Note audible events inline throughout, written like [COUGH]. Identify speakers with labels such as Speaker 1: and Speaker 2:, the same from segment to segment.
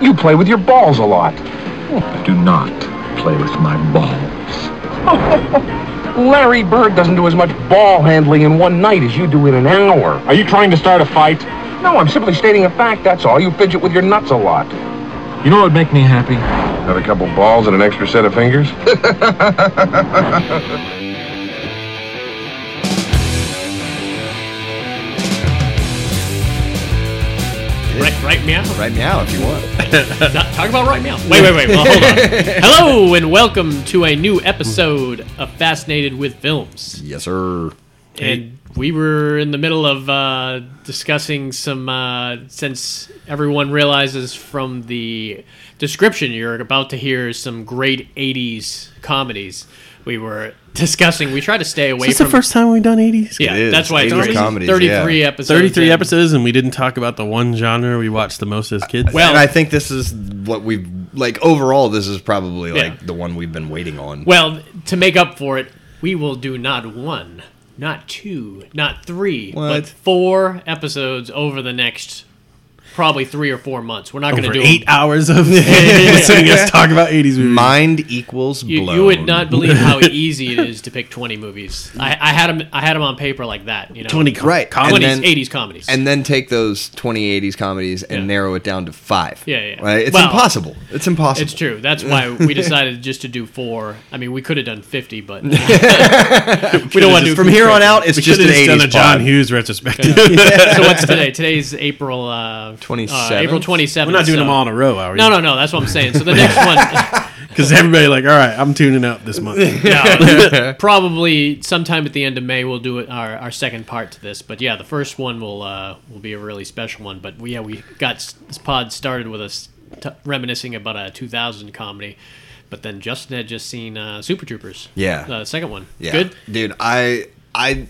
Speaker 1: You play with your balls a lot.
Speaker 2: I do not play with my balls.
Speaker 1: [LAUGHS] Larry Bird doesn't do as much ball handling in one night as you do in an hour.
Speaker 3: Are you trying to start a fight?
Speaker 1: No, I'm simply stating a fact, that's all. You fidget with your nuts a lot.
Speaker 2: You know what would make me happy?
Speaker 1: Have a couple balls and an extra set of fingers?
Speaker 4: Right, right meow.
Speaker 5: Right now, if you want.
Speaker 4: Not- talk about right meow. Wait, wait, [LAUGHS] wait. Well, hold on. Hello and welcome to a new episode of Fascinated with Films.
Speaker 5: Yes, sir.
Speaker 4: And we were in the middle of uh, discussing some. Uh, since everyone realizes from the description you're about to hear some great '80s comedies, we were discussing. We try to stay away
Speaker 6: Is this
Speaker 4: from.
Speaker 6: the first time we've done 80s?
Speaker 4: yeah,
Speaker 5: It is.
Speaker 4: that's why it's
Speaker 5: 80s
Speaker 4: great.
Speaker 5: comedies,
Speaker 4: Thirty-three
Speaker 5: yeah.
Speaker 4: episodes.
Speaker 6: 33
Speaker 4: in.
Speaker 6: episodes, and we didn't talk about the one genre we watched the most as kids. [LAUGHS]
Speaker 4: Well,
Speaker 5: and I think this is what we've like overall. This is probably
Speaker 4: Yeah.
Speaker 5: like the one we've been waiting on.
Speaker 4: Well, to make up for it, we will do not one, not two, not three, but
Speaker 5: What?
Speaker 4: four episodes over the next probably three or four months. We're not going to
Speaker 6: over
Speaker 4: do
Speaker 6: eight
Speaker 4: them.
Speaker 6: hours of [LAUGHS] listening [LAUGHS] to us talk about 80s movies.
Speaker 5: Mind equals blown.
Speaker 4: You, you would not believe
Speaker 5: [LAUGHS]
Speaker 4: how easy it is to pick twenty movies. I, I had them. I had 'em on paper like that. You know,
Speaker 6: 20 com-
Speaker 5: Right,
Speaker 6: com-
Speaker 5: and
Speaker 4: 20s,
Speaker 5: then-
Speaker 4: 80s comedies.
Speaker 5: And then take those 2080s comedies and
Speaker 4: Yeah.
Speaker 5: narrow it down to five.
Speaker 4: Yeah, yeah.
Speaker 5: Right? It's
Speaker 4: Well,
Speaker 5: impossible. It's impossible.
Speaker 4: it's true. That's
Speaker 5: [LAUGHS]
Speaker 4: why we decided just to do four. I mean, we could have done fifty,
Speaker 5: [LAUGHS]
Speaker 4: but we don't want to. do
Speaker 5: From here on out, it's
Speaker 6: We
Speaker 5: just
Speaker 6: should
Speaker 5: an
Speaker 6: have
Speaker 5: 80s
Speaker 6: just done a John
Speaker 5: pod.
Speaker 6: Hughes [LAUGHS] retrospective.
Speaker 4: So what's today? Today's April uh, uh,
Speaker 5: 27th?
Speaker 4: April twenty seventh. [LAUGHS]
Speaker 6: We're not doing them all in a row, are we?
Speaker 4: No, no, no. That's what I'm saying. So the next
Speaker 5: [LAUGHS]
Speaker 4: one.
Speaker 6: Because everybody like, all right, I'm tuning out
Speaker 4: [LAUGHS]
Speaker 6: this month.
Speaker 5: [LAUGHS]
Speaker 4: No, probably sometime at the end of May we'll do it, our, our second part to this. But yeah, the first one will uh, will be a really special one. But we, yeah, we got s- this pod started with us t- reminiscing about a 2000 comedy, but then Justin had just seen uh, Super Troopers.
Speaker 5: Yeah.
Speaker 4: the second one.
Speaker 5: Yeah.
Speaker 4: Good.
Speaker 5: Dude, I I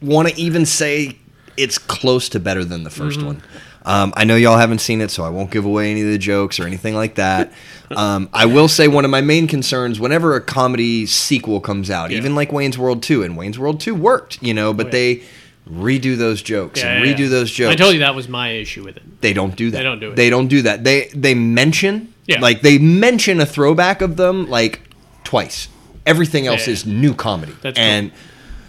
Speaker 5: want to even say it's close to better than the 1st
Speaker 4: Mm-hmm.
Speaker 5: one. Um, I know y'all haven't seen it, so I won't give away any of the jokes or anything
Speaker 4: [LAUGHS]
Speaker 5: like that. Um, I will say one of my main concerns whenever a comedy sequel comes out, even like Wayne's World 2, and Wayne's World 2 worked, you know, but
Speaker 4: Oh,
Speaker 5: they redo those jokes and redo those jokes
Speaker 4: I told you that was my issue with it.
Speaker 5: they don't do that.
Speaker 4: They don't do it.
Speaker 5: They don't do that. They they mention
Speaker 4: Yeah.
Speaker 5: like they mention a throwback of them like twice. Everything else
Speaker 4: Yeah.
Speaker 5: is new comedy.
Speaker 4: That's cool.
Speaker 5: and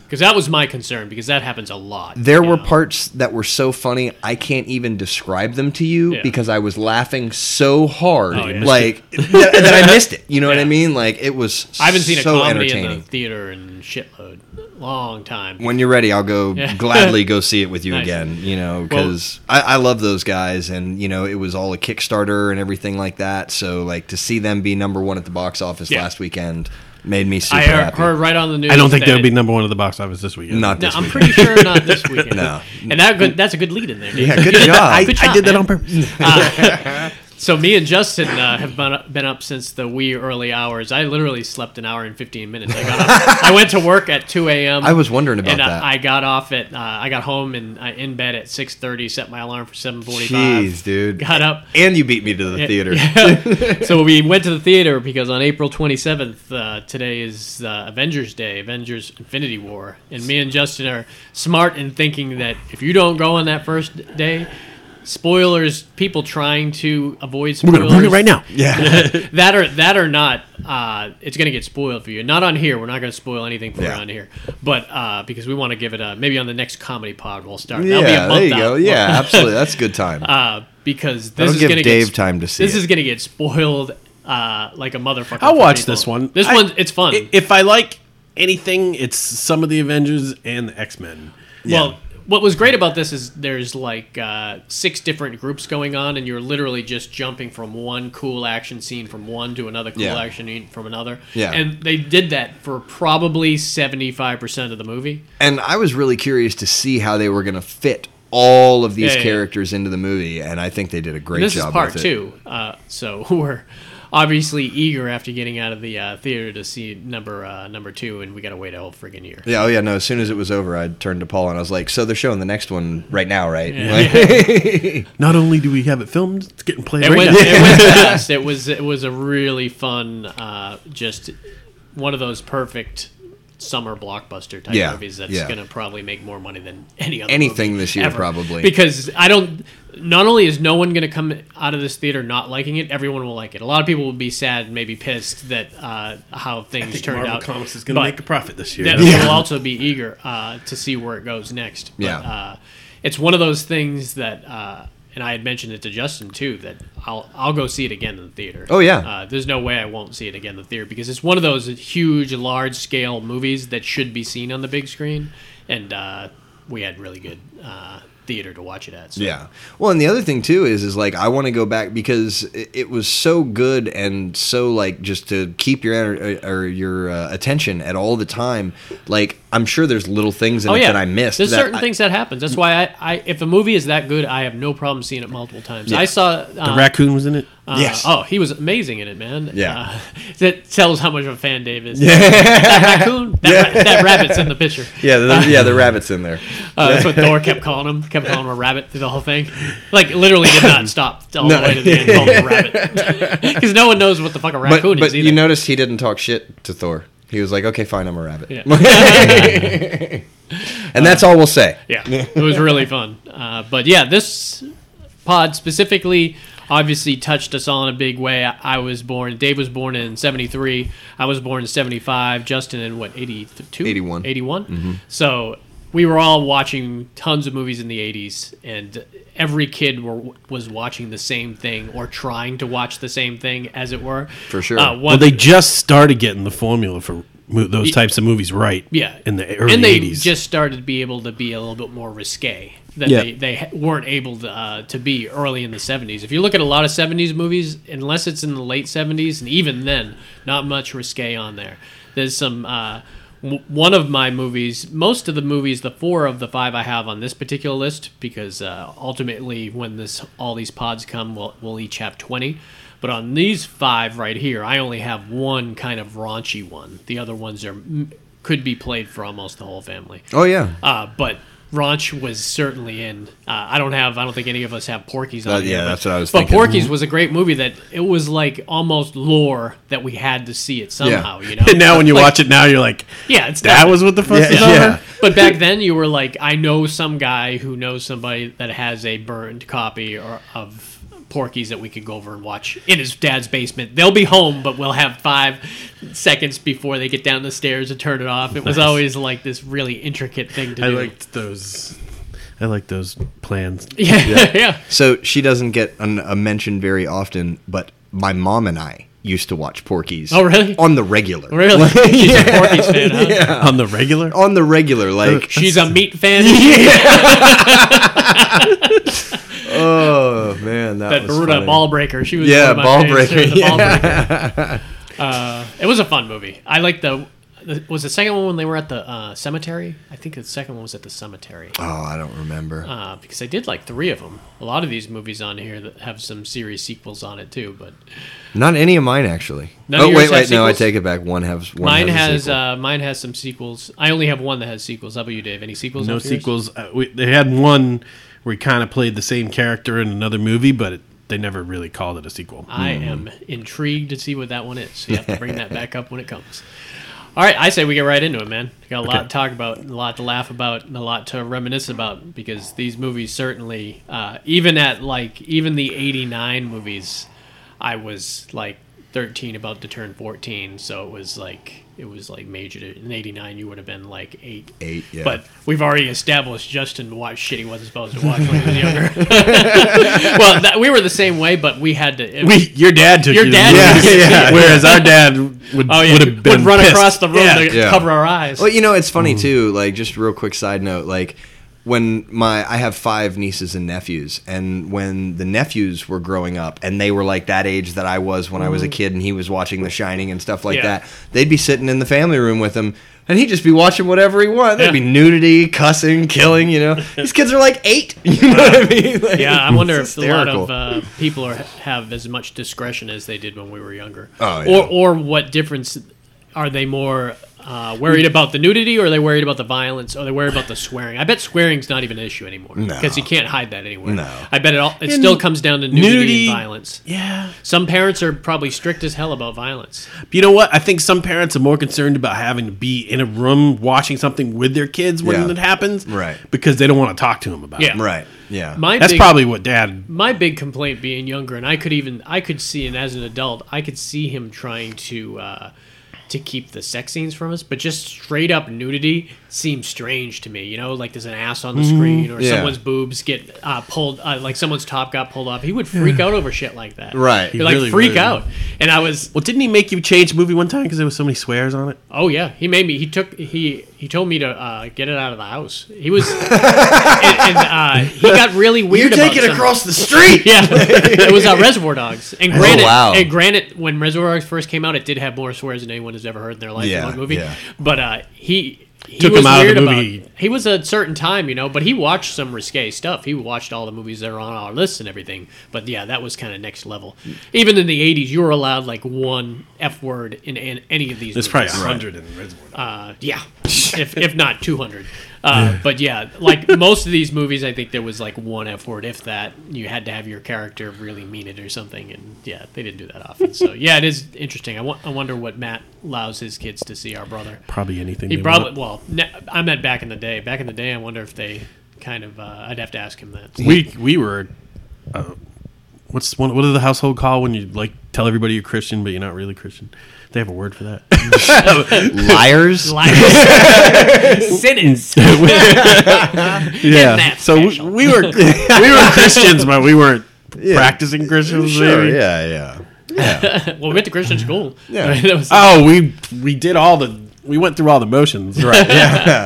Speaker 4: Because that was my concern, because that happens a lot.
Speaker 5: there
Speaker 4: you
Speaker 5: were
Speaker 4: know?
Speaker 5: parts that were so funny I can't even describe them to you
Speaker 4: Yeah.
Speaker 5: because I was laughing so hard
Speaker 4: Oh, yeah.
Speaker 5: like [LAUGHS] that, that I missed it. You know what
Speaker 4: Yeah.
Speaker 5: I mean? Like it was
Speaker 4: I haven't seen
Speaker 5: so
Speaker 4: a comedy in
Speaker 5: entertaining.
Speaker 4: the [LAUGHS] theater in shitload long time.
Speaker 5: when you're ready, I'll go
Speaker 4: Yeah. [LAUGHS]
Speaker 5: gladly go see it with you
Speaker 4: Nice.
Speaker 5: again. You know,
Speaker 4: Well-
Speaker 5: because I, I love those guys, and you know, it was all a Kickstarter and everything like that. So, like to see them be number one at the box office
Speaker 4: Yeah.
Speaker 5: last weekend made me super
Speaker 4: I heard,
Speaker 5: happy.
Speaker 4: heard right on the news.
Speaker 6: I don't think
Speaker 4: that
Speaker 6: they'll be number one at the box office this weekend.
Speaker 5: Not
Speaker 4: No,
Speaker 5: this
Speaker 4: I'm pretty
Speaker 5: weekend.
Speaker 4: sure not
Speaker 5: [LAUGHS]
Speaker 4: this weekend.
Speaker 5: No.
Speaker 4: and that good, that's a good lead in there. Dave.
Speaker 5: Yeah, good
Speaker 4: [LAUGHS] You did that-
Speaker 5: job.
Speaker 6: I,
Speaker 4: good
Speaker 6: I
Speaker 4: job,
Speaker 6: did that
Speaker 4: man.
Speaker 6: on purpose.
Speaker 4: So me and Justin uh, have been up, been up since the wee early hours. I literally slept an hour and 15 minutes. I got up. I went to work at 2 a.m.
Speaker 5: [LAUGHS] I was wondering about
Speaker 4: [LAUGHS] and
Speaker 5: that.
Speaker 4: I, I got off at uh, I got home and I in bed at 6:30. Set my alarm for 7:45.
Speaker 5: Jeez, dude.
Speaker 4: Got up.
Speaker 5: And you beat me to
Speaker 4: [LAUGHS]
Speaker 5: the theater.
Speaker 4: so we went to the theater because on April 27th, uh, today is uh, Avengers Day, Avengers Infinity War. And me and Justin are smart in thinking that if you don't go on that first day, spoilers, people trying to avoid
Speaker 6: We're
Speaker 4: spoilers. [LAUGHS]
Speaker 6: going to ruin it right now.
Speaker 5: Yeah,
Speaker 4: that or that or not, uh, it's going to get spoiled for you. Not on here. We're not going to spoil anything for you
Speaker 5: Yeah.
Speaker 4: on here, but uh, because we want to give it a maybe on the next comedy pod we'll start. That'll be a
Speaker 5: yeah.
Speaker 4: month
Speaker 5: There you
Speaker 4: out.
Speaker 5: go.
Speaker 4: We'll-
Speaker 5: Yeah,
Speaker 4: [LAUGHS]
Speaker 5: absolutely. That's a good time.
Speaker 4: uh, because this
Speaker 5: That'll
Speaker 4: is
Speaker 5: give
Speaker 4: gonna
Speaker 5: Dave
Speaker 4: get,
Speaker 5: time to see
Speaker 4: This
Speaker 5: it.
Speaker 4: is gonna get spoiled uh, like a motherfucker.
Speaker 6: I'll
Speaker 4: for
Speaker 6: watch
Speaker 4: people.
Speaker 6: this one.
Speaker 4: This
Speaker 6: I-
Speaker 4: one, it's fun.
Speaker 6: i- If I like anything, it's some of the Avengers and the X Men.
Speaker 4: Well, what was great about this is there's like uh, six different groups going on, and you're literally just jumping from one cool action scene from one to another cool
Speaker 5: Yeah.
Speaker 4: action scene from another.
Speaker 5: Yeah.
Speaker 4: And they did that for probably seventy five percent of the movie.
Speaker 5: And I was really curious to see how they were going to fit all of these
Speaker 4: Yeah, yeah, yeah.
Speaker 5: characters into the movie, and I think they did a great
Speaker 4: this
Speaker 5: job.
Speaker 4: is part
Speaker 5: with it.
Speaker 4: two, uh, so [LAUGHS] we're obviously eager after getting out of the uh, theater to see number uh, number two, and we gotta wait a whole friggin' year.
Speaker 5: Yeah, oh yeah, no. As soon as it was over, I turned to Paul and I was like, "So they're showing the next one right now, right?" Like,
Speaker 4: [LAUGHS]
Speaker 5: [LAUGHS]
Speaker 6: Not only do we have it filmed, it's getting played
Speaker 4: It
Speaker 6: right
Speaker 4: went,
Speaker 6: now.
Speaker 4: it
Speaker 5: [LAUGHS]
Speaker 4: went fast. It was it was a really fun, uh, just one of those perfect summer blockbuster type
Speaker 5: Yeah,
Speaker 4: movies that's
Speaker 5: yeah.
Speaker 4: going to probably make more money than any other
Speaker 5: Anything
Speaker 4: movie
Speaker 5: this year,
Speaker 4: ever.
Speaker 5: probably.
Speaker 4: because I don't. Not only is no one going to come out of this theater not liking it, everyone will like it. A lot of people will be sad and maybe pissed that uh, how things
Speaker 6: think
Speaker 4: turned
Speaker 6: Marvel
Speaker 4: out.
Speaker 6: Comics is going to
Speaker 4: but-
Speaker 6: make a profit this year.
Speaker 4: that
Speaker 6: That's-
Speaker 4: will also be eager uh, to see where it goes next. But,
Speaker 5: Yeah.
Speaker 4: uh, it's one of those things that, uh, and I had mentioned it to Justin too, that I'll I'll go see it again in the theater.
Speaker 5: Oh, yeah.
Speaker 4: uh, there's no way I won't see it again in the theater because it's one of those huge, large scale movies that should be seen on the big screen, and uh, we had really good uh, theater to watch it at. So.
Speaker 5: Yeah. Well, and the other thing too is is like I want to go back because it, it was so good and so like just to keep your ener- or your uh, attention at all the time. Like I'm sure there's little things in
Speaker 4: Oh
Speaker 5: it
Speaker 4: yeah,
Speaker 5: that I missed.
Speaker 4: There's
Speaker 5: that
Speaker 4: certain
Speaker 5: I-
Speaker 4: things that happens. That's why I, I, if a movie is that good, I have no problem seeing it multiple times. I saw uh,
Speaker 6: the raccoon was in it.
Speaker 4: Uh,
Speaker 5: Yes.
Speaker 4: Oh, he was amazing in it, man.
Speaker 5: Yeah.
Speaker 4: Uh, [LAUGHS] that tells how much of a fan Dave
Speaker 5: [LAUGHS]
Speaker 4: is. that raccoon, that, ra- that rabbit's in the picture.
Speaker 5: Yeah, the,
Speaker 4: [LAUGHS]
Speaker 5: yeah, the rabbits in there.
Speaker 4: Uh, that's what Thor kept calling him. Kept calling him a rabbit through the whole thing. Like literally did
Speaker 5: [LAUGHS]
Speaker 4: not stop all
Speaker 5: No.
Speaker 4: the way to the end. Called him a rabbit [LAUGHS]
Speaker 5: [LAUGHS]
Speaker 4: because no one knows what the fuck a
Speaker 5: But,
Speaker 4: raccoon
Speaker 5: but
Speaker 4: is either.
Speaker 5: you noticed he didn't talk shit to Thor. He was like, "Okay, fine, I'm a rabbit." [LAUGHS] and that's all we'll say.
Speaker 4: yeah, it was really fun. Uh, but yeah, this pod specifically obviously touched us all in a big way. I, I was born, Dave was born in 73. I was born in 75. Justin in what, 82?
Speaker 5: 81.
Speaker 4: 81.
Speaker 5: Mm-hmm.
Speaker 4: So we were all watching tons of movies in the 80s, and every kid were, was watching the same thing or trying to watch the same thing, as it were.
Speaker 5: For sure.
Speaker 4: Uh, one,
Speaker 6: Well, they just started getting the formula for mo- those
Speaker 4: Ye-
Speaker 6: types of movies right.
Speaker 4: Yeah,
Speaker 6: in the early
Speaker 4: and they
Speaker 6: 80s.
Speaker 4: just started to be able to be a little bit more risque that
Speaker 6: Yeah.
Speaker 4: they, they ha- weren't able to, uh, to be early in the seventies. If you look at a lot of seventies movies, unless it's in the late seventies, and even then, not much risque on there. There's some. Uh, w- one of my movies, most of the movies, the four of the five I have on this particular list, because uh, ultimately when this all these pods come, we'll, we'll each have twenty. But on these five right here, I only have one kind of raunchy one. The other ones are m- could be played for almost the whole family.
Speaker 5: Oh yeah,
Speaker 4: Uh, but Ranch was certainly in. Uh, I don't have. I don't think any of us have Porky's on.
Speaker 5: That-
Speaker 4: here,
Speaker 5: yeah,
Speaker 4: but-
Speaker 5: that's what I was
Speaker 4: But
Speaker 5: thinking.
Speaker 4: Porky's was a great movie. That it was like almost lore that we had to see it somehow.
Speaker 5: [LAUGHS]
Speaker 4: You know.
Speaker 6: [LAUGHS] and now when you
Speaker 4: Like,
Speaker 6: watch it now, you're like,
Speaker 4: yeah, it's
Speaker 6: that
Speaker 4: not-
Speaker 6: was what the fuss
Speaker 5: Yeah,
Speaker 6: was
Speaker 5: yeah.
Speaker 6: over.
Speaker 5: Yeah.
Speaker 4: But back then, you were like, I know some guy who knows somebody that has a burned copy or of Porky's that we could go over and watch in his dad's basement. They'll be home, but we'll have five seconds before they get down the stairs and turn it off. It was always like this really intricate thing to
Speaker 6: I
Speaker 4: do.
Speaker 6: liked those. I like those plans.
Speaker 4: [LAUGHS] yeah, [LAUGHS] yeah.
Speaker 5: So she doesn't get an, a mention very often, but my mom and I used to watch Porky's.
Speaker 4: Oh, really?
Speaker 5: On the regular.
Speaker 4: Really? [LAUGHS] She's a Porky's fan, huh?
Speaker 6: [LAUGHS] on the regular.
Speaker 5: On the regular,
Speaker 4: [LAUGHS]
Speaker 5: like
Speaker 4: She's a meat fan.
Speaker 5: oh man, that,
Speaker 4: that
Speaker 5: was
Speaker 4: Baruda
Speaker 5: funny.
Speaker 4: ball breaker. She was
Speaker 5: Yeah,
Speaker 4: one of my
Speaker 5: ball
Speaker 4: faves. She was
Speaker 5: breaker,
Speaker 4: a ball breaker. [LAUGHS] Uh, it was a fun movie. I liked the, the. Was the second one when they were at the uh, cemetery? I think the second one was at the cemetery.
Speaker 5: Oh, I don't remember.
Speaker 4: Uh, because I did like three of them. A lot of these movies on here that have some series sequels on it too. But
Speaker 5: Not any of mine actually.
Speaker 4: None
Speaker 5: oh
Speaker 4: of yours
Speaker 5: wait,
Speaker 4: have
Speaker 5: wait, no, I
Speaker 4: sequels?
Speaker 5: take it back. One has one
Speaker 4: mine
Speaker 5: a
Speaker 4: has
Speaker 5: sequel.
Speaker 4: uh, mine has some sequels. I only have one that has sequels. How about you, Dave? Any sequels?
Speaker 6: No
Speaker 4: off yours?
Speaker 6: sequels. Uh, we, they had one where he kind of played the same character in another movie, but it, they never really called it a sequel.
Speaker 4: I
Speaker 5: Hmm.
Speaker 4: am intrigued to see what that one is. You have to bring that
Speaker 5: [LAUGHS]
Speaker 4: back up when it comes. All right, I say we get right into it, man. Got a lot to talk about, a lot to laugh about, and a lot to reminisce about because these movies certainly, uh, even at like even the '89 movies, I was like 13, about to turn 14, so it was like it was like major. To, in '89, you would have been like eight.
Speaker 5: Eight, yeah.
Speaker 4: But we've already established Justin watched shit he wasn't supposed to watch when
Speaker 5: [LAUGHS]
Speaker 4: he was younger. [LAUGHS] well, that, we were the same way, but we had to. it-
Speaker 6: We, your dad took
Speaker 4: Your
Speaker 6: you to
Speaker 4: dad
Speaker 6: the
Speaker 4: took
Speaker 6: movies.
Speaker 4: you to the movies.
Speaker 6: [LAUGHS] Whereas our dad would
Speaker 4: Oh yeah,
Speaker 6: would
Speaker 4: would,
Speaker 6: have been
Speaker 4: run
Speaker 6: pissed.
Speaker 4: across the room
Speaker 6: Yeah.
Speaker 4: to
Speaker 5: Yeah.
Speaker 4: cover our eyes.
Speaker 5: Well, you know, it's funny
Speaker 4: Mm.
Speaker 5: too. Like, just real quick side note. Like, when my I have five nieces and nephews, and when the nephews were growing up, and they were like that age that I was when I was a kid, and he was watching The Shining and stuff like
Speaker 4: Mm. Yeah.
Speaker 5: that, they'd be sitting in the family room with him. And he'd just be watching whatever he wanted. There'd
Speaker 4: Yeah.
Speaker 5: be nudity, cussing, killing.
Speaker 4: [LAUGHS]
Speaker 5: You know, these kids are like eight. [LAUGHS] You know what I mean? Like,
Speaker 4: yeah, I wonder
Speaker 5: it's
Speaker 4: if a lot of
Speaker 5: hysterical.
Speaker 4: uh, people are, have as much discretion as they did when we were younger,
Speaker 5: Oh, yeah.
Speaker 4: or or what difference are they more uh, worried about the nudity, or are they worried about the violence, or are they worried about the swearing? I bet swearing's not even an issue anymore because you can't hide that anywhere.
Speaker 5: No.
Speaker 4: I bet it all. It still comes down to nudity,
Speaker 6: nudity-
Speaker 4: and violence.
Speaker 6: Yeah.
Speaker 4: Some parents are probably strict as hell about violence.
Speaker 6: But you know what? I think some parents are more concerned about having to be in a room watching something with their kids when
Speaker 5: Yeah.
Speaker 6: it happens.
Speaker 5: Right.
Speaker 6: Because they don't want to talk to them about
Speaker 4: Yeah.
Speaker 6: it.
Speaker 5: Right. Yeah.
Speaker 4: My
Speaker 6: That's
Speaker 4: big-
Speaker 6: probably what dad.
Speaker 4: my big complaint being younger, and I could even I could see, and as an adult, I could see him trying to uh, to keep the sex scenes from us, but just straight up nudity seems strange to me. You know, like there's an ass on the screen, or
Speaker 5: Mm-hmm. yeah.
Speaker 4: someone's boobs get uh, pulled, uh, like someone's top got pulled off. He would freak out over shit like that.
Speaker 5: Right.
Speaker 4: He'd
Speaker 5: He
Speaker 4: like
Speaker 6: really
Speaker 4: freak
Speaker 6: would.
Speaker 4: out, and I was,
Speaker 6: Well, didn't he make you change the movie one time because there was so many swears on it?
Speaker 4: oh yeah, he made me. He took he he told me to uh, get it out of the house. He was, [LAUGHS] and, and uh, he got really weird. about something.
Speaker 5: the street.
Speaker 4: [LAUGHS]
Speaker 5: [LAUGHS]
Speaker 4: Yeah, it was uh, Reservoir Dogs. And granted,
Speaker 5: Oh, wow.
Speaker 4: and granted, when Reservoir Dogs first came out, it did have more swears than anyone has ever heard in their life
Speaker 5: Yeah,
Speaker 4: in one movie.
Speaker 5: yeah.
Speaker 4: But uh, he. He
Speaker 6: Took
Speaker 4: was
Speaker 6: him out of
Speaker 4: weird
Speaker 6: the
Speaker 4: about-
Speaker 6: movie.
Speaker 4: he was a certain time, you know, but he watched some risque stuff. He watched all the movies that are on our list and everything. But yeah, that was kind of next level. Even in the '80s, you were allowed like one f word in, an any of these.
Speaker 6: There's
Speaker 4: movies
Speaker 6: probably a hundred in Reservoir. Dogs.
Speaker 4: uh, yeah, [LAUGHS] if, if not 200. Uh, but yeah, like most of these movies, I think there was like one F word, if that. You had to have your character really mean it or something, and yeah, they didn't do that often. [LAUGHS] So yeah, it is interesting. I wo- I wonder what Matt allows his kids to see. Our brother,
Speaker 6: probably anything.
Speaker 4: he
Speaker 6: they
Speaker 4: probably
Speaker 6: want.
Speaker 4: well, ne- I meant back in the day. Back in the day, I wonder if they kind of. Uh, I'd have to ask him [LAUGHS] that.
Speaker 6: We we were. Uh, what's one? What do the household call when you like tell everybody you're Christian but you're not really Christian? They have a word for that.
Speaker 5: Liars.
Speaker 4: Liars, [LAUGHS] sinners. that
Speaker 6: So we,
Speaker 4: special. [LAUGHS]
Speaker 6: we were we were Christians, but we weren't practicing Christians.
Speaker 5: Sure.
Speaker 6: maybe.
Speaker 5: Yeah. Yeah.
Speaker 4: well, we went to Christian school.
Speaker 5: Yeah.
Speaker 4: I mean, [LAUGHS] that was-
Speaker 6: Oh, we we did all the we went through all the motions. Right.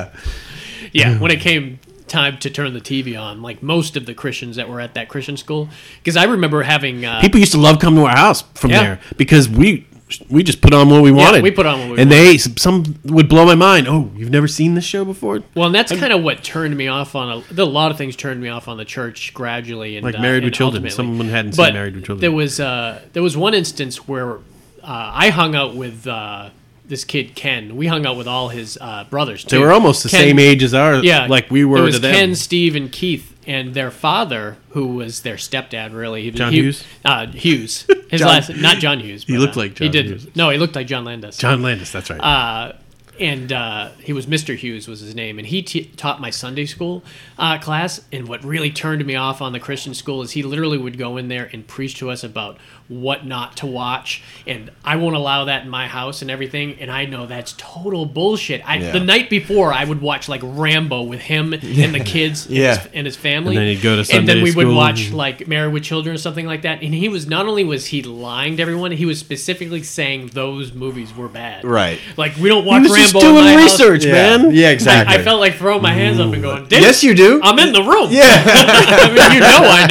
Speaker 6: Mm.
Speaker 4: yeah, when it came time to turn the TV on, like most of the Christians that were at that Christian school, because I remember having uh,
Speaker 6: [LAUGHS] People used to love coming to our house from
Speaker 4: Yeah.
Speaker 6: there because we we just put on what we wanted.
Speaker 4: we put on what we
Speaker 6: and they some would blow my mind. Oh, you've never seen this show before?
Speaker 4: well, and that's kind of what turned me off on a, a lot of things turned me off on the church gradually, and
Speaker 6: Like
Speaker 4: uh,
Speaker 6: Married with
Speaker 4: and
Speaker 6: Children.
Speaker 4: ultimately.
Speaker 6: Someone hadn't seen
Speaker 4: but
Speaker 6: Married with Children.
Speaker 4: There was uh, there was one instance where uh, I hung out with. Uh, this kid Ken, we hung out with all his uh, brothers. Too.
Speaker 6: They were almost the
Speaker 4: Ken-
Speaker 6: same age as our
Speaker 4: yeah,
Speaker 6: like we were
Speaker 4: It was
Speaker 6: to them.
Speaker 4: Ken, Steve, and Keith, and their father, who was their stepdad, really. He,
Speaker 6: John
Speaker 4: he-
Speaker 6: Hughes?
Speaker 4: Uh,
Speaker 6: [LAUGHS]
Speaker 4: Hughes. His last, not John Hughes. But,
Speaker 6: looked
Speaker 4: uh,
Speaker 6: like
Speaker 4: he
Speaker 6: John
Speaker 4: did.
Speaker 6: Hughes.
Speaker 4: No, he looked like John Landis.
Speaker 6: John Landis, that's right.
Speaker 4: Uh, and uh, he was Mr. Hughes was his name, and he t- taught my Sunday school uh, class. And what really turned me off on the Christian school is he literally would go in there and preach to us about what not to watch, and I won't allow that in my house and everything. And I know that's total bullshit. I, The night before, I would watch like Rambo with him and
Speaker 6: [LAUGHS]
Speaker 4: the kids
Speaker 5: Yeah.
Speaker 4: and, his, and his family,
Speaker 6: And then he'd go to
Speaker 4: and then
Speaker 6: Sunday
Speaker 4: we would
Speaker 6: school
Speaker 4: watch
Speaker 6: and-
Speaker 4: like Married with Children or something like that. And he was not only was he lying to everyone, he was specifically saying those movies were bad.
Speaker 5: Right.
Speaker 4: Like we don't
Speaker 6: he
Speaker 4: watch
Speaker 6: was
Speaker 4: Rambo.
Speaker 6: just
Speaker 4: in my
Speaker 6: doing
Speaker 4: house.
Speaker 6: research,
Speaker 5: Yeah.
Speaker 6: man.
Speaker 5: Yeah.
Speaker 4: I,
Speaker 5: Exactly.
Speaker 4: I felt like throwing my hands up and going, "Dude,
Speaker 5: yes, you do.
Speaker 4: I'm in the room.
Speaker 5: yeah.
Speaker 4: [LAUGHS] I mean, you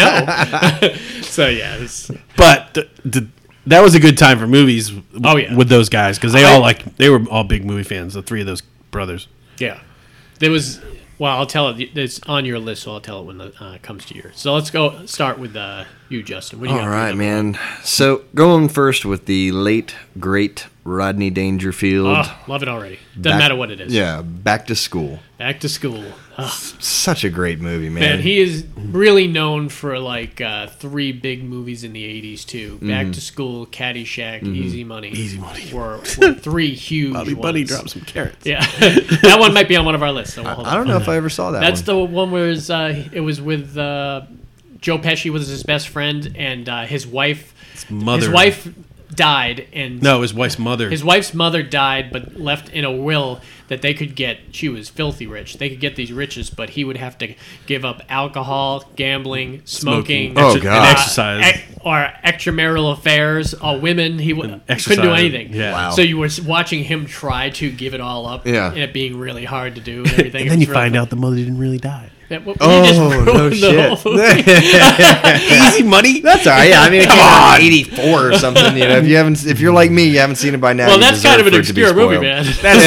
Speaker 4: know, I know. so yeah, it's,
Speaker 6: But th- th- that was a good time for movies.
Speaker 4: Oh, yeah.
Speaker 6: with those guys because they
Speaker 4: I-
Speaker 6: all like they were all big movie fans. The three of those brothers.
Speaker 4: yeah. There was. Well, I'll tell it. It's on your list, so I'll tell it when it uh, comes to yours. So let's go start with uh, you, Justin. What do you
Speaker 5: All
Speaker 4: got?
Speaker 5: right, man. So going first with the late great Rodney Dangerfield.
Speaker 4: Oh, love it already. Doesn't
Speaker 5: Back-
Speaker 4: matter what it is.
Speaker 5: Yeah, back to school.
Speaker 4: Back to school.
Speaker 5: Such a great movie, man.
Speaker 4: And he is really known for like uh, three big movies in the '80s too: Back to School, Caddyshack, Easy Money. Easy Money were, were three huge. ones.
Speaker 6: some carrots.
Speaker 4: Yeah, [LAUGHS] that one might be on one of our lists. So we'll hold
Speaker 5: I don't know if I ever saw that.
Speaker 4: That's
Speaker 5: one.
Speaker 4: the one where it's, uh, it was with uh, Joe Pesci was his best friend, and uh, his wife. His
Speaker 6: mother.
Speaker 4: wife died, and
Speaker 6: No, his wife's mother.
Speaker 4: his wife's mother died, but left in a will that they could get. She was filthy rich. They could get these riches, but he would have to give up alcohol, gambling, smoking,
Speaker 5: Oh,
Speaker 6: Exer-
Speaker 5: God.
Speaker 6: and
Speaker 4: uh,
Speaker 6: exercise.
Speaker 4: ex- or extramarital affairs, or women. He w- couldn't
Speaker 6: exercise.
Speaker 4: do anything.
Speaker 6: Yeah. Wow.
Speaker 4: So you were s- watching him try to give it all up,
Speaker 5: Yeah.
Speaker 4: and it being really hard to do.
Speaker 6: [LAUGHS]
Speaker 4: And, everything.
Speaker 6: and then you find out the mother didn't really die.
Speaker 5: Oh, no
Speaker 6: [LAUGHS]
Speaker 5: [LAUGHS]
Speaker 6: Easy money.
Speaker 5: That's all right. Yeah, I mean, it came out in '84 or something. You know, if you haven't, if you're like me, you haven't seen it by now.
Speaker 4: Well,
Speaker 5: you
Speaker 4: that's kind
Speaker 5: deserve
Speaker 4: of an
Speaker 5: for it to be
Speaker 4: obscure movie,
Speaker 5: spoiled. [LAUGHS]
Speaker 4: man.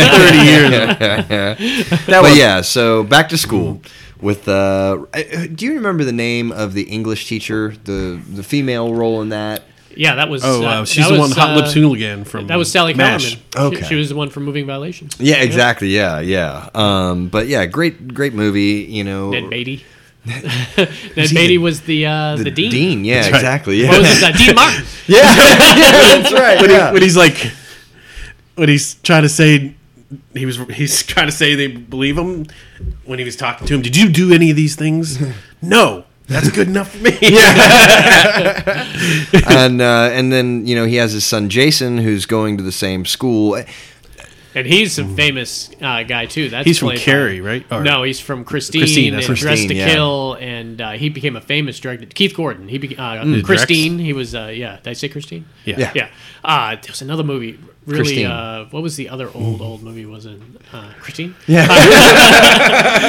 Speaker 6: That's thirty years.
Speaker 5: but yeah, so back to school with. Uh, I- uh, do you remember the name of the English teacher, the the female role in that?
Speaker 4: Yeah, that was.
Speaker 6: Oh,
Speaker 4: uh,
Speaker 6: wow.
Speaker 4: that
Speaker 6: She's the
Speaker 4: was,
Speaker 6: one Hot
Speaker 4: uh,
Speaker 6: Lips Hooligan from
Speaker 4: That was Sally
Speaker 6: MASH.
Speaker 4: Kellerman. She,
Speaker 5: Okay.
Speaker 4: she was the one from Moving Violations.
Speaker 5: Yeah, exactly. Yeah, yeah. Um, but yeah, great, great movie. You know,
Speaker 4: Ned
Speaker 5: [LAUGHS]
Speaker 4: Beatty. [LAUGHS] Ned Beatty was the uh, the, dean.
Speaker 5: Yeah,
Speaker 6: right.
Speaker 5: exactly. Yeah,
Speaker 4: What was it? Uh,
Speaker 6: [LAUGHS]
Speaker 4: dean Martin.
Speaker 5: [LAUGHS]
Speaker 4: [LAUGHS]
Speaker 5: yeah, yeah, that's right.
Speaker 6: when,
Speaker 5: yeah.
Speaker 6: he, when he's like, when he's trying to say, he was he's [LAUGHS] trying to say they believe him when he was talking to him. Did you do any of
Speaker 5: [LAUGHS]
Speaker 6: these things? no, that's good enough for me. [LAUGHS] Yeah,
Speaker 5: and uh, and then you know he has his son Jason who's going to the same school.
Speaker 4: And he's a famous uh, guy too. That's
Speaker 6: he's from
Speaker 4: played by-
Speaker 6: Carrie, right? Or-
Speaker 4: No, he's from Christine,
Speaker 6: Christine,
Speaker 4: and
Speaker 6: that's
Speaker 5: right.
Speaker 4: Dressed to
Speaker 5: Christine, yeah.
Speaker 4: Kill, and uh, he became a famous director. Keith Gordon. He beca- uh,
Speaker 6: Drex.
Speaker 4: Christine. He was uh, yeah. Did I say Christine?
Speaker 6: yeah.
Speaker 5: Yeah.
Speaker 4: Yeah. Uh, there was another movie. Really,
Speaker 5: Christine.
Speaker 4: uh, what was the other old old movie? Was it uh, Christine? [LAUGHS] uh,
Speaker 5: Yeah,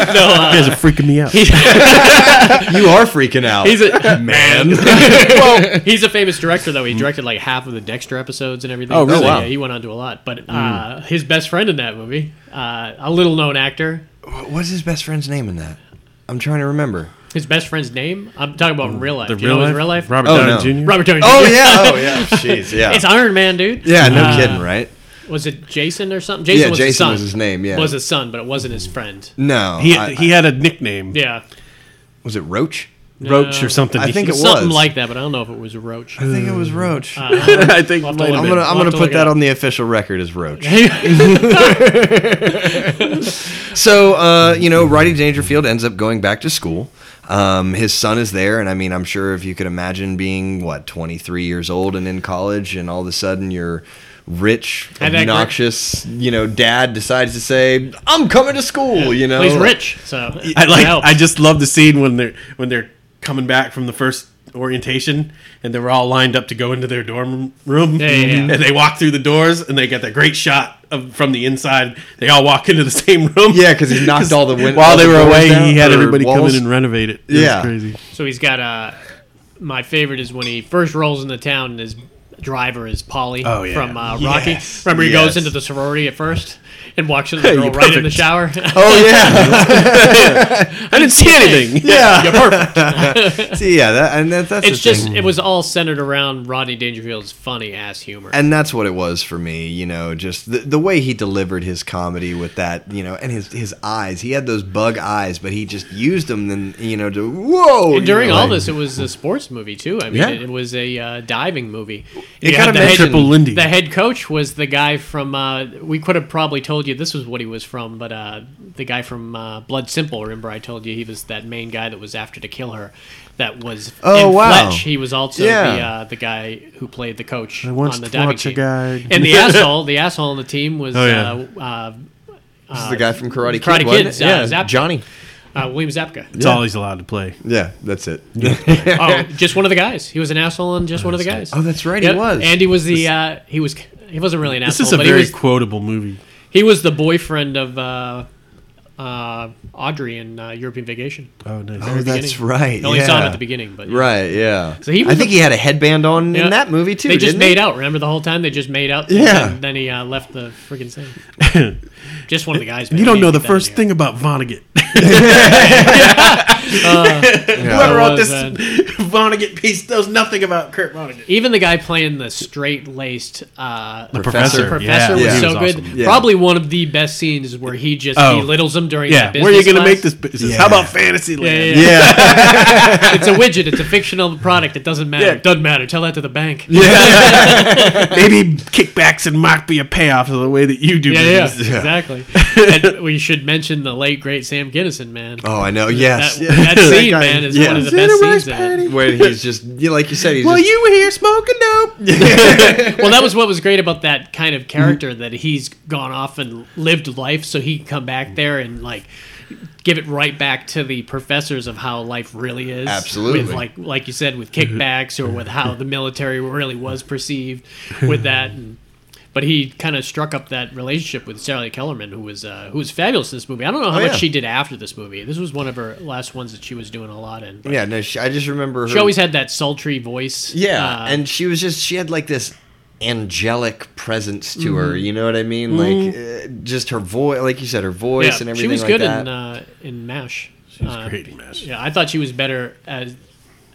Speaker 6: You guys are freaking me out.
Speaker 5: you are freaking out.
Speaker 4: He's [LAUGHS] a
Speaker 5: man.
Speaker 4: well, he's a famous director though. He directed like half of the Dexter episodes and everything.
Speaker 5: Oh, really?
Speaker 4: So,
Speaker 5: Wow.
Speaker 4: yeah, he went on to a lot. But uh, his best friend in that movie, uh, a little known actor.
Speaker 5: What's his best friend's name in that? I'm trying
Speaker 4: [LAUGHS]
Speaker 5: to remember.
Speaker 4: His best friend's name? I'm talking about in real life.
Speaker 6: The
Speaker 4: Do you know his real life?
Speaker 6: Robert
Speaker 5: Oh,
Speaker 6: Downey
Speaker 5: no.
Speaker 6: Jr.
Speaker 4: Robert Downey.
Speaker 5: Oh
Speaker 4: Jr.
Speaker 5: yeah, oh yeah, jeez, yeah,
Speaker 4: It's Iron Man, dude.
Speaker 5: yeah. No
Speaker 4: Uh,
Speaker 5: kidding, right?
Speaker 4: Was it Jason or something? Jason
Speaker 5: Yeah,
Speaker 4: was his
Speaker 5: Jason
Speaker 4: son.
Speaker 5: was his name, yeah.
Speaker 4: was his son, but it wasn't his friend.
Speaker 5: No,
Speaker 6: He,
Speaker 5: I-
Speaker 6: he had a nickname,
Speaker 4: Yeah,
Speaker 5: was it Roach?
Speaker 6: Roach or something.
Speaker 5: I think it
Speaker 4: something
Speaker 5: was.
Speaker 4: like that, but I don't know if it was Roach.
Speaker 5: I think it was Roach.
Speaker 6: [LAUGHS] I think
Speaker 4: I'll have to
Speaker 6: it might
Speaker 4: look
Speaker 6: have
Speaker 5: I'm
Speaker 6: been.
Speaker 5: gonna I'm
Speaker 4: We'll have
Speaker 5: gonna
Speaker 4: to
Speaker 5: put
Speaker 4: look it
Speaker 5: that
Speaker 4: up.
Speaker 5: on the official record
Speaker 4: [LAUGHS]
Speaker 5: as Roach. [LAUGHS]
Speaker 4: yeah,
Speaker 5: So uh, you know, Roddy Dangerfield ends up going back to school. Um, his son is there, and I mean, I'm sure if you could imagine being what 23 years old and in college, and all of a sudden you're rich,
Speaker 4: And that gr-
Speaker 5: obnoxious, you know, dad decides to say, "I'm coming to school," you know,
Speaker 4: he's rich, so
Speaker 6: I like.
Speaker 4: Yeah.
Speaker 6: I just love the scene when they're when they're coming back from the first orientation and they were all lined up to go into their dorm room.
Speaker 4: Yeah, yeah, yeah.
Speaker 6: And they walk through the doors and they get that great shot of from the inside. They all walk into the same room.
Speaker 5: Yeah, 'cause
Speaker 6: [LAUGHS]
Speaker 5: he knocked all the win-
Speaker 6: while
Speaker 5: all
Speaker 6: they
Speaker 5: the
Speaker 6: were
Speaker 5: doors
Speaker 6: away.
Speaker 5: down
Speaker 6: He had
Speaker 5: or
Speaker 6: everybody come
Speaker 5: walls.
Speaker 6: in and renovate it. it
Speaker 5: Yeah.
Speaker 6: was crazy.
Speaker 4: So he's got uh my favorite is when he first rolls in the town and his driver is Polly
Speaker 6: Oh, yeah.
Speaker 4: from uh, Rocky.
Speaker 5: Yes,
Speaker 4: Remember he
Speaker 5: yes.
Speaker 4: goes into the sorority at first and walks into the girl
Speaker 6: you're
Speaker 4: right in the
Speaker 6: perfect.
Speaker 4: shower.
Speaker 5: Oh
Speaker 4: [LAUGHS]
Speaker 5: yeah,
Speaker 6: I didn't see anything.
Speaker 5: [LAUGHS]
Speaker 6: [LAUGHS]
Speaker 5: yeah,
Speaker 4: You're perfect.
Speaker 5: See, yeah, that, and that, that's
Speaker 4: It's
Speaker 5: the
Speaker 4: just
Speaker 5: thing.
Speaker 4: it was all centered around Rodney Dangerfield's funny ass humor.
Speaker 5: and that's what it was for me you know just the, the way he delivered his comedy with that you know and his his eyes he had those bug eyes but he just used them then you know to whoa
Speaker 4: And during
Speaker 5: you know,
Speaker 4: all
Speaker 5: like-
Speaker 4: this, it was a sports movie too. I mean,
Speaker 5: Yeah.
Speaker 4: it, it was a uh, diving movie. You
Speaker 5: It kinda
Speaker 4: had the
Speaker 5: made
Speaker 4: head-
Speaker 6: Triple Lindy.
Speaker 4: The head coach was the guy from. Uh, we could have probably told you this was what he was from, but uh, the guy from uh, Blood Simple. Remember, I told you he was that main guy that was after to kill her. That was
Speaker 5: Oh,
Speaker 4: in
Speaker 5: wow.
Speaker 4: Fletch. He was also the
Speaker 5: Yeah.
Speaker 4: uh, the guy who played the coach on
Speaker 6: once
Speaker 4: the diving
Speaker 6: watched a
Speaker 4: team.
Speaker 6: guy-
Speaker 4: And
Speaker 5: [LAUGHS]
Speaker 4: the asshole, the asshole on the team was
Speaker 6: Oh, yeah.
Speaker 4: uh, uh,
Speaker 5: this is the guy from karate kid
Speaker 4: Karate
Speaker 5: wasn't
Speaker 4: Kid's,
Speaker 5: it?
Speaker 4: uh,
Speaker 5: yeah
Speaker 4: Zapka.
Speaker 5: johnny
Speaker 4: uh, William Zapka.
Speaker 6: It's all he's allowed to play.
Speaker 5: yeah that's it [LAUGHS]
Speaker 4: Oh, just one of the guys. He was an asshole and just one of the guys.
Speaker 5: oh that's right
Speaker 4: Yeah,
Speaker 5: he was
Speaker 4: Andy was the uh, he was he wasn't really an
Speaker 6: This
Speaker 4: asshole,
Speaker 6: is a
Speaker 4: but
Speaker 6: very
Speaker 4: he was
Speaker 6: quotable movie.
Speaker 4: he was the boyfriend of uh, uh, Audrey in uh, European Vacation.
Speaker 6: Oh, nice.
Speaker 5: oh that's right
Speaker 4: I only
Speaker 5: yeah.
Speaker 4: saw him at the beginning, but
Speaker 5: right yeah
Speaker 4: So he
Speaker 5: i
Speaker 4: was
Speaker 5: think
Speaker 4: a-
Speaker 5: he had a headband on
Speaker 4: Yeah.
Speaker 5: in that movie too
Speaker 4: They just
Speaker 5: didn't
Speaker 4: made
Speaker 5: he?
Speaker 4: out. Remember the whole time they just made out.
Speaker 5: Yeah.
Speaker 4: And then he uh, left the freaking thing.
Speaker 5: [LAUGHS]
Speaker 4: just one of the guys. man.
Speaker 6: You don't
Speaker 4: We
Speaker 6: know
Speaker 4: need
Speaker 6: the
Speaker 4: to get that in
Speaker 6: first
Speaker 4: here.
Speaker 6: thing about [LAUGHS] Vonnegut.
Speaker 5: Yeah.
Speaker 4: Uh,
Speaker 6: Whoever wrote
Speaker 4: was
Speaker 6: this
Speaker 4: that?
Speaker 6: Vonnegut piece knows nothing about Kurt Vonnegut.
Speaker 4: Even the guy playing the straight laced uh, the
Speaker 5: professor.
Speaker 4: professor was
Speaker 5: Yeah. He
Speaker 4: so
Speaker 5: was
Speaker 4: good.
Speaker 6: awesome.
Speaker 5: Yeah.
Speaker 4: Probably one of the best scenes where he just
Speaker 6: Oh.
Speaker 4: belittles him during.
Speaker 6: Yeah,
Speaker 4: that business
Speaker 6: where are you going to
Speaker 4: class.
Speaker 6: make this business? How about Fantasyland?
Speaker 4: Yeah, yeah, yeah.
Speaker 5: yeah
Speaker 4: it's a widget. It's a fictional product. It doesn't matter.
Speaker 6: Yeah.
Speaker 4: It doesn't matter. Tell that to the bank. [LAUGHS]
Speaker 6: [LAUGHS] Maybe kickbacks and mock be a payoff to the way that you do
Speaker 4: Yeah, yeah, [LAUGHS]
Speaker 6: business.
Speaker 4: exactly. and we should mention the late great Sam Kinison, man.
Speaker 5: oh i know yes
Speaker 4: that,
Speaker 5: yeah.
Speaker 4: that
Speaker 5: [LAUGHS]
Speaker 4: scene,
Speaker 5: guy-
Speaker 4: man, is
Speaker 5: yeah.
Speaker 4: one of the
Speaker 5: Is it
Speaker 4: best
Speaker 6: a rice
Speaker 4: scenes. in it.
Speaker 5: when he's just you like you said he's
Speaker 6: Well,
Speaker 5: just
Speaker 6: you were here smoking dope.
Speaker 4: Well, that was what was great about that kind of character that he's gone off and lived life, so he can come back there and like give it right back to the professors of how life really is.
Speaker 5: Absolutely.
Speaker 4: with like like you said, with kickbacks or with how the military really was perceived with that. And, but he kind of struck up that relationship with Sally Kellerman, who was uh, who was fabulous in this movie. I don't know how
Speaker 5: Oh,
Speaker 4: much
Speaker 5: yeah.
Speaker 4: she did after this movie. This was one of her last ones that she was doing a lot in. But
Speaker 5: yeah no she, i just remember her
Speaker 4: She always had that sultry voice.
Speaker 5: Yeah,
Speaker 4: uh,
Speaker 5: and she was just she had like this angelic presence to her.
Speaker 6: Mm-hmm.
Speaker 5: You know what I mean? Like uh, just her voice, like you said, her voice
Speaker 4: yeah,
Speaker 5: and
Speaker 4: she
Speaker 5: everything
Speaker 4: was
Speaker 5: like
Speaker 4: good uh,
Speaker 5: that.
Speaker 4: in uh, in Mash.
Speaker 6: She's great in MASH.
Speaker 4: Yeah, I thought she was better as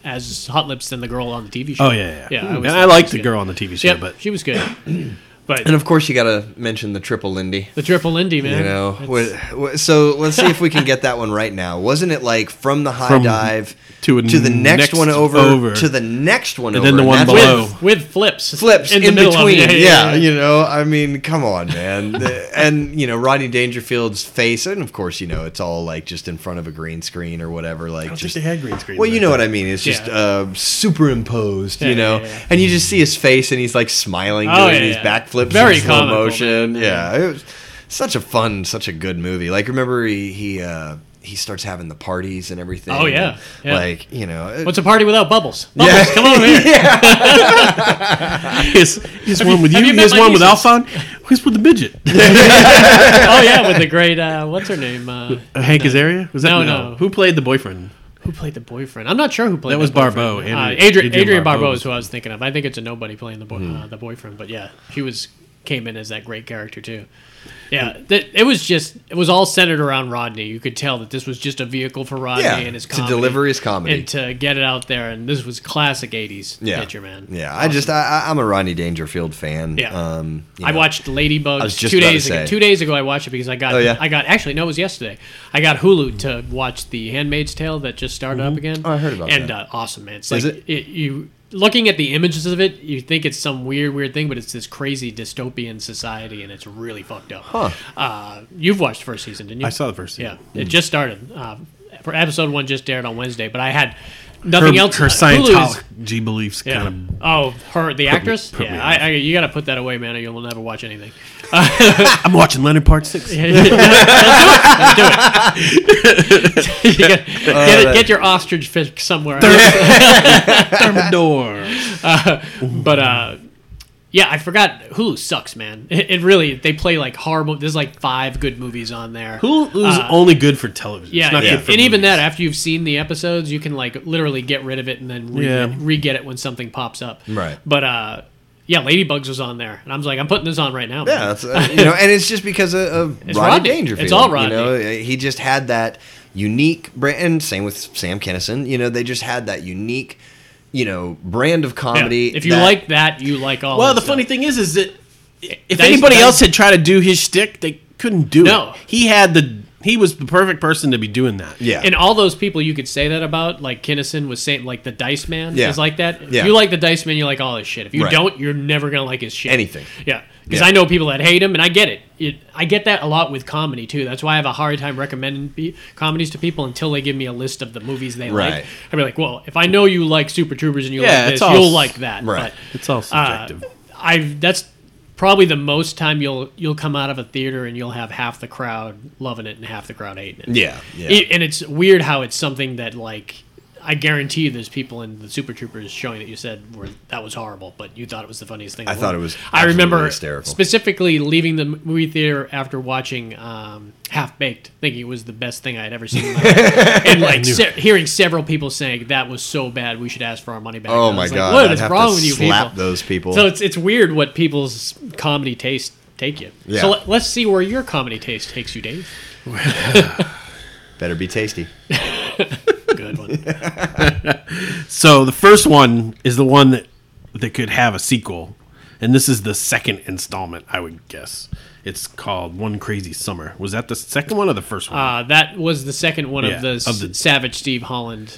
Speaker 4: as Hot Lips than the girl on the TV show.
Speaker 6: Oh yeah, yeah.
Speaker 4: yeah.
Speaker 6: I
Speaker 4: always
Speaker 6: and
Speaker 4: thought
Speaker 6: I
Speaker 4: she
Speaker 6: liked
Speaker 4: was
Speaker 6: the
Speaker 4: good.
Speaker 6: girl on the TV show,
Speaker 4: Yep,
Speaker 6: but
Speaker 4: she was good.
Speaker 5: [CLEARS THROAT]
Speaker 4: But
Speaker 5: And of course, you got to mention the triple Lindy.
Speaker 4: the triple Indy man,
Speaker 5: You know,
Speaker 4: It's-
Speaker 5: Wh- wh- so let's see if we can get that one right now. Wasn't it like from the high
Speaker 6: From-
Speaker 5: dive
Speaker 6: to a
Speaker 5: the next,
Speaker 6: next
Speaker 5: one over,
Speaker 6: over.
Speaker 5: to the next one
Speaker 6: And
Speaker 5: over,
Speaker 6: then the one
Speaker 5: that's
Speaker 6: below.
Speaker 5: when
Speaker 4: with, with flips,
Speaker 5: [LAUGHS] Flips in,
Speaker 4: the middle of it.
Speaker 5: between, yeah, You know, I mean, come on, man. [LAUGHS] The- and you know, Rodney Dangerfield's face, and of course, you know, it's all like just in front of a green screen or whatever. Like,
Speaker 6: I don't
Speaker 5: just
Speaker 6: think they had green screen.
Speaker 5: well, you know what I mean. It's just
Speaker 4: Yeah.
Speaker 5: uh, superimposed,
Speaker 4: Yeah,
Speaker 5: you know,
Speaker 4: yeah, yeah.
Speaker 5: and you just see his face, and he's like smiling,
Speaker 4: Oh,
Speaker 5: doing
Speaker 4: yeah,
Speaker 5: these
Speaker 4: yeah.
Speaker 5: backflips,
Speaker 4: Very
Speaker 5: in slow
Speaker 4: comical,
Speaker 5: motion.
Speaker 4: man.
Speaker 5: Yeah, it was such a fun, such a good movie. Like, remember he he uh, he starts having the parties and everything.
Speaker 4: Oh, yeah, yeah.
Speaker 5: like you know, it-
Speaker 4: What's a party without bubbles? Bubbles, come over
Speaker 5: [LAUGHS]
Speaker 4: here.
Speaker 6: [LAUGHS] Here's, here's one with you.
Speaker 4: have you met
Speaker 6: Here's
Speaker 4: my
Speaker 6: one with
Speaker 4: nieces?
Speaker 6: Alphon. Here's with the midget.
Speaker 4: Oh yeah, with the great uh, what's her name? Uh,
Speaker 6: Hank Azaria? Was that
Speaker 4: No, no.
Speaker 6: Who played the boyfriend?
Speaker 4: who played the boyfriend? I'm not sure who played.
Speaker 6: That was
Speaker 4: the boyfriend.
Speaker 6: Barbeau.
Speaker 4: Uh,
Speaker 6: Adrian-
Speaker 4: Adrian, Adrian,
Speaker 6: Adrian
Speaker 4: Barbeau,
Speaker 6: Barbeau.
Speaker 4: is who I was thinking of. I think it's a nobody playing the boy,
Speaker 6: Hmm.
Speaker 4: uh, the boyfriend, but yeah, she was came in as that great character too. Yeah, that, it was just it was all centered around Rodney. You could tell that this was just a vehicle for Rodney
Speaker 5: Yeah,
Speaker 4: and his
Speaker 5: to
Speaker 4: comedy,
Speaker 5: deliver his comedy.
Speaker 4: and to get it out there. And this was classic '80s picture, man.
Speaker 5: Yeah, I just I, I- I'm a Rodney Dangerfield fan.
Speaker 4: Yeah.
Speaker 5: um, you
Speaker 4: I
Speaker 5: know.
Speaker 4: watched Ladybugs
Speaker 5: was just
Speaker 4: two
Speaker 5: about to
Speaker 4: days ago.
Speaker 5: say.
Speaker 4: Two days ago, I watched it because I got
Speaker 5: Oh, yeah?
Speaker 4: I got actually no, it was yesterday. I got Hulu to watch The Handmaid's Tale that just started up again.
Speaker 5: Oh, I heard about
Speaker 4: and, uh,
Speaker 5: that.
Speaker 4: awesome, man. It's
Speaker 5: Is
Speaker 4: like
Speaker 5: it?
Speaker 4: you looking at the images of it, you think it's some weird, weird thing, but it's this crazy dystopian society, and it's really fucked up. Huh. Uh, you've watched the first season, didn't you?
Speaker 6: I saw the first season.
Speaker 4: Yeah, it just started. Uh, for episode one, just aired on Wednesday, but I had nothing
Speaker 6: her,
Speaker 4: else.
Speaker 6: Her
Speaker 4: uh, Hulu is-
Speaker 6: Scientology beliefs
Speaker 4: yeah.
Speaker 6: kind of.
Speaker 4: oh, her the actress.
Speaker 6: put me
Speaker 4: yeah, I, I, you got to put that away, man, or you'll never watch
Speaker 6: [LAUGHS]
Speaker 4: anything.
Speaker 6: [LAUGHS]
Speaker 4: [LAUGHS]
Speaker 6: I'm watching Leonard Part Six.
Speaker 4: Don't do it. Don't do it. [LAUGHS] You gotta- get, it- get your ostrich fish somewhere. else. [LAUGHS]
Speaker 6: Thermidor.
Speaker 4: But uh, yeah, I forgot. Hulu sucks, man. It, it really they play like horror. mo- There's like five good movies on there.
Speaker 6: Hulu's only good for television.
Speaker 4: Uh, Yeah,
Speaker 6: it's not
Speaker 4: and,
Speaker 6: good for
Speaker 4: and even
Speaker 6: movies.
Speaker 4: that, after you've seen the episodes, you can like literally get rid of it and then re-
Speaker 6: Yeah.
Speaker 4: re-get it when something pops up.
Speaker 5: Right.
Speaker 4: But uh, yeah, Ladybugs was on there, and I was like, I'm putting this on right now. man.
Speaker 5: Yeah, that's, uh, you know, and it's just because of, of
Speaker 4: It's
Speaker 5: Rodney,
Speaker 4: Rodney.
Speaker 5: Dangerfield.
Speaker 4: It's all
Speaker 5: You know, Uh, he just had that unique brand. And same with Sam Kennison. You know, they just had that unique, you know, brand of
Speaker 4: Yeah.
Speaker 5: comedy.
Speaker 4: If you
Speaker 5: that-
Speaker 4: like that, you like all.
Speaker 6: Well,
Speaker 4: his
Speaker 6: the
Speaker 4: stuff.
Speaker 6: funny thing is, is that if
Speaker 4: That-
Speaker 6: anybody
Speaker 4: that-
Speaker 6: else had tried to do his shtick, they couldn't do
Speaker 4: No.
Speaker 6: it. He had the. He was the perfect person to be doing that.
Speaker 5: yeah,
Speaker 4: And all those people you could say that about, like Kinnison was saying, like the Dice Man
Speaker 5: Yeah.
Speaker 4: is like that. If
Speaker 5: Yeah.
Speaker 4: you like the Dice Man, you like all his shit. If you
Speaker 5: Right.
Speaker 4: don't, you're never gonna like his shit.
Speaker 5: Anything.
Speaker 4: Yeah, because
Speaker 5: Yeah.
Speaker 4: I know people that hate him, and I get it. it. I get that a lot with comedy too. That's why I have a hard time recommending be- comedies to people until they give me a list of the movies they
Speaker 5: Right.
Speaker 4: like. I'd be like, well, if I know you like Super Troopers and you
Speaker 6: Yeah,
Speaker 4: like
Speaker 6: it's
Speaker 4: this,
Speaker 6: all
Speaker 4: you'll
Speaker 6: s-
Speaker 4: like that.
Speaker 5: Right.
Speaker 4: But
Speaker 6: It's all subjective.
Speaker 4: uh, I've that's probably the most time you'll you'll come out of a theater and you'll have half the crowd loving it and half the crowd hating it.
Speaker 5: yeah, yeah.
Speaker 4: It- and it's weird how it's something that like I guarantee you there's people in the Super Troopers showing that you said were that was horrible, but you thought it was the funniest thing. in
Speaker 5: I
Speaker 4: the
Speaker 5: thought
Speaker 4: world.
Speaker 5: it was
Speaker 4: I remember
Speaker 5: absolutely hysterical.
Speaker 4: specifically leaving the movie theater after watching um, Half Baked, thinking it was the best thing I had ever seen, in my
Speaker 5: [LAUGHS]
Speaker 4: life. and like se- hearing several people saying that was so bad we should ask for our money back.
Speaker 5: Oh
Speaker 4: And I
Speaker 5: my
Speaker 4: was like,
Speaker 5: god!
Speaker 4: what
Speaker 5: I'd
Speaker 4: is
Speaker 5: have
Speaker 4: wrong
Speaker 5: to
Speaker 4: with you
Speaker 5: slap
Speaker 4: people?
Speaker 5: those people.
Speaker 4: So it's it's weird what people's comedy taste take you.
Speaker 5: Yeah.
Speaker 4: So let, let's see where your comedy taste takes you, Dave.
Speaker 5: Better
Speaker 4: [LAUGHS]
Speaker 5: be tasty.
Speaker 4: Good one.
Speaker 6: So the first one is the one that that could have a sequel, and this is the second installment, I would guess. It's called One Crazy Summer. Was that the second one or the first
Speaker 4: [LAUGHS]
Speaker 6: one?
Speaker 4: Uh, that was the second one
Speaker 6: Yeah,
Speaker 4: of, the
Speaker 6: of the-
Speaker 4: Savage Steve Holland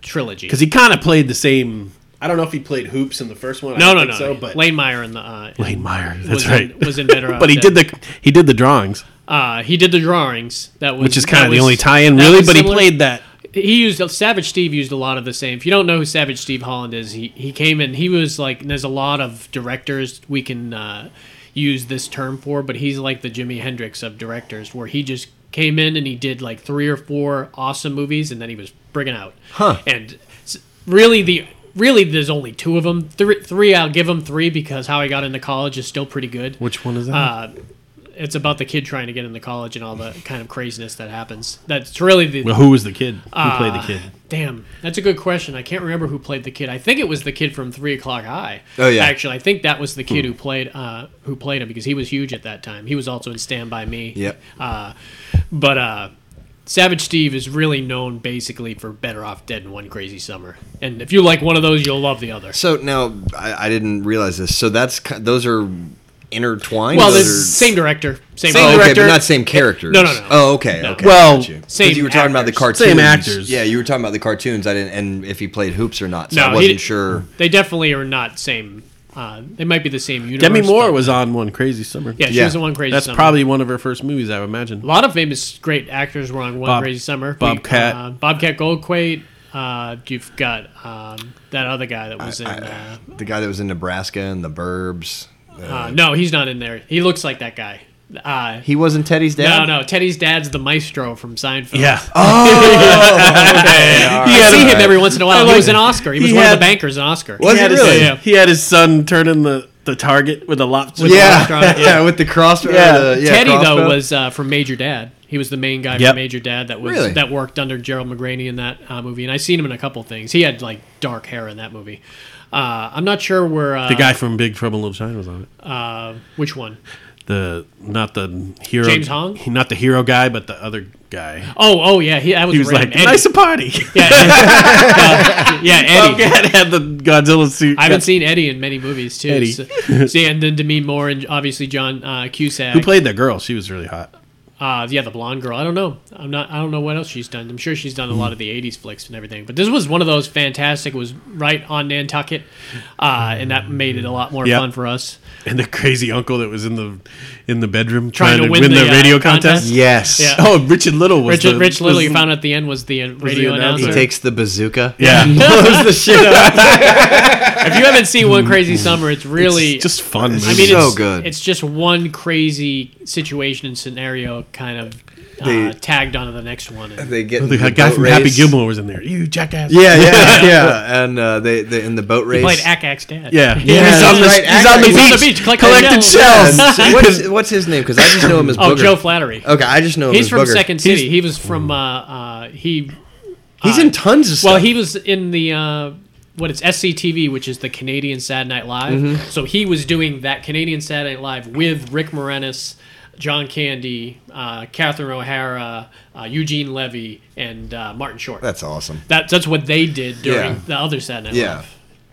Speaker 4: trilogy.
Speaker 6: Because he kind of played the same. I don't know if he played hoops in the first one. I
Speaker 4: no, no,
Speaker 6: don't
Speaker 4: no,
Speaker 6: think So, but
Speaker 4: Lane Meyer in the uh,
Speaker 6: Lane Meyer. That's
Speaker 4: was
Speaker 6: right.
Speaker 4: in, was in
Speaker 6: [LAUGHS]
Speaker 4: Better. Off
Speaker 6: but he
Speaker 4: Dead.
Speaker 6: did the he did the drawings,
Speaker 4: uh, he did the drawings. That was
Speaker 6: which is kind
Speaker 4: that
Speaker 6: of the
Speaker 4: was-
Speaker 6: only tie-in,
Speaker 4: that
Speaker 6: really.
Speaker 4: was
Speaker 6: But he
Speaker 4: similar.
Speaker 6: played that.
Speaker 4: He used Savage Steve used a lot of the same. If you don't know who Savage Steve Holland is, he he came in. He was like there's a lot of directors we can uh, use this term for, but he's like the Jimi Hendrix of directors, where he just came in and he did like three or four awesome movies, and then he was friggin' out. Huh. And s- really the. Really, there's only two of them. Three, three. I'll give him three because how I got into college is still pretty good.
Speaker 6: Which one is that?
Speaker 4: Uh, it's about the kid trying to get into college and all the kind of craziness that happens. That's really the
Speaker 6: well, who was the kid? Who played
Speaker 4: uh,
Speaker 6: the kid?
Speaker 4: Damn, that's a good question. I can't remember who played the kid. I think it was the kid from Three O'clock High.
Speaker 5: Oh, yeah. Hmm.
Speaker 4: actually, I think that was the kid who played uh, who Uh, played him because he was huge at that time. He was also in Stand by Me.
Speaker 5: Yep.
Speaker 4: Uh, but uh, Savage Steve is really known basically for Better Off Dead and One Crazy Summer. And if you like one of those, you'll love the other.
Speaker 5: So now I, I didn't realize this. So that's ki- those are intertwined.
Speaker 4: Well, the
Speaker 5: those are-
Speaker 4: same director, same,
Speaker 5: Oh, okay,
Speaker 4: director. Eh,
Speaker 5: but not same characters.
Speaker 4: No, no, no.
Speaker 5: Oh, okay, okay.
Speaker 6: Well,
Speaker 5: got you. 'Cause
Speaker 4: same
Speaker 5: You were talking about the
Speaker 4: actors.
Speaker 5: cartoons.
Speaker 6: Same actors.
Speaker 5: Yeah, you were talking about the cartoons. I didn't, and if he played hoops or not. So I
Speaker 4: he
Speaker 5: wasn't
Speaker 4: di-
Speaker 5: sure.
Speaker 4: They definitely are not same. Uh, they might be the same universe.
Speaker 6: Demi Moore
Speaker 4: but-
Speaker 6: was on One Crazy Summer.
Speaker 4: Yeah, she
Speaker 5: Yeah.
Speaker 4: was the One Crazy
Speaker 6: That's
Speaker 4: Summer.
Speaker 6: probably one of her first movies, I would imagine.
Speaker 4: A lot of famous great actors were on One
Speaker 6: Bob-
Speaker 4: Crazy Summer. We-
Speaker 6: Bobcat.
Speaker 4: uh, Bobcat Goldthwait. Uh, you've got um, that other guy that was in. uh,
Speaker 5: The guy that was in Nebraska and the Burbs.
Speaker 4: uh, no, he's not in there. He looks like that guy. Uh,
Speaker 5: He wasn't Teddy's
Speaker 4: no,
Speaker 5: dad.
Speaker 4: no, Teddy's dad's the maestro from Seinfeld.
Speaker 6: [LAUGHS]
Speaker 5: all
Speaker 4: I see
Speaker 5: right.
Speaker 4: him every once in a while. he
Speaker 6: like-
Speaker 4: was an Oscar. He was
Speaker 6: he
Speaker 4: one
Speaker 6: had-
Speaker 4: of the bankers in Oscar.
Speaker 5: Was he
Speaker 6: had
Speaker 5: really?
Speaker 6: His,
Speaker 4: Yeah.
Speaker 6: He had his son turning the, the target with a lobster.
Speaker 4: the
Speaker 5: Yeah,
Speaker 4: crossbow,
Speaker 5: [LAUGHS] yeah, with the crossbow.
Speaker 6: Yeah.
Speaker 5: the- Uh, yeah,
Speaker 4: Teddy
Speaker 5: crossbow.
Speaker 4: though was uh, from Major Dad. He was the main guy
Speaker 6: Yep.
Speaker 4: from Major Dad that was
Speaker 5: Really?
Speaker 4: that worked under Gerald McGraney in that uh, movie, and I seen him in a couple things. He had like dark hair in that movie. Uh, I'm not sure where uh,
Speaker 6: The guy from Big Trouble in Little China was on it.
Speaker 4: uh, which one.
Speaker 6: The not the hero.
Speaker 4: James Hong?
Speaker 6: he- Not the hero guy, but the other guy.
Speaker 4: Oh, oh yeah, he, that was,
Speaker 6: He was
Speaker 4: random.
Speaker 6: like,
Speaker 4: Eddie.
Speaker 6: "Nice a party." [LAUGHS]
Speaker 4: yeah, Eddie. Uh, yeah, Eddie.
Speaker 6: Bobcat had the Godzilla suit.
Speaker 4: I haven't seen Eddie in many movies too.
Speaker 6: Eddie.
Speaker 4: So, so, yeah, and then Demi Moore and obviously John uh, Cusack.
Speaker 6: Who played the girl? She was really hot.
Speaker 4: Uh, yeah, the blonde girl. I don't know. I'm not. I don't know what else she's done. I'm sure she's done a lot of the '80s flicks and everything. But this was one of those fantastic. Was right on Nantucket, uh, and that made it a lot more
Speaker 6: Yep.
Speaker 4: fun for us.
Speaker 6: And the crazy uncle that was in the in the bedroom
Speaker 4: Trying
Speaker 6: trying,
Speaker 4: to
Speaker 6: to
Speaker 4: win
Speaker 6: win, the,
Speaker 4: the, uh,
Speaker 6: radio
Speaker 4: contest?
Speaker 6: contest.
Speaker 5: Yes.
Speaker 4: Yeah.
Speaker 6: [LAUGHS] Oh, Richard Little was
Speaker 4: Richard
Speaker 6: the,
Speaker 4: Rich Little,
Speaker 6: was
Speaker 4: you
Speaker 6: the-
Speaker 4: found out the end was the uh, radio
Speaker 6: announcer.
Speaker 4: announcer.
Speaker 5: He takes the bazooka.
Speaker 6: [LAUGHS]
Speaker 4: [LAUGHS]
Speaker 6: Yeah.
Speaker 5: blows the
Speaker 6: [LAUGHS]
Speaker 5: shit up.
Speaker 4: if you haven't seen One Crazy Summer, it's really
Speaker 6: It's just fun.
Speaker 4: I
Speaker 6: movie.
Speaker 4: mean,
Speaker 5: so
Speaker 4: it's,
Speaker 5: good.
Speaker 4: It's just one crazy situation and scenario kind of uh,
Speaker 5: They-
Speaker 4: tagged onto the next one. And
Speaker 5: They get in
Speaker 6: [LAUGHS] the
Speaker 5: the
Speaker 6: guy
Speaker 5: boat
Speaker 6: from Happy
Speaker 5: race.
Speaker 6: Gilmore was in there. You jackass.
Speaker 5: Yeah,
Speaker 6: [LAUGHS]
Speaker 5: yeah, yeah. And uh, they, they in the boat race.
Speaker 4: played Akax Dad. [LAUGHS]
Speaker 6: Yeah.
Speaker 5: that's
Speaker 6: he's on the,
Speaker 5: right.
Speaker 6: he's on the
Speaker 5: He's
Speaker 4: on
Speaker 6: beach,
Speaker 4: the beach collecting
Speaker 6: collecting
Speaker 4: shells. [LAUGHS]
Speaker 6: shells.
Speaker 5: And what's, what's his name? Because I just know him as
Speaker 4: Oh,
Speaker 5: Booger.
Speaker 4: Joe Flattery.
Speaker 5: okay, I just know him
Speaker 4: He's
Speaker 5: as
Speaker 4: from
Speaker 5: Booger.
Speaker 4: Second City. he was from uh, uh, he.
Speaker 5: He's in tons of stuff.
Speaker 4: Well, he was in the uh, what it's SCTV, which is the Canadian Saturday Night Live. So he was doing that Canadian Saturday Night Live with Rick Moranis, John Candy, uh, Catherine O'Hara, uh, Eugene Levy, and uh, Martin Short.
Speaker 5: That's awesome.
Speaker 4: That, that's what they did during
Speaker 5: Yeah.
Speaker 4: the other Saturday Night
Speaker 5: Yeah.
Speaker 4: Live.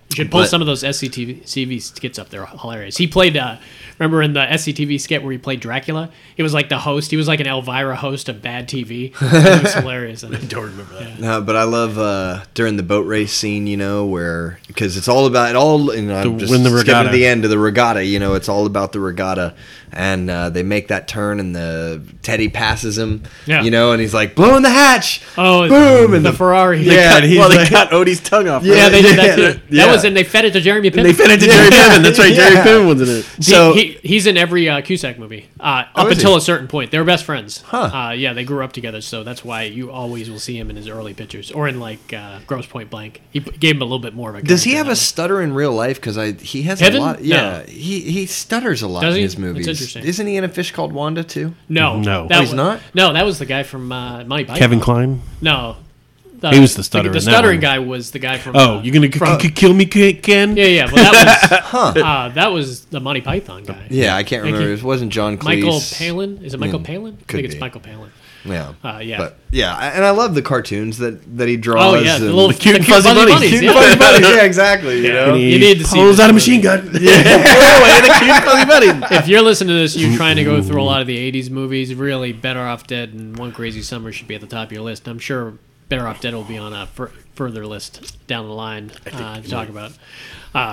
Speaker 4: You should pull
Speaker 5: But-
Speaker 4: some of those SCTV CV skits up. They're hilarious. He played, uh, remember in the SCTV skit where he played Dracula? He was like the host. He was like an Elvira host of bad TV. It
Speaker 5: [LAUGHS]
Speaker 4: was hilarious. And-
Speaker 6: Don't remember that.
Speaker 5: No, but I love uh, during the boat race scene, you know, where because it's all about it all. You know, I'm
Speaker 6: To
Speaker 5: just
Speaker 6: win the
Speaker 5: skipping to
Speaker 6: regatta.
Speaker 5: the end of the regatta. You know, it's all about the regatta, and uh, they make that turn, and the Teddy passes him.
Speaker 4: Yeah.
Speaker 5: You know, and he's like blowing the hatch.
Speaker 4: oh,
Speaker 5: boom! And
Speaker 4: the,
Speaker 5: the,
Speaker 4: Ferrari.
Speaker 5: yeah, and he's
Speaker 6: well, they
Speaker 5: like,
Speaker 6: cut Odie's tongue off.
Speaker 4: [LAUGHS]
Speaker 5: Yeah,
Speaker 4: Yeah, they did that
Speaker 5: yeah,
Speaker 4: too.
Speaker 5: yeah.
Speaker 4: That was, and they fed it to Jeremy Piven.
Speaker 6: And they fed it to Jerry Piven. That's right. Jerry
Speaker 5: Yeah.
Speaker 6: Piven was in it.
Speaker 5: [LAUGHS] so Oh,
Speaker 4: he, he, he's in every uh, Cusack movie uh, up
Speaker 5: is
Speaker 4: until
Speaker 5: he?
Speaker 4: a certain point. They were best friends.
Speaker 5: Huh.
Speaker 4: Uh, yeah, they grew up together, so that's why you always will see him in his early pictures or in like uh, Gross Point Blank. He p- gave him a little bit more of a.
Speaker 5: Does he
Speaker 4: character
Speaker 5: have a
Speaker 4: that
Speaker 5: stutter in real life? Because I he has
Speaker 4: Piven?
Speaker 5: a lot.
Speaker 4: No.
Speaker 5: Yeah, he he stutters a lot
Speaker 4: Does
Speaker 5: in
Speaker 4: he?
Speaker 5: his
Speaker 4: That's
Speaker 5: movies.
Speaker 4: interesting.
Speaker 5: Isn't he in a fish called Wanda too?
Speaker 4: one. No,
Speaker 6: No.
Speaker 4: that
Speaker 5: Oh, he's
Speaker 4: was,
Speaker 5: not?
Speaker 4: No, that was the guy from uh, Monty Python.
Speaker 6: Kevin Klein.
Speaker 4: No, the,
Speaker 6: He was the stutterer
Speaker 4: The,
Speaker 6: in that
Speaker 4: stuttering
Speaker 6: one.
Speaker 4: guy was the guy from.
Speaker 6: Oh,
Speaker 4: uh,
Speaker 6: you're gonna c-
Speaker 4: from-
Speaker 6: c- kill me, K- Ken?
Speaker 4: yeah, yeah. Well, that
Speaker 5: [LAUGHS]
Speaker 4: was uh, that was the Monty Python guy.
Speaker 5: Yeah, I can't
Speaker 4: Thank
Speaker 5: remember.
Speaker 4: you.
Speaker 5: It wasn't John Cleese.
Speaker 4: Michael Palin is it Michael
Speaker 5: Mm,
Speaker 4: Palin? I
Speaker 5: could
Speaker 4: think it's
Speaker 5: be.
Speaker 4: Michael Palin.
Speaker 5: Yeah.
Speaker 4: Uh, yeah.
Speaker 5: But yeah, I- and I love the cartoons that that he draws.
Speaker 4: Oh yeah, the
Speaker 5: and- [LAUGHS]
Speaker 4: little [LAUGHS]
Speaker 6: cute
Speaker 4: the
Speaker 6: fuzzy bunnies,
Speaker 4: bunnies,
Speaker 6: cute
Speaker 4: yeah. [LAUGHS]
Speaker 5: Fuzzy Buddies, yeah, exactly. You know.
Speaker 4: You need to see
Speaker 6: pulls
Speaker 4: this
Speaker 6: out a
Speaker 4: movie. [LAUGHS]
Speaker 6: machine gun. Yeah.
Speaker 4: if you're listening to this, you're trying to go through a lot of the '80s movies. Really, Better Off Dead and One Crazy Summer should be at the top of your list. I'm sure Better Off Dead will be on a fur- further list down the line uh, to talk about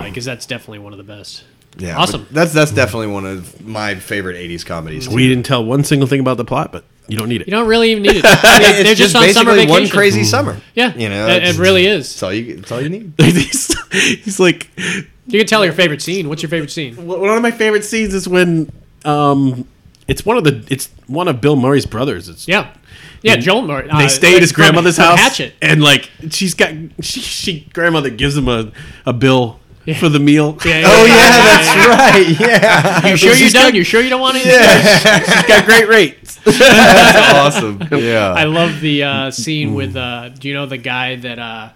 Speaker 4: because that's definitely one of the best.
Speaker 5: Yeah. but
Speaker 4: awesome.
Speaker 5: That's that's definitely one of my favorite '80s comedies. too.
Speaker 6: We didn't tell one single thing about the plot, but you don't need it.
Speaker 4: You don't really even need it.
Speaker 5: It's
Speaker 4: They're just, on summer vacation.
Speaker 5: basically
Speaker 4: Mm-hmm.
Speaker 5: one crazy summer.
Speaker 4: Yeah,
Speaker 5: You know,
Speaker 4: it, it
Speaker 5: it's-
Speaker 4: really is.
Speaker 5: It's all you. It's all
Speaker 4: [LAUGHS]
Speaker 5: you need.
Speaker 6: [LAUGHS] he's, he's like,
Speaker 4: You can tell your favorite scene. What's your favorite scene?
Speaker 6: one of my favorite scenes is when, um, it's one of the, it's one of Bill Murray's brothers. It's
Speaker 4: Yeah, yeah. Joel. Mar-
Speaker 6: they
Speaker 4: uh,
Speaker 6: stay at his
Speaker 4: from-
Speaker 6: grandmother's
Speaker 4: from
Speaker 6: house
Speaker 4: Hatchet.
Speaker 6: and like she's got she, she grandmother gives him a, a bill for the meal
Speaker 4: Yeah,
Speaker 5: Oh
Speaker 4: yeah.
Speaker 5: yeah, [LAUGHS] that's right. [LAUGHS] Yeah.
Speaker 4: You sure you
Speaker 6: She's
Speaker 4: don't?
Speaker 6: got-
Speaker 4: You sure you don't want it?
Speaker 6: she's got great rates
Speaker 4: [LAUGHS]
Speaker 5: That's awesome. Yeah.
Speaker 6: [LAUGHS] Mm.
Speaker 4: I love the uh, scene with uh, do you know the guy that uh,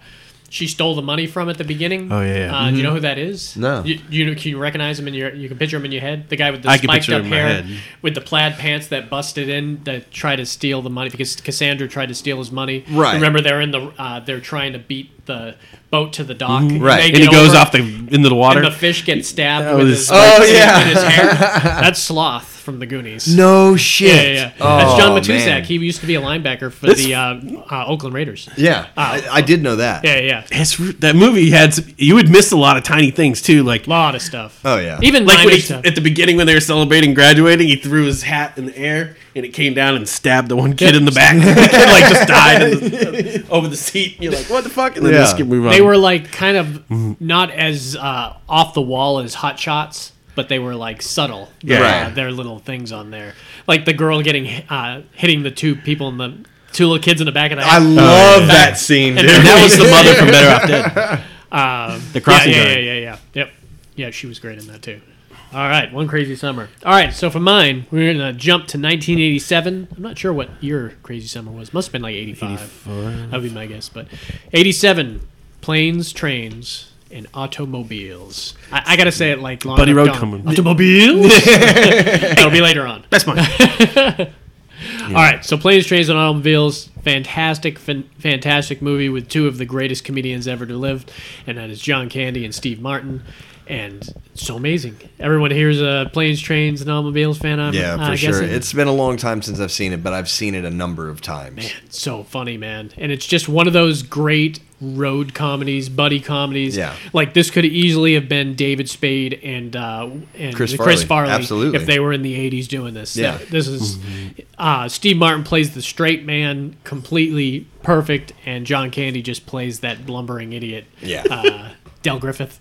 Speaker 4: she stole the money from at the beginning.
Speaker 6: Oh, yeah, yeah.
Speaker 4: Uh, Do you know who that is?
Speaker 5: No.
Speaker 4: You, you can you recognize him in your you can picture him in your head. The guy with the
Speaker 6: I can
Speaker 4: spiked
Speaker 6: picture
Speaker 4: up
Speaker 6: him in my
Speaker 4: hair
Speaker 6: head.
Speaker 4: with the plaid pants that busted in that tried to steal the money because Cassandra tried to steal his money.
Speaker 5: Right.
Speaker 4: Remember they're in the uh, they're trying to beat the boat to the dock.
Speaker 5: Right.
Speaker 4: They
Speaker 5: And
Speaker 6: Mm-hmm. and
Speaker 4: get
Speaker 6: he goes
Speaker 4: over
Speaker 6: off the into the water.
Speaker 4: and the fish gets stabbed
Speaker 6: That
Speaker 4: with
Speaker 6: was-
Speaker 4: his,
Speaker 5: Oh,
Speaker 4: with his-
Speaker 5: yeah. [LAUGHS]
Speaker 4: with [LAUGHS] his hair. That's Sloth from the Goonies.
Speaker 5: No shit. Oh,
Speaker 4: Yeah, yeah, yeah. That's John Matusak.
Speaker 5: man.
Speaker 4: He used to be a linebacker for
Speaker 6: This-
Speaker 4: the uh, uh, Oakland Raiders.
Speaker 5: Yeah, I, I did know that.
Speaker 4: Oh. Yeah, yeah.
Speaker 6: It's- that movie had some- you would miss a lot of tiny things too, like
Speaker 4: lot of stuff.
Speaker 5: Oh, yeah.
Speaker 4: Even
Speaker 6: like
Speaker 4: minor
Speaker 6: when he,
Speaker 4: stuff.
Speaker 6: at the beginning when they were celebrating graduating, he threw his hat in the air and it came down and stabbed the one kid in the back. [LAUGHS] the kid like just died in the, over the seat. And you're like, what the fuck? And then
Speaker 5: Yeah.
Speaker 6: just keep moving on.
Speaker 4: they were like kind of not as uh, off the wall as Hot Shots, but they were like subtle.
Speaker 6: Yeah.
Speaker 4: uh,
Speaker 5: Right.
Speaker 4: their little things on there, like the girl getting uh, hitting the two people in the two little kids in the back of the.
Speaker 5: I
Speaker 4: house.
Speaker 5: love that scene.
Speaker 4: Oh, And
Speaker 5: dude.
Speaker 6: and [LAUGHS] that was the mother from Better Off Dead.
Speaker 4: [LAUGHS]
Speaker 6: the
Speaker 4: yeah,
Speaker 6: crossing
Speaker 4: Um, yeah,
Speaker 6: guard.
Speaker 4: yeah, yeah, yeah. Yep. Yeah, she was great in that too. All right, one crazy summer. All right, so for mine, we're gonna jump to 1987. I'm not sure what year Crazy Summer was. Must have been like 85. That would be my guess, but 87. Planes, trains, and automobiles. I, I gotta say it like long
Speaker 6: Buddy
Speaker 4: Duck
Speaker 6: Road
Speaker 4: Dong.
Speaker 6: coming.
Speaker 4: Automobiles. [LAUGHS] That'll be later on.
Speaker 6: That's mine.
Speaker 4: All right, so Planes, Trains, and Automobiles, fantastic, fan- fantastic movie with two of the greatest comedians ever to live, and that is John Candy and Steve Martin, and it's so amazing. Everyone here is a Planes, Trains, and Automobiles fan. I'm,
Speaker 5: Yeah,
Speaker 4: I
Speaker 5: for sure.
Speaker 4: guessing.
Speaker 5: It's been a long time since I've seen it, but I've seen it a number of times.
Speaker 4: It's so funny, man, and it's just one of those great road comedies, buddy comedies.
Speaker 5: Yeah.
Speaker 4: like this could easily have been David Spade and uh, and
Speaker 5: Chris
Speaker 4: Chris
Speaker 5: Farley.
Speaker 4: Farley,
Speaker 5: Absolutely.
Speaker 4: if they were in the '80s doing this.
Speaker 5: Yeah.
Speaker 4: this is uh, Steve Martin plays the straight man completely perfect, and John Candy just plays that lumbering idiot.
Speaker 5: Yeah.
Speaker 4: Uh, Del Griffith.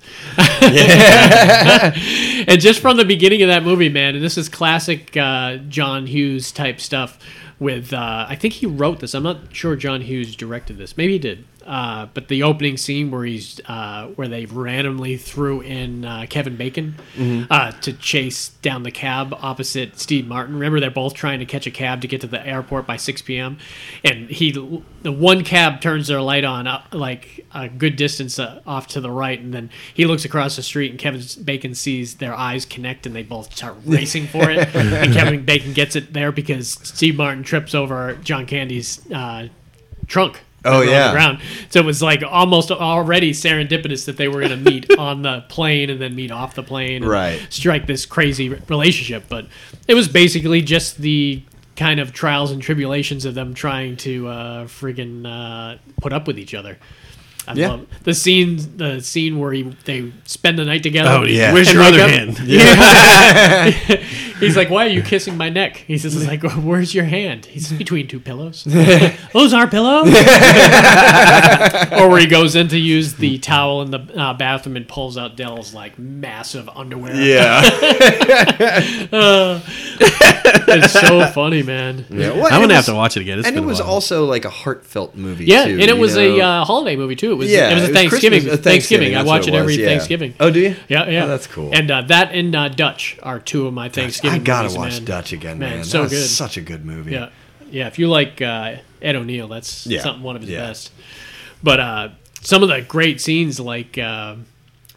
Speaker 4: [LAUGHS] and just from the beginning of that movie, man, and this is classic uh, John Hughes type stuff. With uh, I think he wrote this. I'm not sure John Hughes directed this. Maybe he did. Uh, but the opening scene where he's uh, where they randomly threw in uh, Kevin Bacon uh, to chase down the cab opposite Steve Martin. Remember, they're both trying to catch a cab to get to the airport by 6 p.m. And he, the one cab turns their light on up, like a good distance uh, off to the right, and then he looks across the street, and Kevin Bacon sees their eyes connect, and they both
Speaker 5: [LAUGHS]
Speaker 4: start racing for it. and Kevin Bacon gets it there because Steve Martin trips over John Candy's uh, trunk.
Speaker 5: Oh,
Speaker 4: that were
Speaker 5: yeah.
Speaker 4: on the ground. So it was like almost already serendipitous that they were going to
Speaker 5: [LAUGHS]
Speaker 4: meet on the plane and then meet off the plane, and
Speaker 5: Right.
Speaker 4: Strike this crazy re- relationship, but it was basically just the kind of trials and tribulations of them trying to uh, friggin' uh, put up with each other. I
Speaker 5: Yeah.
Speaker 4: love the scene. The scene where he they spend the night together.
Speaker 6: Oh, yeah. Where's
Speaker 4: And
Speaker 6: your
Speaker 4: wake
Speaker 6: other
Speaker 4: up-
Speaker 6: hand?
Speaker 4: Yeah.
Speaker 6: [LAUGHS]
Speaker 4: [LAUGHS] He's like, "Why are you kissing my neck?" He says, "Like, where's your hand?" He's between two pillows. Those are
Speaker 5: [LAUGHS]
Speaker 4: pillows. or where he goes in to use the towel in the uh, bathroom and pulls out Dell's like massive underwear.
Speaker 5: [LAUGHS] Yeah.
Speaker 4: it's so funny, man. Yeah,
Speaker 5: yeah. Well,
Speaker 6: I'm
Speaker 5: it
Speaker 6: gonna
Speaker 5: was-
Speaker 6: have to watch it again. It's
Speaker 5: And it
Speaker 6: been a
Speaker 5: was
Speaker 6: while.
Speaker 5: also like a heartfelt movie. too,
Speaker 4: and it
Speaker 5: you
Speaker 4: was a
Speaker 5: know?
Speaker 4: uh, holiday movie too. It was
Speaker 5: yeah,
Speaker 4: it was a Thanksgiving
Speaker 5: Christmas- a
Speaker 4: Thanksgiving. I
Speaker 5: that's
Speaker 4: watch
Speaker 5: what
Speaker 4: it, every
Speaker 5: was, yeah.
Speaker 4: Thanksgiving.
Speaker 5: Oh, do you?
Speaker 4: Yeah, yeah,
Speaker 5: Oh, that's cool.
Speaker 4: And uh, that and uh, Dutch are two of my
Speaker 5: I
Speaker 4: Thanksgiving.
Speaker 5: gotta
Speaker 4: movies,
Speaker 5: watch
Speaker 4: man.
Speaker 5: Dutch again,
Speaker 4: Man,
Speaker 5: man.
Speaker 4: so
Speaker 5: That was
Speaker 4: good.
Speaker 5: Such a good movie.
Speaker 4: Yeah, yeah. If you like uh, Ed O'Neill, that's
Speaker 5: Yeah.
Speaker 4: something one of his
Speaker 5: Yeah.
Speaker 4: best. But uh, some of the great scenes, like uh,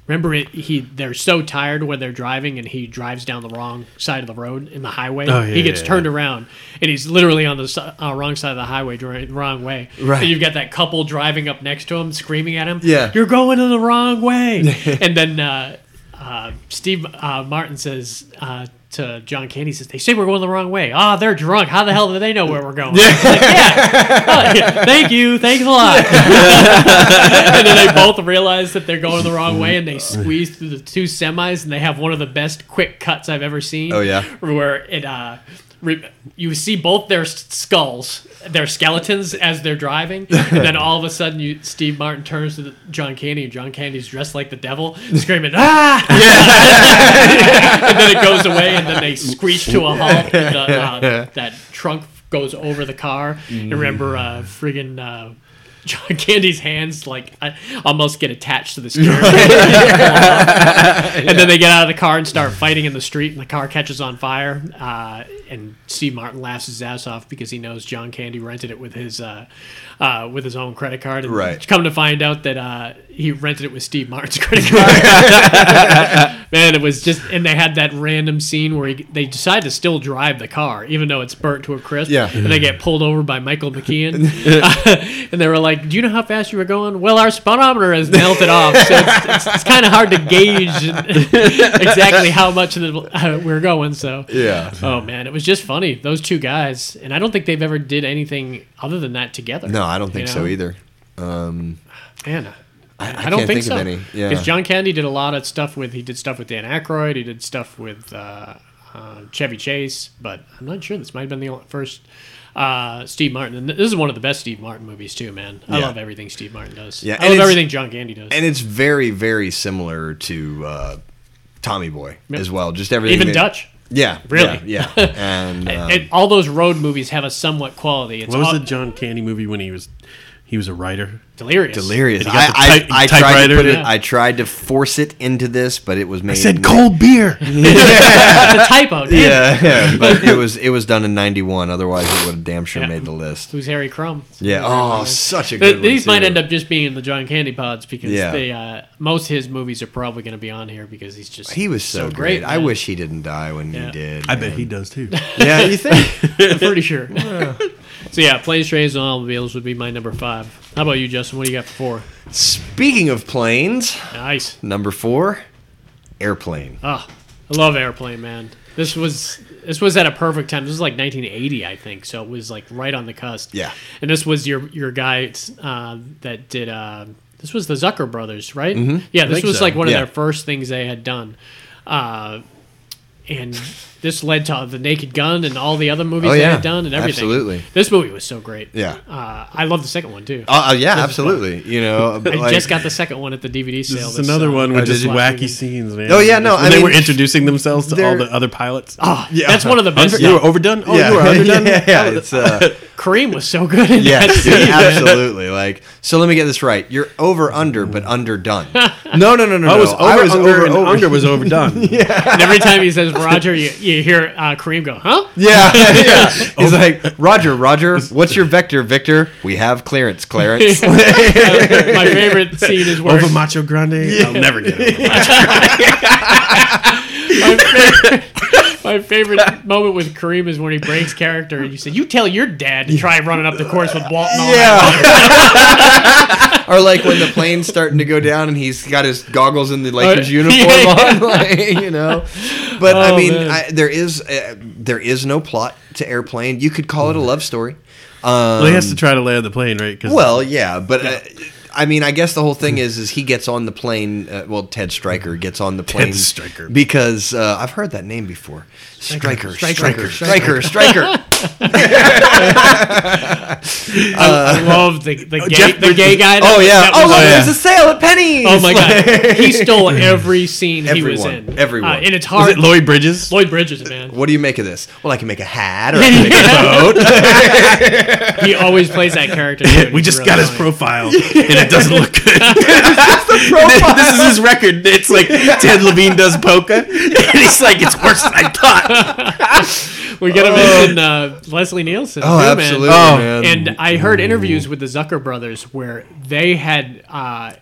Speaker 4: remember it, he they're so tired when they're driving, and he drives down the wrong side of the road in the highway.
Speaker 6: Oh, yeah,
Speaker 4: he gets
Speaker 6: yeah,
Speaker 4: turned around, and he's literally on the si- uh, wrong side of the highway, dri- wrong way.
Speaker 5: Right.
Speaker 4: And you've got that couple driving up next to him, screaming at him,
Speaker 5: Yeah.
Speaker 4: you're going in the wrong
Speaker 5: [LAUGHS]
Speaker 4: way." and then. Uh, uh, Steve uh, Martin says uh, to John Candy, he says, they say we're going the wrong way. Ah, they're drunk. How the hell do they know where we're
Speaker 5: [LAUGHS]
Speaker 4: going? It's like, [LAUGHS] Yeah. Oh, Thank you. Thanks a lot.
Speaker 5: [LAUGHS]
Speaker 4: and then they both realize that they're going the wrong way and
Speaker 5: Uh,
Speaker 4: they squeeze through the two semis and they have one of the best quick cuts I've ever seen.
Speaker 5: Oh, yeah.
Speaker 4: Where it, uh, re- you see both their s- skulls, their skeletons as they're
Speaker 5: [LAUGHS]
Speaker 4: driving, and then all of a sudden, you Steve Martin turns to the, John Candy, and John Candy's dressed like the devil, screaming "Ah!" and then it goes away, and then they screech to a halt. and the, uh, that trunk goes over the car. And remember, uh, friggin' uh, John [LAUGHS] Candy's hands like I almost get attached to the steering wheel. and then they get out of the car and start fighting in the street, and the car catches on fire. Uh, and Steve Martin laughs his ass off because he knows John Candy rented it with his uh, uh, with his own credit card. And
Speaker 5: Right.
Speaker 4: Come to find out that uh, he rented it with Steve Martin's credit card. Man, it was just, and they had that random scene where he, they decide to still drive the car, even though it's burnt to a crisp.
Speaker 5: Yeah.
Speaker 4: And they get pulled over by Michael
Speaker 5: [LAUGHS]
Speaker 4: McKean. [LAUGHS] and they were like, Do you know how fast you were going? Well, our speedometer has melted off. So it's, it's, it's kind of hard to gauge [LAUGHS] exactly how much of the, uh, we're going. So,
Speaker 5: Yeah.
Speaker 4: Oh, man. It was just funny. Those two guys. And I don't think they've ever did anything other than that together.
Speaker 5: No, I don't think
Speaker 4: you
Speaker 5: so
Speaker 4: know?
Speaker 5: either.
Speaker 4: Man, uh, I,
Speaker 5: I
Speaker 4: I don't
Speaker 5: can't
Speaker 4: think,
Speaker 5: think
Speaker 4: so.
Speaker 5: of any. Yeah.
Speaker 4: Because John Candy did a lot of stuff with he did stuff with Dan Aykroyd, he did stuff with uh, uh, Chevy Chase, but I'm not sure this might have been the only- first uh, Steve Martin. And this is one of the best Steve Martin movies too, man. I
Speaker 5: Yeah.
Speaker 4: love everything Steve Martin does.
Speaker 5: Yeah, and
Speaker 4: I love
Speaker 5: it's-
Speaker 4: everything John Candy does.
Speaker 5: And it's very, very similar to uh, Tommy Boy
Speaker 4: Yep.
Speaker 5: as well. Just everything.
Speaker 4: Even
Speaker 5: that-
Speaker 4: Dutch.
Speaker 5: Yeah.
Speaker 4: Really?
Speaker 5: Yeah.
Speaker 4: [LAUGHS]
Speaker 5: yeah. And um,
Speaker 4: And all those road movies have a somewhat quality. It's
Speaker 6: What was
Speaker 4: all-
Speaker 6: the John Candy movie when he was he was a writer?
Speaker 4: Delirious.
Speaker 5: delirious.
Speaker 6: He got the
Speaker 5: I,
Speaker 6: type-
Speaker 5: I, I tried to
Speaker 6: typewriter.
Speaker 5: put it.
Speaker 4: Yeah.
Speaker 5: I tried to force it into this, but it was made.
Speaker 6: I said cold [LAUGHS] beer.
Speaker 4: it's a typo. Damn. [LAUGHS] Yeah.
Speaker 5: [LAUGHS] Yeah, yeah, but it was it was done in '91. Otherwise, it would have damn sure made the list.
Speaker 4: Who's Harry Crumb?
Speaker 5: Yeah. Oh, such a
Speaker 4: Th-
Speaker 5: good. one,
Speaker 4: these might
Speaker 5: too.
Speaker 4: end up just being the John Candy pods because
Speaker 5: Yeah.
Speaker 4: they uh, most of his movies are probably going to be on here because he's just
Speaker 5: He was so, great. I
Speaker 4: man.
Speaker 5: wish he didn't die when
Speaker 4: Yeah.
Speaker 5: he did.
Speaker 6: I bet
Speaker 5: man.
Speaker 6: he does too.
Speaker 5: Yeah, you think?
Speaker 4: [LAUGHS] I'm pretty sure. [LAUGHS] so yeah, planes, trains, and automobiles would be my number five. How about you, Justin? What do you got for four?
Speaker 5: Speaking of planes,
Speaker 4: Nice.
Speaker 5: number four, airplane.
Speaker 4: Ah, I love Airplane, man. This was this was at a perfect time. This was like 1980, I think. So it was like right on the cusp.
Speaker 5: Yeah.
Speaker 4: And this was your your guy uh, that did. Uh, this was the Zucker brothers, right? Yeah. This
Speaker 5: Mm-hmm. think
Speaker 4: was
Speaker 5: so.
Speaker 4: like one
Speaker 5: Yeah.
Speaker 4: of their first things they had done. Uh, and this led to the Naked Gun and all the other movies
Speaker 5: Oh,
Speaker 4: they
Speaker 5: yeah.
Speaker 4: had done and everything.
Speaker 5: Absolutely.
Speaker 4: This movie was so great.
Speaker 5: Yeah.
Speaker 4: Uh, I love the second one too.
Speaker 5: Oh
Speaker 4: [LAUGHS]
Speaker 5: uh, yeah, absolutely. You know,
Speaker 4: I
Speaker 5: like-
Speaker 4: just got the second one at the DVD sale.
Speaker 6: This is another one with
Speaker 5: Oh,
Speaker 6: just
Speaker 5: did you-
Speaker 6: wacky scenes, man.
Speaker 5: Oh, yeah, no,
Speaker 6: When
Speaker 5: I
Speaker 6: they
Speaker 5: mean-
Speaker 6: were introducing themselves to all
Speaker 5: They're-
Speaker 6: the other pilots.
Speaker 4: Oh, That's one of the best.
Speaker 6: you were
Speaker 4: stuff.
Speaker 6: overdone.
Speaker 5: [LAUGHS]
Speaker 6: Oh,
Speaker 5: Yeah,
Speaker 6: [LAUGHS] you were
Speaker 5: yeah,
Speaker 6: underdone.
Speaker 5: yeah,
Speaker 4: [LAUGHS]
Speaker 5: it's uh,
Speaker 4: Kareem was so good in
Speaker 5: yeah,
Speaker 4: that
Speaker 5: yeah, absolutely. Like, so let me get this right. You're over under,
Speaker 4: [LAUGHS]
Speaker 5: but underdone. No, no, no, no.
Speaker 6: Oh. I was
Speaker 5: no.
Speaker 6: over, under, and under was overdone. [LAUGHS] yeah.
Speaker 4: And every time he says Roger, you, you hear uh, Kareem go, huh?
Speaker 6: [LAUGHS]
Speaker 5: Yeah, [LAUGHS] yeah. He's like, Roger, Roger, what's your vector, Victor? We have
Speaker 4: [LAUGHS]
Speaker 5: clearance, Clarence.
Speaker 4: Uh, My favorite scene is where
Speaker 6: Over Macho Grande. I'll never get it.
Speaker 4: my, favorite, my favorite moment with Kareem is when he breaks character and you say, "You tell your dad to try running up the course with Walton." All yeah.
Speaker 5: Yeah. [LAUGHS] or like when the plane's starting to go down and he's got his goggles and the Lakers
Speaker 4: Uh,
Speaker 5: uniform
Speaker 4: yeah,
Speaker 5: on, [LAUGHS] like, you know. But I
Speaker 4: Oh,
Speaker 5: mean,
Speaker 4: man.
Speaker 5: I, there is uh, there is no plot to Airplane. You could call it a love story. Um,
Speaker 6: well, he has to try to land the plane, right? 'Cause-
Speaker 5: well, yeah, but. Uh, I mean, I guess the whole thing is, is he gets on the plane. Uh, well, Ted Stryker gets on the plane.
Speaker 6: Stryker.
Speaker 5: because uh, I've heard that name before. Stryker, Stryker,
Speaker 4: Stryker,
Speaker 5: Stryker, Stryker.
Speaker 4: I love the, the, gay,
Speaker 6: Oh, Jeff
Speaker 4: the gay
Speaker 6: Bridges.
Speaker 4: guy. that
Speaker 5: Oh
Speaker 4: was-
Speaker 5: yeah!
Speaker 4: that
Speaker 5: Oh
Speaker 4: was-
Speaker 5: look,
Speaker 6: yeah.
Speaker 5: there's a sale at Penny's.
Speaker 4: oh my [LAUGHS]
Speaker 6: [LAUGHS]
Speaker 4: god, he stole every scene he was
Speaker 5: Everyone,
Speaker 4: in.
Speaker 5: everyone.
Speaker 4: Uh, and it's
Speaker 6: was
Speaker 4: hard.
Speaker 6: it Lloyd Bridges?
Speaker 4: Lloyd Bridges,
Speaker 6: [LAUGHS]
Speaker 4: man.
Speaker 5: What do you make of this? Well, I can make a
Speaker 4: [LAUGHS]
Speaker 5: hat or I can make
Speaker 4: he always plays that character. dude.
Speaker 6: [LAUGHS] we
Speaker 4: It's
Speaker 6: just
Speaker 4: really
Speaker 6: got his
Speaker 4: funny.
Speaker 6: profile, [LAUGHS] and it doesn't look [LAUGHS] good. this is his record. It's like Ted Levine does polka, [LAUGHS] and he's like, "It's worse than I thought."
Speaker 4: We get him in uh, Leslie Nielsen. too, man.
Speaker 6: Oh,
Speaker 5: Um,
Speaker 4: and uh, I heard interviews with the Zucker brothers where they had uh,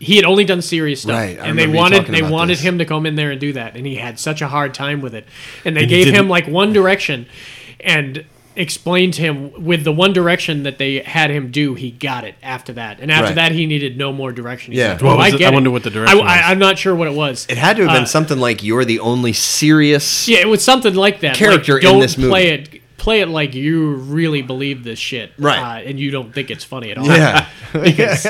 Speaker 4: he had only done serious stuff,
Speaker 5: Right, I
Speaker 4: and they
Speaker 5: remember you
Speaker 4: wanted
Speaker 5: talking
Speaker 4: they
Speaker 5: about
Speaker 4: wanted
Speaker 5: this.
Speaker 4: him to come in there and do that, and he had such a hard time with it, and they
Speaker 6: And he
Speaker 4: gave him
Speaker 6: didn't.
Speaker 4: like One Direction, and explained to him with the One Direction that they had him do, he got it after that, and after
Speaker 5: Right.
Speaker 4: that he needed no more direction. He's
Speaker 5: Yeah.
Speaker 4: like,
Speaker 6: What
Speaker 4: "Oh,
Speaker 6: was
Speaker 4: I
Speaker 6: it?
Speaker 4: get
Speaker 6: I
Speaker 4: it."
Speaker 6: wonder what the direction
Speaker 4: I,
Speaker 6: was.
Speaker 4: I, am not sure what it was.
Speaker 5: It had to have been
Speaker 4: Uh,
Speaker 5: something like "You're the
Speaker 4: [LAUGHS]
Speaker 5: only serious."
Speaker 4: yeah, it was something like that.
Speaker 5: Character
Speaker 4: like,
Speaker 5: in
Speaker 4: don't
Speaker 5: this movie.
Speaker 4: Play it, play it like you really believe this shit,
Speaker 5: Right.
Speaker 4: Uh, and you don't think it's funny at all.
Speaker 5: [LAUGHS] Yeah.
Speaker 4: because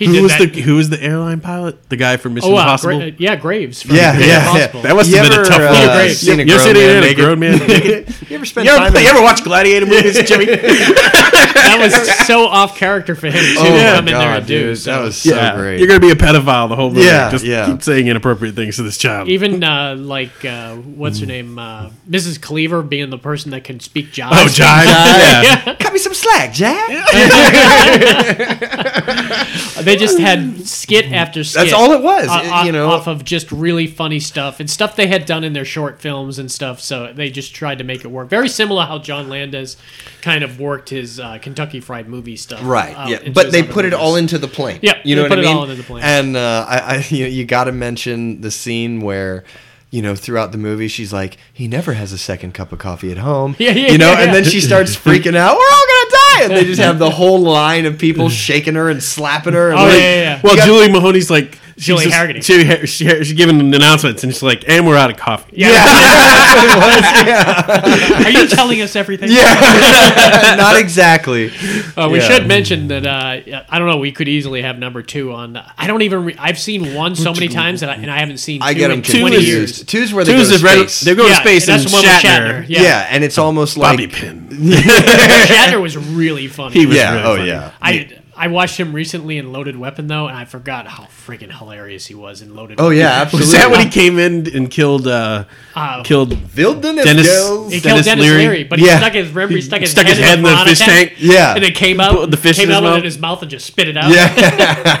Speaker 4: he
Speaker 6: Who
Speaker 4: did
Speaker 6: was
Speaker 4: that.
Speaker 6: the Who was the airline pilot? The guy from Mission
Speaker 4: oh, wow,
Speaker 6: Impossible.
Speaker 4: Gra- uh, yeah, Graves. From
Speaker 5: Yeah,
Speaker 4: Mission
Speaker 5: yeah,
Speaker 4: Impossible.
Speaker 6: That must have been a tough
Speaker 5: uh,
Speaker 6: one.
Speaker 4: Great.
Speaker 5: seen a
Speaker 6: You ever
Speaker 5: grown man
Speaker 6: seen it [LAUGHS] in a
Speaker 5: naked?
Speaker 6: grown man? naked?
Speaker 5: You ever spent
Speaker 6: You
Speaker 5: time
Speaker 6: ever,
Speaker 5: in-
Speaker 6: you ever watch Gladiator movies, Jimmy?
Speaker 4: that was [LAUGHS] so off character for him to
Speaker 5: Oh, my
Speaker 4: come in there and do. So.
Speaker 5: that was so
Speaker 6: Yeah,
Speaker 5: great.
Speaker 6: You're gonna be a pedophile the whole movie.
Speaker 5: Yeah,
Speaker 6: just
Speaker 5: yeah.
Speaker 6: keep saying inappropriate things to this child.
Speaker 4: Even uh, like uh, what's her name, uh, Mrs. Cleaver, being the person that can speak jive.
Speaker 6: oh, Jive. [LAUGHS] yeah.
Speaker 5: Cut me some slack, Jack.
Speaker 4: They just had skit after skit.
Speaker 5: That's all it was,
Speaker 4: o-
Speaker 5: it-
Speaker 4: off-
Speaker 5: you know.
Speaker 4: off of just really funny stuff and stuff they had done in their short films and stuff. So they just tried to make it work. Very similar how John Landis kind of worked his uh, Kentucky Fried Movie stuff.
Speaker 5: Right.
Speaker 4: out
Speaker 5: yeah.
Speaker 4: into
Speaker 5: But
Speaker 4: his
Speaker 5: they
Speaker 4: other
Speaker 5: put it
Speaker 4: movies.
Speaker 5: all into the plane.
Speaker 4: Yeah, they
Speaker 5: You know what
Speaker 4: put
Speaker 5: I
Speaker 4: it
Speaker 5: mean?
Speaker 4: all into the plane.
Speaker 5: And uh, I, I, you, you got to mention the scene where. You know, throughout the movie, she's like, "He never has a second cup of coffee at home."
Speaker 4: [LAUGHS] Yeah, yeah,
Speaker 5: You know,
Speaker 4: yeah,
Speaker 5: and then
Speaker 4: yeah.
Speaker 5: she starts freaking out. We're all gonna die! And they just have
Speaker 4: [LAUGHS]
Speaker 5: the whole line of people shaking her and slapping her. And
Speaker 4: Oh,
Speaker 5: like,
Speaker 4: yeah, yeah, yeah.
Speaker 6: Well, Julie Mahoney's like she's
Speaker 4: Julie
Speaker 6: just-
Speaker 4: Haggerty.
Speaker 6: She, she, she's giving an announcements and she's like, "And we're out of coffee."
Speaker 4: Yeah. [LAUGHS] Are you telling us everything? Yeah.
Speaker 5: [LAUGHS] Not exactly.
Speaker 4: Uh, we
Speaker 5: Yeah.
Speaker 4: should mention that uh, I don't know. We could easily have number two on. I don't even. Re- I've seen one so many times, and I, and I haven't seen. Two
Speaker 5: I get them
Speaker 4: in twenty
Speaker 5: confused. [LAUGHS]
Speaker 4: years.
Speaker 5: Two's where they
Speaker 6: Two's
Speaker 5: go
Speaker 6: is
Speaker 5: to
Speaker 6: red.
Speaker 5: space.
Speaker 6: They go to
Speaker 4: Yeah,
Speaker 6: space and
Speaker 4: that's the one with
Speaker 6: Shatner.
Speaker 4: Shatner.
Speaker 5: yeah. and
Speaker 4: Oh,
Speaker 5: it's almost
Speaker 6: Bobby
Speaker 5: like
Speaker 6: Pin.
Speaker 4: Shatner was really funny.
Speaker 6: He was
Speaker 5: Yeah,
Speaker 6: really
Speaker 5: oh,
Speaker 6: funny.
Speaker 5: yeah.
Speaker 4: I I watched him recently in Loaded Weapon though, and I forgot how freaking hilarious he was in Loaded.
Speaker 5: oh
Speaker 4: Weapon.
Speaker 5: yeah, absolutely.
Speaker 6: Was that when he came in and killed uh,
Speaker 4: Uh,
Speaker 6: killed
Speaker 5: Vilden and
Speaker 6: Dennis-
Speaker 5: Gills.
Speaker 4: He killed
Speaker 6: Dennis
Speaker 4: Dennis
Speaker 6: Leary?
Speaker 4: Leary, but he
Speaker 5: Yeah.
Speaker 4: stuck his remember he stuck his
Speaker 6: Stuck
Speaker 4: head,
Speaker 6: his head in the
Speaker 4: piranha
Speaker 6: fish tank?
Speaker 5: Yeah.
Speaker 4: and it came out
Speaker 6: Put the fish in
Speaker 4: came
Speaker 6: his
Speaker 4: out
Speaker 6: mouth?
Speaker 4: in his mouth and just spit it out.
Speaker 5: Yeah.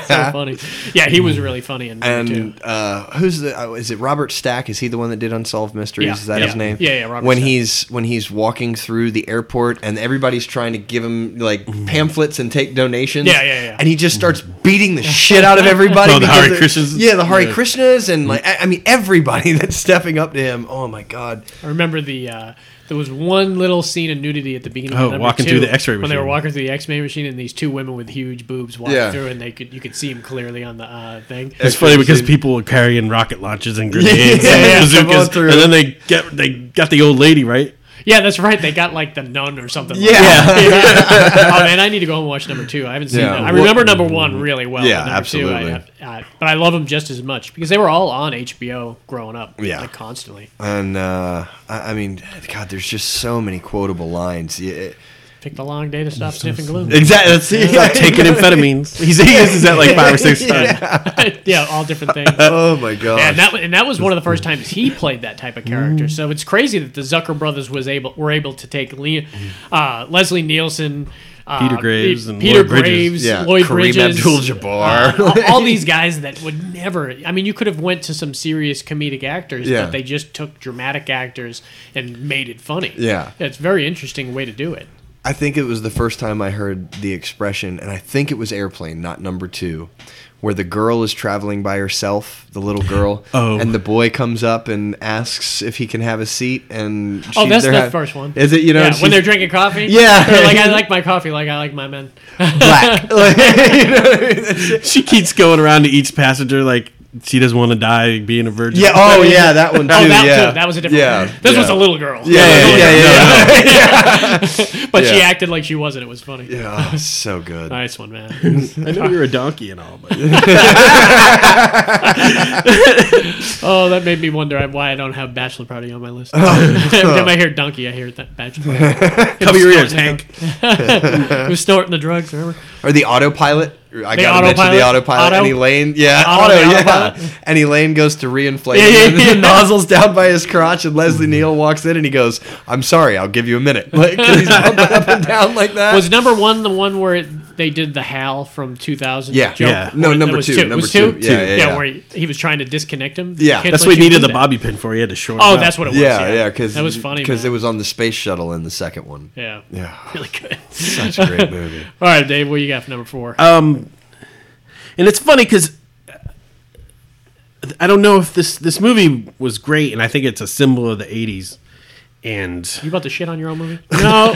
Speaker 4: [LAUGHS] so funny. Yeah, he
Speaker 6: Mm.
Speaker 4: was really funny in number two.
Speaker 5: and uh, who's the? oh, is it Robert Stack? Is he the one that did Unsolved Mysteries?
Speaker 4: Yeah,
Speaker 5: Is that
Speaker 4: yeah.
Speaker 5: his name?
Speaker 4: Yeah, yeah, Robert
Speaker 5: When
Speaker 4: Stack.
Speaker 5: he's when he's walking through the airport and everybody's trying to give him like pamphlets and take donations.
Speaker 4: Yeah, yeah, yeah.
Speaker 5: And he just starts beating the shit out of everybody.
Speaker 6: Oh, the
Speaker 5: because
Speaker 6: Hare
Speaker 5: they're-
Speaker 6: Krishnas?
Speaker 5: Yeah, the Hare
Speaker 6: Yeah.
Speaker 5: Krishnas and like I, I mean everybody [LAUGHS] that's stepping up to him. Oh my god.
Speaker 4: I remember the uh, there was one little scene of nudity at the beginning.
Speaker 6: Oh,
Speaker 4: of number
Speaker 6: walking
Speaker 4: two,
Speaker 6: through the X-ray
Speaker 4: when they were
Speaker 6: machine.
Speaker 4: walking through the X-ray machine, and these two women with huge boobs walked
Speaker 5: Yeah.
Speaker 4: through, and they could you could see them clearly on the uh, thing.
Speaker 6: It's funny because people were carrying rocket
Speaker 5: [LAUGHS]
Speaker 6: launchers and grenades
Speaker 5: Yeah, yeah,
Speaker 6: and
Speaker 5: come on
Speaker 6: bazookas,
Speaker 5: through.
Speaker 6: and then they get they got the old lady right.
Speaker 4: Yeah, that's right. They got like the nun or something. like
Speaker 5: Yeah.
Speaker 4: that. Yeah. [LAUGHS] oh man, I need to go and watch number two. I haven't seen
Speaker 5: Yeah.
Speaker 4: that. I remember number one really well. but
Speaker 5: Yeah,
Speaker 4: number Two,
Speaker 5: absolutely.
Speaker 4: I, have- I, but I love them just as much because they were all on HBO growing up.
Speaker 5: Yeah.
Speaker 4: like, constantly.
Speaker 5: And uh, I, I mean, God, there's just so many quotable lines. Yeah.
Speaker 4: Picked a long day to
Speaker 6: [LAUGHS]
Speaker 4: stop sniffing glue.
Speaker 5: Exactly. [LAUGHS] That's it. [LAUGHS]
Speaker 6: Taking amphetamines. He's, he uses that like five or six times.
Speaker 4: [LAUGHS] yeah, all different things.
Speaker 5: Oh Mm-hmm. my god.
Speaker 4: Yeah, and that and that was one of the
Speaker 5: [LAUGHS]
Speaker 4: first times he played that type of character. So it's crazy that the Zucker brothers was able were able to take Le-
Speaker 5: Mm-hmm.
Speaker 4: uh, Leslie Nielsen, uh,
Speaker 6: Peter Graves and
Speaker 4: Peter
Speaker 6: Lloyd Bridges.
Speaker 4: Graves,
Speaker 5: Yeah,
Speaker 4: Lloyd
Speaker 5: Kareem
Speaker 4: Bridges,
Speaker 5: Abdul-Jabbar.
Speaker 4: uh, [LAUGHS] all- all
Speaker 5: [LAUGHS]
Speaker 4: these guys that would never. I mean, you could have went to some serious comedic actors,
Speaker 5: Yeah.
Speaker 4: but they just took dramatic actors and made it funny.
Speaker 5: Yeah.
Speaker 4: it's a very interesting way to do it.
Speaker 5: I think it was the first time I heard the expression, and I think it was Airplane, not number two, where the girl is traveling by herself, the little girl,
Speaker 6: Oh.
Speaker 5: and the boy comes up and asks if he can have a seat. And
Speaker 4: Oh,
Speaker 5: she-
Speaker 4: that's
Speaker 5: they're
Speaker 4: the
Speaker 5: ha-
Speaker 4: first one.
Speaker 5: Is it you know
Speaker 4: yeah, when
Speaker 5: she's
Speaker 4: they're drinking coffee?
Speaker 5: Yeah.
Speaker 4: They're like I like my coffee, like I like my
Speaker 5: [LAUGHS]
Speaker 4: men. [LAUGHS]
Speaker 5: black? Like, [LAUGHS]
Speaker 6: She keeps going around to each passenger like she doesn't want to die being a virgin.
Speaker 5: yeah. Oh yeah, that one too.
Speaker 4: Oh, that,
Speaker 5: yeah.
Speaker 4: too. that was a different.
Speaker 5: Yeah,
Speaker 4: one. This
Speaker 5: yeah.
Speaker 4: was a little girl. [LAUGHS]
Speaker 5: Yeah, yeah, yeah, yeah, yeah.
Speaker 4: but she
Speaker 5: Yeah.
Speaker 4: acted like she wasn't. It was funny.
Speaker 5: [LAUGHS] Yeah, Oh, so good.
Speaker 4: Nice one, man.
Speaker 6: I know you're a donkey and all, but
Speaker 4: Oh, that made me wonder why I don't have bachelor party on my
Speaker 5: [LAUGHS]
Speaker 4: list. Every time I hear donkey, I hear that bachelor party.
Speaker 6: [LAUGHS] cover your ears, Hank.
Speaker 4: Who's snorting the drugs? Remember?
Speaker 5: Or the autopilot. I gotta mention the
Speaker 4: autopilot.
Speaker 5: autopilot.
Speaker 4: Auto.
Speaker 5: And Elaine, yeah,
Speaker 4: Auto,
Speaker 5: auto,
Speaker 4: the
Speaker 5: yeah.
Speaker 4: autopilot.
Speaker 5: And Elaine goes to reinflate
Speaker 4: Yeah,
Speaker 5: [LAUGHS]
Speaker 4: yeah,
Speaker 5: him, and
Speaker 4: yeah.
Speaker 5: the nozzle's down by his crotch, and Leslie Neal walks in and he goes, "I'm sorry, I'll give you a minute." [LAUGHS] Like 'cause he's bumping up and down like that.
Speaker 4: Was number one the one where it, they did the Hal from 2000?
Speaker 5: Yeah.
Speaker 4: joke?
Speaker 6: Yeah.
Speaker 5: No,
Speaker 4: Or-
Speaker 5: number
Speaker 4: that was
Speaker 5: two,
Speaker 4: It
Speaker 5: number
Speaker 4: was
Speaker 5: two. Yeah, yeah, yeah.
Speaker 4: where he, he was trying to disconnect him.
Speaker 5: Yeah.
Speaker 4: Can't
Speaker 6: That's
Speaker 4: let
Speaker 6: what he
Speaker 4: you
Speaker 6: needed
Speaker 4: do
Speaker 6: the
Speaker 4: that.
Speaker 6: bobby pin for. He had to short.
Speaker 4: Oh,
Speaker 6: him
Speaker 4: that's what it was.
Speaker 5: [LAUGHS] yeah, yeah, because
Speaker 4: that was funny.
Speaker 5: because
Speaker 4: man.
Speaker 5: it was on the space shuttle in the second one.
Speaker 4: yeah,
Speaker 5: Yeah,
Speaker 4: [LAUGHS] really good.
Speaker 5: such a Uh, great movie.
Speaker 4: [LAUGHS] All right, Dave, what you got for number four?
Speaker 6: Um, and it's funny because I don't know if this this movie was great, and I think it's a symbol of the '80s. And
Speaker 4: [LAUGHS] you about to shit on your own
Speaker 5: [LAUGHS]
Speaker 4: movie?
Speaker 6: no,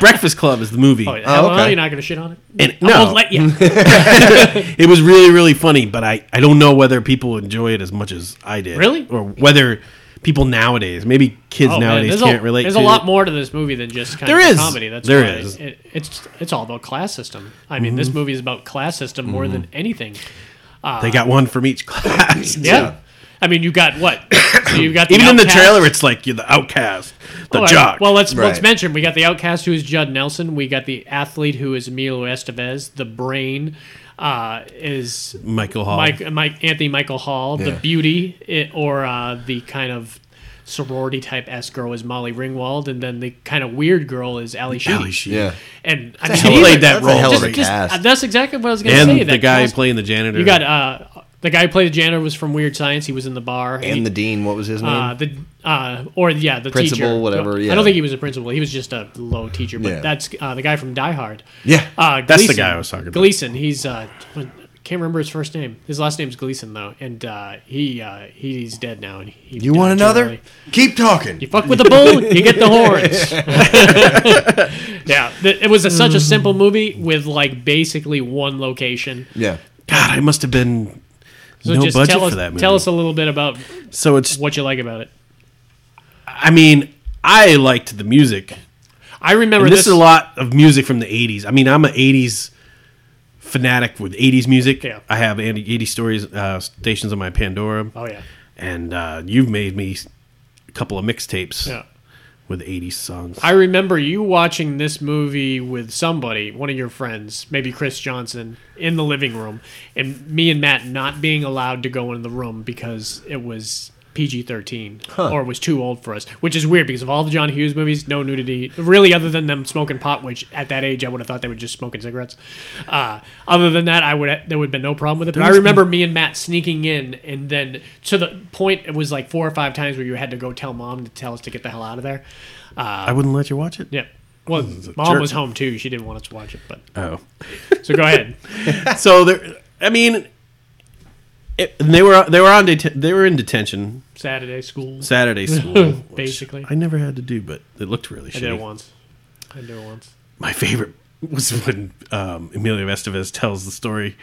Speaker 6: Breakfast Club is the movie.
Speaker 4: Oh, hell no,
Speaker 5: Oh, okay.
Speaker 4: you're not going to shit on it?
Speaker 6: And
Speaker 4: I
Speaker 6: no,
Speaker 4: won't let you.
Speaker 6: it was really really funny, but I I don't know whether people enjoy it as much as I did,
Speaker 4: Really?
Speaker 6: or whether people nowadays, maybe kids
Speaker 4: Oh, man,
Speaker 6: nowadays
Speaker 4: there's a-
Speaker 6: can't relate.
Speaker 4: There's
Speaker 6: to
Speaker 4: a lot
Speaker 6: it.
Speaker 4: more to this movie than just kind
Speaker 6: There
Speaker 4: of
Speaker 6: is.
Speaker 4: comedy. That's
Speaker 6: There
Speaker 4: why
Speaker 6: is. Mm-hmm.
Speaker 4: It, it's it's all about class system. I mean, this movie is about class system more than anything.
Speaker 6: They got one from each class.
Speaker 4: [LAUGHS] Yeah. I mean, you got what? [COUGHS] So you got the
Speaker 6: Even in the
Speaker 4: outcasts.
Speaker 6: trailer, it's like you're the outcast. the
Speaker 4: All right.
Speaker 6: jock.
Speaker 4: Well, let's let's
Speaker 5: Right.
Speaker 4: mention we got the outcast who is Judd Nelson. We got the athlete who is Emilio Estevez. The brain uh, is
Speaker 6: Michael Hall.
Speaker 4: Mike, uh, Mike Anthony Michael Hall. The
Speaker 5: Yeah.
Speaker 4: beauty it, or uh, the kind of sorority type S girl is Molly Ringwald, and then the kind of weird girl is Ali Sheedy.
Speaker 6: Golly, she-
Speaker 5: Yeah.
Speaker 4: And I
Speaker 6: She
Speaker 4: he-
Speaker 6: played that
Speaker 5: that's a hell
Speaker 6: role.
Speaker 5: of a
Speaker 4: Just, just,
Speaker 5: cast.
Speaker 4: uh, that's exactly what I was going to say.
Speaker 6: and the
Speaker 4: that
Speaker 6: guy
Speaker 4: cast-
Speaker 6: playing the janitor.
Speaker 4: you got uh, the guy who played the janitor was from Weird Science. He was in the bar He-
Speaker 5: and the dean, what was his name?
Speaker 4: uh, the uh, or yeah, the
Speaker 5: Principal,
Speaker 4: teacher.
Speaker 5: whatever,
Speaker 4: I
Speaker 5: yeah.
Speaker 4: don't think he was a principal. He was just a low teacher. But
Speaker 5: Yeah.
Speaker 4: that's uh, the guy from Die Hard.
Speaker 5: Yeah,
Speaker 4: uh,
Speaker 6: that's the
Speaker 4: Gleason.
Speaker 6: guy I was talking about.
Speaker 4: Gleason. He's uh, can't remember his first name. His last name's Gleason though, and uh, he uh, he's dead now. And he
Speaker 5: you want
Speaker 4: died too
Speaker 5: another?
Speaker 4: early.
Speaker 5: Keep talking.
Speaker 4: You fuck with the bull, you get the horns. [LAUGHS] yeah, th- it was a, such a simple movie with like basically one location.
Speaker 5: yeah.
Speaker 6: God, I must have been
Speaker 4: So
Speaker 6: no
Speaker 4: just
Speaker 6: budget
Speaker 4: tell us,
Speaker 6: for that movie.
Speaker 4: Tell us a little bit about
Speaker 6: so it's.
Speaker 4: what you like about it.
Speaker 6: I mean, I liked the music.
Speaker 4: I remember
Speaker 6: And this, is a lot of music from the 80s. I mean, I'm an 80s fanatic with 80s music.
Speaker 4: Yeah.
Speaker 6: I have 80 80 stories uh, stations on my Pandora.
Speaker 4: Oh yeah,
Speaker 6: And uh, you've made me a couple of mixtapes
Speaker 4: yeah.
Speaker 6: with 80s songs.
Speaker 4: [LAUGHS] I remember you watching this movie with somebody, one of your friends, maybe Chris Johnson, in the living room, and me and Matt not being allowed to go in the room because it was PG 13 or was too old for us, which is weird because of all the John Hughes movies, no nudity, really, other than them smoking pot, which at that age I would have thought they were just smoking cigarettes. Uh, other than that, I would there would have been no problem with it. But I remember me and Matt sneaking in, and then to the point, it was like four or five times where you had to go tell mom to tell us to get the hell out of there.
Speaker 6: I wouldn't let you watch it.
Speaker 4: Yeah. Well, mom
Speaker 6: jerk.
Speaker 4: was home too. She didn't want us to watch it, but
Speaker 6: Oh.
Speaker 4: so go ahead. [LAUGHS]
Speaker 6: so there I mean it, and they were they were on det- they were in detention
Speaker 4: Saturday school, [LAUGHS]
Speaker 6: Saturday school. which
Speaker 4: basically. I,
Speaker 6: I never had to do, but it looked really shitty.
Speaker 4: did it once. I did it once.
Speaker 6: my favorite was when um, Emilio Estevez tells the story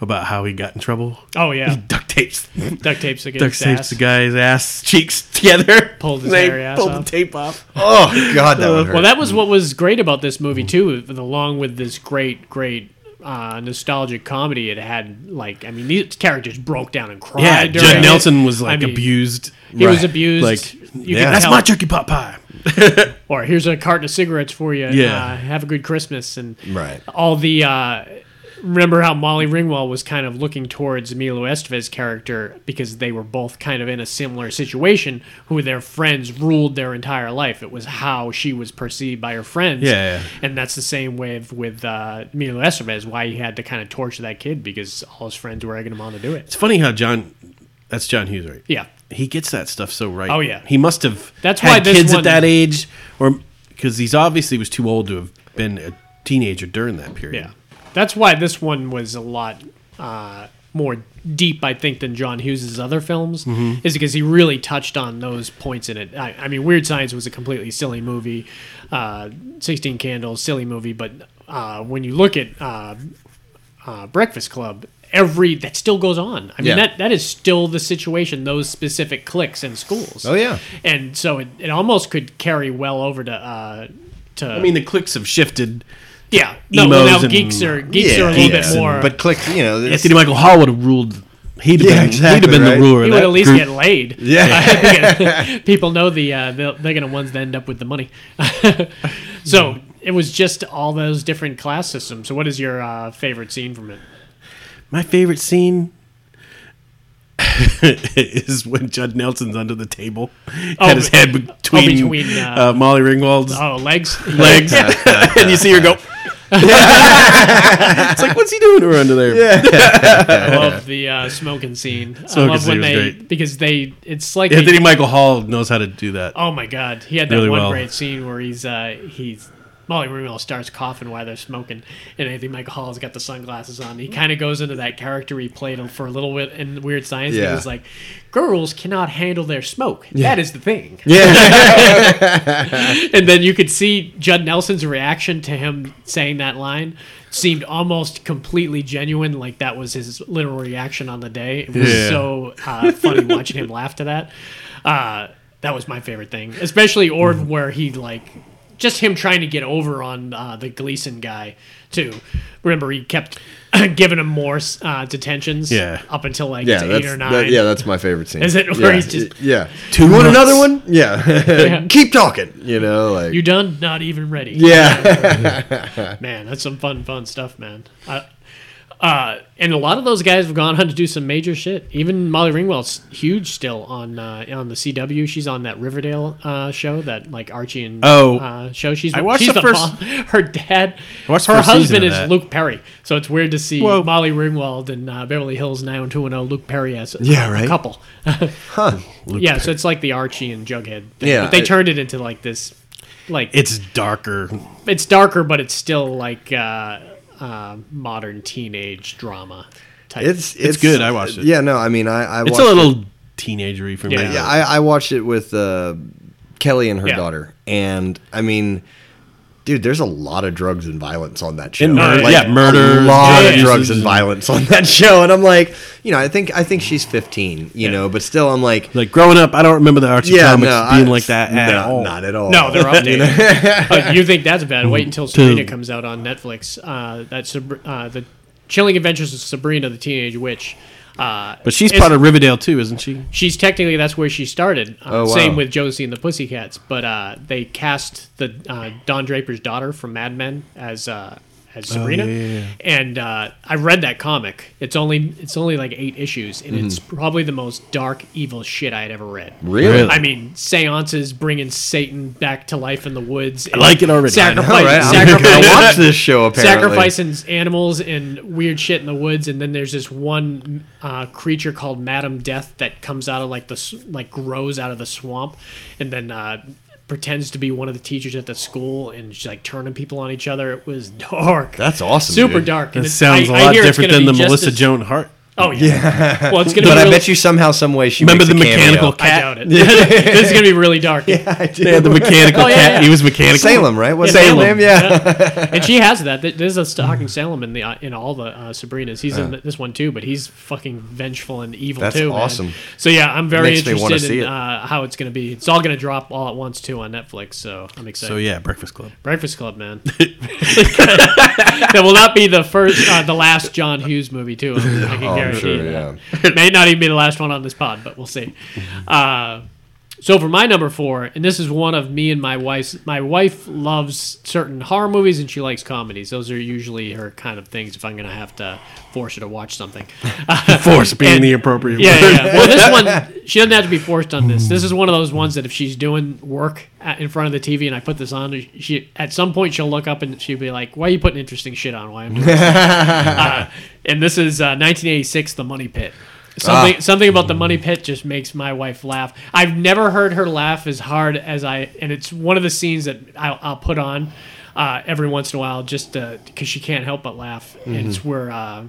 Speaker 6: about how he got in trouble.
Speaker 4: Oh yeah,
Speaker 6: Duct tapes,
Speaker 4: [LAUGHS]
Speaker 6: [LAUGHS]
Speaker 4: duct tapes against
Speaker 6: duct tapes
Speaker 4: ass.
Speaker 6: the guy's ass cheeks together.
Speaker 4: Pulled his
Speaker 6: [LAUGHS] They
Speaker 4: hairy ass
Speaker 6: pulled
Speaker 4: off.
Speaker 6: the tape off.
Speaker 5: Oh God, that would hurt.
Speaker 4: Well, that
Speaker 6: Mm.
Speaker 4: was what was great about this movie too, along with this great, great. Uh, nostalgic comedy. It had like I mean these characters broke down and cried.
Speaker 6: Yeah,
Speaker 4: during it.
Speaker 6: Judd Nelson was like
Speaker 4: I mean,
Speaker 6: abused.
Speaker 4: He was
Speaker 5: Right.
Speaker 4: abused.
Speaker 6: Like,
Speaker 4: you
Speaker 5: yeah.
Speaker 4: could
Speaker 6: That's
Speaker 4: tell-
Speaker 6: my turkey pot pie.
Speaker 4: Or here's a carton of cigarettes for you.
Speaker 6: Yeah.
Speaker 4: uh, have a good Christmas and
Speaker 5: right.
Speaker 4: all the uh, remember how Molly Ringwald was kind of looking towards Emilio Estevez's character because they were both kind of in a similar situation who their friends ruled their entire life. It was how she was perceived by her friends.
Speaker 6: Yeah, yeah.
Speaker 4: And that's the same with with uh, Emilio Estevez why he had to kind of torture that kid because all his friends were egging him on to do it.
Speaker 6: It's funny how John. That's John Hughes, right?
Speaker 4: Yeah.
Speaker 6: he gets that stuff so right.
Speaker 4: Oh, yeah.
Speaker 6: he must have.
Speaker 4: That's
Speaker 6: had
Speaker 4: why this
Speaker 6: kids
Speaker 4: one-
Speaker 6: at that age, or because he's obviously was too old to have been a teenager during that period.
Speaker 4: Yeah. That's why this one was a lot uh, more deep, I think, than John Hughes' other films,
Speaker 5: Mm-hmm.
Speaker 4: is because he really touched on those points in it. I, I mean, Weird Science was a completely silly movie, uh, 16 Candles, silly movie, but uh, when you look at uh, uh, Breakfast Club, every that still goes on. I mean,
Speaker 5: Yeah.
Speaker 4: that, that is still the situation, those specific cliques in schools.
Speaker 5: Oh, yeah.
Speaker 4: And so it, it almost could carry well over to. Uh, to
Speaker 6: I mean the clicks have shifted.
Speaker 4: yeah, no,
Speaker 6: emos
Speaker 4: well, now
Speaker 6: and-
Speaker 4: geeks are geeks are a little
Speaker 5: geeks
Speaker 4: bit
Speaker 5: and-
Speaker 4: more.
Speaker 5: But click, you know, it's-
Speaker 6: Anthony Michael Hall would have ruled. He'd have
Speaker 5: Yeah,
Speaker 6: been, he'd
Speaker 5: exactly,
Speaker 6: have been
Speaker 5: right?
Speaker 6: the ruler.
Speaker 4: he
Speaker 6: of
Speaker 4: would
Speaker 6: that
Speaker 4: at least
Speaker 6: group.
Speaker 4: get
Speaker 6: [LAUGHS]
Speaker 4: laid. [LAUGHS]
Speaker 5: yeah,
Speaker 4: People know the uh, they'll- they're going to ones that end up with the money. [LAUGHS] so it was just all those different class systems. So what is your uh, favorite scene from it?
Speaker 6: My favorite scene [LAUGHS] is when Judd Nelson's under the table,
Speaker 4: Oh,
Speaker 6: had his head between,
Speaker 4: between, uh,
Speaker 6: uh, Molly Ringwald's
Speaker 4: Oh, legs, [LAUGHS]
Speaker 6: legs, and you see her go. [LAUGHS] it's like, what's he doing to her under there? Yeah,
Speaker 4: I love the uh, smoking scene. I
Speaker 6: Smoking
Speaker 4: love when
Speaker 6: scene was
Speaker 4: they
Speaker 6: great.
Speaker 4: because they it's like they-
Speaker 6: Anthony Michael Hall knows how to do that.
Speaker 4: oh my god, he had that
Speaker 6: Really
Speaker 4: one
Speaker 6: well.
Speaker 4: great scene where he's uh, he's. Molly Ringwald starts coughing while they're smoking, and Anthony Michael Hall's got the sunglasses on. He kind of goes into that character he played on for a little bit in Weird Science. And
Speaker 5: Yeah.
Speaker 4: he was like, "Girls cannot handle their smoke. That is the thing."
Speaker 5: [LAUGHS] yeah.
Speaker 4: [LAUGHS] and then you could see Judd Nelson's reaction to him saying that line seemed almost completely genuine, like that was his literal reaction on the day. It was
Speaker 6: Yeah.
Speaker 4: so uh,
Speaker 5: [LAUGHS]
Speaker 4: funny watching
Speaker 5: Mm-hmm.
Speaker 4: him laugh to that. Uh, that was my favorite thing, especially Orb, where he like. just him trying to get over on uh, the Gleason guy too. Remember, he kept [LAUGHS] giving him more uh, detentions.
Speaker 6: Yeah.
Speaker 4: Up until like
Speaker 5: Yeah,
Speaker 4: eight
Speaker 5: that's
Speaker 4: or nine.
Speaker 5: that- yeah, that's my favorite scene.
Speaker 4: Is it where
Speaker 5: yeah.
Speaker 4: he's just-
Speaker 5: yeah?
Speaker 6: Two
Speaker 5: you want
Speaker 6: months.
Speaker 5: another one?
Speaker 6: [LAUGHS]
Speaker 5: Yeah. [LAUGHS] Keep talking. You know, like
Speaker 4: You done? Not even ready.
Speaker 5: yeah,
Speaker 4: [LAUGHS] Man, that's some fun, fun stuff, man. I, uh, and a lot of those guys have gone on to do some major shit. Even Molly Ringwald's huge still on uh, on the CW. She's on that Riverdale uh, show, that like Archie and
Speaker 6: Oh.
Speaker 4: uh, show. She's
Speaker 6: I watched
Speaker 4: she's
Speaker 6: the first-
Speaker 4: mo- her dad.
Speaker 6: I watched the
Speaker 4: her
Speaker 6: first season
Speaker 4: husband
Speaker 6: of
Speaker 4: is
Speaker 6: that.
Speaker 4: Luke Perry, so it's weird to see
Speaker 6: Whoa.
Speaker 4: Molly Ringwald and uh, Beverly Hills 90210 Luke Perry as a,
Speaker 5: Yeah,
Speaker 4: a
Speaker 5: right.
Speaker 4: couple. yeah, so it's like the Archie and Jughead. Thing.
Speaker 5: Yeah,
Speaker 4: but they
Speaker 5: I-
Speaker 4: turned it into like this, like
Speaker 6: It's darker.
Speaker 4: it's darker, but it's still like uh, uh, modern teenage drama type.
Speaker 5: it's, it's
Speaker 6: good, I watched it.
Speaker 5: Yeah, no, I mean, I, I
Speaker 6: It's
Speaker 5: watched
Speaker 6: a little teenagery for me.
Speaker 4: Yeah.
Speaker 5: Yeah, I, I watched it with uh, Kelly and her
Speaker 4: Yeah.
Speaker 5: daughter, and I mean, dude, there's a lot of drugs and violence on that show.
Speaker 6: And murder-
Speaker 5: Like,
Speaker 6: yeah, murder,
Speaker 5: a lot
Speaker 4: drugs
Speaker 5: of drugs and
Speaker 6: and-
Speaker 5: violence on that show, and I'm like, you know, I think I think she's 15, you know, but still, I'm like,
Speaker 6: Like growing up, I don't remember the Archie
Speaker 5: yeah,
Speaker 6: comics
Speaker 5: no,
Speaker 6: being
Speaker 5: I-
Speaker 6: like that at
Speaker 5: no,
Speaker 6: all.
Speaker 5: not at all.
Speaker 4: no,
Speaker 6: [LAUGHS]
Speaker 4: they're updated. Uh, you think that's bad? Wait until Sabrina comes out on Netflix. Uh, that's Sab- uh, the Chilling Adventures of Sabrina the Teenage Witch. Uh,
Speaker 6: but she's
Speaker 4: is-
Speaker 6: part of Riverdale too, isn't she?
Speaker 4: she's technically that's where she started. Uh,
Speaker 5: Oh, wow.
Speaker 4: Same with Josie and the Pussycats, but uh, they cast the uh, Don Draper's daughter from Mad Men as uh, as Sabrina.
Speaker 6: yeah, yeah, yeah.
Speaker 4: And uh, I read that comic. It's only it's only like eight issues, and it's probably the most dark, evil shit I had ever read.
Speaker 5: Really?
Speaker 6: Really?
Speaker 4: I mean, seances bringing Satan back to life in the woods. I
Speaker 6: like it already.
Speaker 5: All
Speaker 4: Sacrifice,
Speaker 5: right, I'm [LAUGHS] gonna
Speaker 4: sacrifice,
Speaker 5: watch
Speaker 4: [LAUGHS]
Speaker 5: this show apparently.
Speaker 4: sacrificing animals and weird shit in the woods, and then there's this one uh, creature called Madam Death that comes out of like the s- like grows out of the swamp, and then uh, pretends to be one of the teachers at the school, and she's like turning people on each other. It was dark.
Speaker 5: That's awesome.
Speaker 4: super
Speaker 5: dude.
Speaker 4: dark.
Speaker 6: That
Speaker 4: it-
Speaker 6: sounds
Speaker 4: I-
Speaker 6: a
Speaker 4: I
Speaker 6: lot
Speaker 4: hear it's
Speaker 6: different
Speaker 4: gonna be
Speaker 6: than the
Speaker 4: just
Speaker 6: Melissa
Speaker 4: as-
Speaker 6: Joan Hart.
Speaker 4: Oh yeah. well, it's gonna.
Speaker 5: But
Speaker 4: be
Speaker 5: I
Speaker 4: real-
Speaker 5: bet you somehow, some way, she
Speaker 6: Remember
Speaker 5: makes
Speaker 6: the
Speaker 5: a cameo.
Speaker 6: mechanical
Speaker 4: I
Speaker 6: cat?
Speaker 4: doubt
Speaker 5: [LAUGHS]
Speaker 4: it. this is gonna be really dark.
Speaker 6: They had the mechanical
Speaker 4: Oh, yeah,
Speaker 6: cat.
Speaker 4: yeah.
Speaker 6: He was mechanical.
Speaker 5: Salem, right? What's
Speaker 4: Yeah,
Speaker 5: his
Speaker 4: Salem.
Speaker 5: name? Yeah. Mm-hmm.
Speaker 4: and she has that. Th- There's a stalking Salem in the uh, in all the uh, Sabrinas. He's in this one too, but he's fucking vengeful and evil
Speaker 5: That's
Speaker 4: too. man.
Speaker 5: awesome.
Speaker 4: So yeah, I'm very
Speaker 5: Makes me wanna
Speaker 4: interested in
Speaker 5: see it.
Speaker 4: uh, how it's gonna be. It's all gonna drop all at once too on Netflix. So I'm excited.
Speaker 6: So yeah, Breakfast Club.
Speaker 4: Breakfast Club, man. that will not be the first, uh, the last John Hughes movie too. I can
Speaker 5: Oh, I'm
Speaker 4: guarantee
Speaker 5: sure,
Speaker 4: you that. It may not even be the last one on this pod, but we'll see. Uh, so for my number four, and this is one of me and my wife's. My wife loves certain horror movies, and she likes comedies. Those are usually her kind of things. If I'm going to have to force her to watch something, [LAUGHS]
Speaker 6: Force being
Speaker 4: And-
Speaker 6: the appropriate
Speaker 4: yeah,
Speaker 6: word. [LAUGHS]
Speaker 4: yeah, yeah. Well, this one she doesn't have to be forced on this. This is one of those ones that if she's doing work at, in front of the TV and I put this on, she at some point she'll look up and she'll be like, "Why are you putting interesting shit on? Why am I doing this?" uh, and this [LAUGHS] is uh, 1986, The Money Pit.
Speaker 5: Ah.
Speaker 4: Something something about the money pit just makes my wife laugh. I've never heard her laugh as hard as I, and it's one of the scenes that I'll, I'll put on uh, every once in a while just because she can't help but laugh. And
Speaker 5: Mm-hmm.
Speaker 4: it's where. Uh,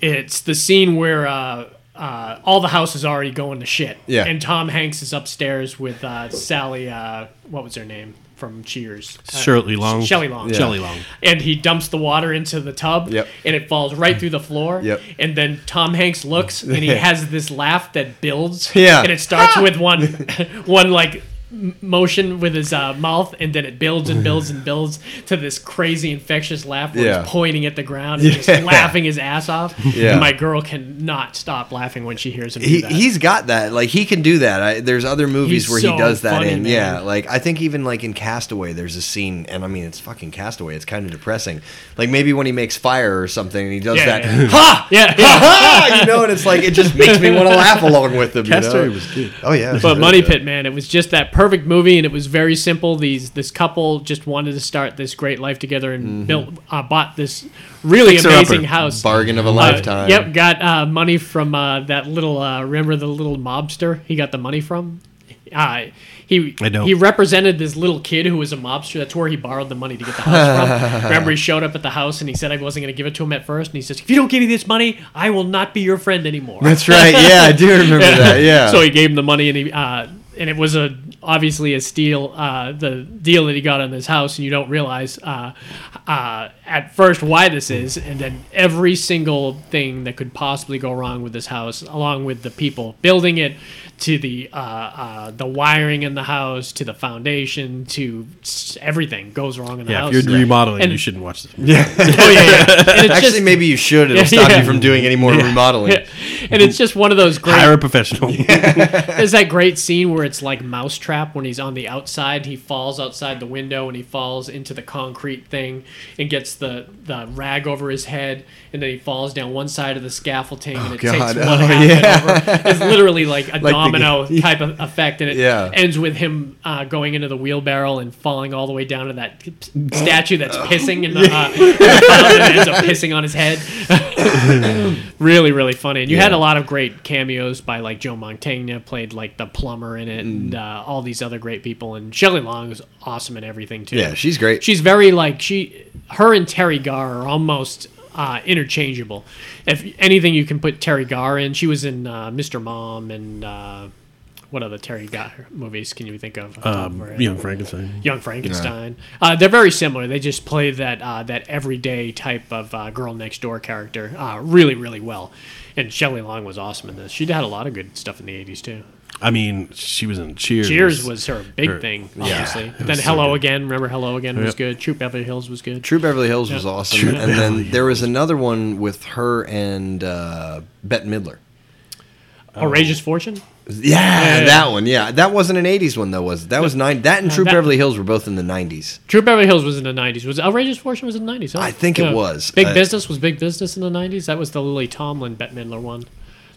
Speaker 4: it's the scene where uh, uh, all the house is already going to shit.
Speaker 5: Yeah.
Speaker 4: And Tom Hanks is upstairs with uh, Sally, uh, what was her name from Cheers? Uh,
Speaker 6: Shirley Long.
Speaker 4: Shelley Long.
Speaker 6: Shelley Long.
Speaker 4: And he dumps the water into the tub,
Speaker 5: Yep.
Speaker 4: and it falls right through the floor.
Speaker 5: Yep.
Speaker 4: And then Tom Hanks looks, and
Speaker 5: [LAUGHS]
Speaker 4: he has this laugh that builds.
Speaker 5: Yeah.
Speaker 4: And it starts with
Speaker 5: [LAUGHS]
Speaker 4: one, [LAUGHS] one like m- motion with his uh, mouth, and then it builds and builds and builds to this crazy infectious laugh where
Speaker 5: Yeah.
Speaker 4: he's pointing at the ground and
Speaker 5: [LAUGHS]
Speaker 4: just laughing his ass off.
Speaker 5: Yeah.
Speaker 4: And my girl cannot stop laughing when she hears him. do
Speaker 5: he,
Speaker 4: that.
Speaker 5: he's got that. Like he can do that. I, there's other movies
Speaker 4: He's
Speaker 5: where
Speaker 4: so
Speaker 5: he does that
Speaker 4: funny,
Speaker 5: in.
Speaker 4: man.
Speaker 5: Yeah, like I think even like in Castaway, there's a scene, and I mean it's fucking Castaway. It's kind of depressing. Like maybe when he makes fire or something, and he does
Speaker 4: Yeah,
Speaker 5: that [LAUGHS]
Speaker 4: yeah.
Speaker 5: ha
Speaker 4: yeah.
Speaker 5: ha, you know, and it's like it just makes me want to laugh along with him.
Speaker 6: Castaway
Speaker 5: you know?
Speaker 6: was good.
Speaker 5: Oh yeah, it was
Speaker 4: But
Speaker 5: really
Speaker 4: Money
Speaker 5: good.
Speaker 4: Pit, man, it was just that perfect movie, and it was very simple. These this couple just wanted to start this great life together and
Speaker 6: Mm-hmm.
Speaker 4: built uh, bought this really
Speaker 6: Fixer
Speaker 4: amazing
Speaker 6: upper.
Speaker 4: house.
Speaker 5: bargain of a
Speaker 4: Uh,
Speaker 5: lifetime.
Speaker 4: Yep, got uh, money from uh, that little. Uh, remember the little mobster? He got the money from. Uh, he
Speaker 6: I don't.
Speaker 4: he represented this little kid who was a mobster. That's where he borrowed the money to get the house
Speaker 6: [LAUGHS]
Speaker 4: from. Remember, he showed up at the house and he said I wasn't going to give it to him at first, and he says, "If you don't give me this money, I will not be your friend anymore."
Speaker 5: That's right. Yeah, I do remember
Speaker 6: [LAUGHS]
Speaker 5: that. Yeah.
Speaker 4: So he gave him the money, and he uh, and it was a obviously a steal, uh, the deal that he got on this house, and you don't realize uh, uh, at first why this is, and then every single thing that could possibly go wrong with this house, along with the people building it, to the uh, uh, the wiring in the house to the foundation to s- everything goes wrong in the
Speaker 6: Yeah,
Speaker 4: house.
Speaker 6: if you're remodeling,
Speaker 4: And-
Speaker 6: you shouldn't watch this.
Speaker 4: [LAUGHS] Oh yeah,
Speaker 6: [LAUGHS]
Speaker 4: yeah. And it's
Speaker 5: Actually,
Speaker 4: just,
Speaker 5: maybe you should. It'll
Speaker 4: [LAUGHS]
Speaker 5: stop
Speaker 4: Yeah.
Speaker 5: you from doing any more remodeling.
Speaker 4: [LAUGHS] and it's just one of those great.
Speaker 6: Hire
Speaker 5: [LAUGHS]
Speaker 6: a professional.
Speaker 4: There's that great scene where it's like Mousetrap when he's on the outside. He falls outside the window and he falls into the concrete thing and gets the, the rag over his head. And then he falls down one side of the scaffolding and it
Speaker 5: God.
Speaker 4: takes one
Speaker 5: [LAUGHS] Oh,
Speaker 4: half of
Speaker 5: yeah.
Speaker 4: it over. It's literally
Speaker 5: [LAUGHS]
Speaker 4: like a
Speaker 5: the-
Speaker 4: domino type of effect. And it
Speaker 5: Yeah.
Speaker 4: ends with him uh, going into the wheelbarrow and falling all the way down to that statue
Speaker 5: [LAUGHS]
Speaker 4: that's pissing in the, uh, in the fountain and ends up pissing on his head really really funny and you had a lot of great cameos by like joe montaigne played like the plumber in it and uh, all these other great people and shelley long is awesome in everything too
Speaker 5: Yeah, she's great.
Speaker 4: she's very like she her and terry gar are almost uh, interchangeable if anything you can put terry gar in she was in uh, mr mom and uh, what other terry gar movies can you think of
Speaker 6: um, Young Frankenstein.
Speaker 4: Young Frankenstein. Uh, they're very similar. They just play that uh, that everyday type of uh, girl next door character uh, really, really well. And Shelley Long was awesome in this. She had a lot of good stuff in the '80s too.
Speaker 6: I mean, she was in Cheers.
Speaker 4: Cheers was her big
Speaker 6: her-
Speaker 4: thing,
Speaker 6: yeah,
Speaker 4: obviously.
Speaker 6: it
Speaker 4: then
Speaker 6: was so
Speaker 4: Hello
Speaker 6: good.
Speaker 4: Again, remember Hello Again was
Speaker 6: Yep.
Speaker 4: good. True Beverly Hills was good.
Speaker 5: True Beverly Hills was awesome, and then there was another one with her and uh, Bette Midler. Oh.
Speaker 4: Outrageous Fortune.
Speaker 5: Yeah, that one. Yeah, that wasn't an '80s one though, was it? That was nine. That and True
Speaker 4: that-
Speaker 5: Beverly Hills were both in the '90s.
Speaker 4: True Beverly Hills was in the '90s. Was Outrageous Fortune was in the '90s? Huh?
Speaker 5: I think it was.
Speaker 4: Big
Speaker 5: Uh,
Speaker 4: Business was Big Business in the '90s. That was the Lily Tomlin, Bette Midler one.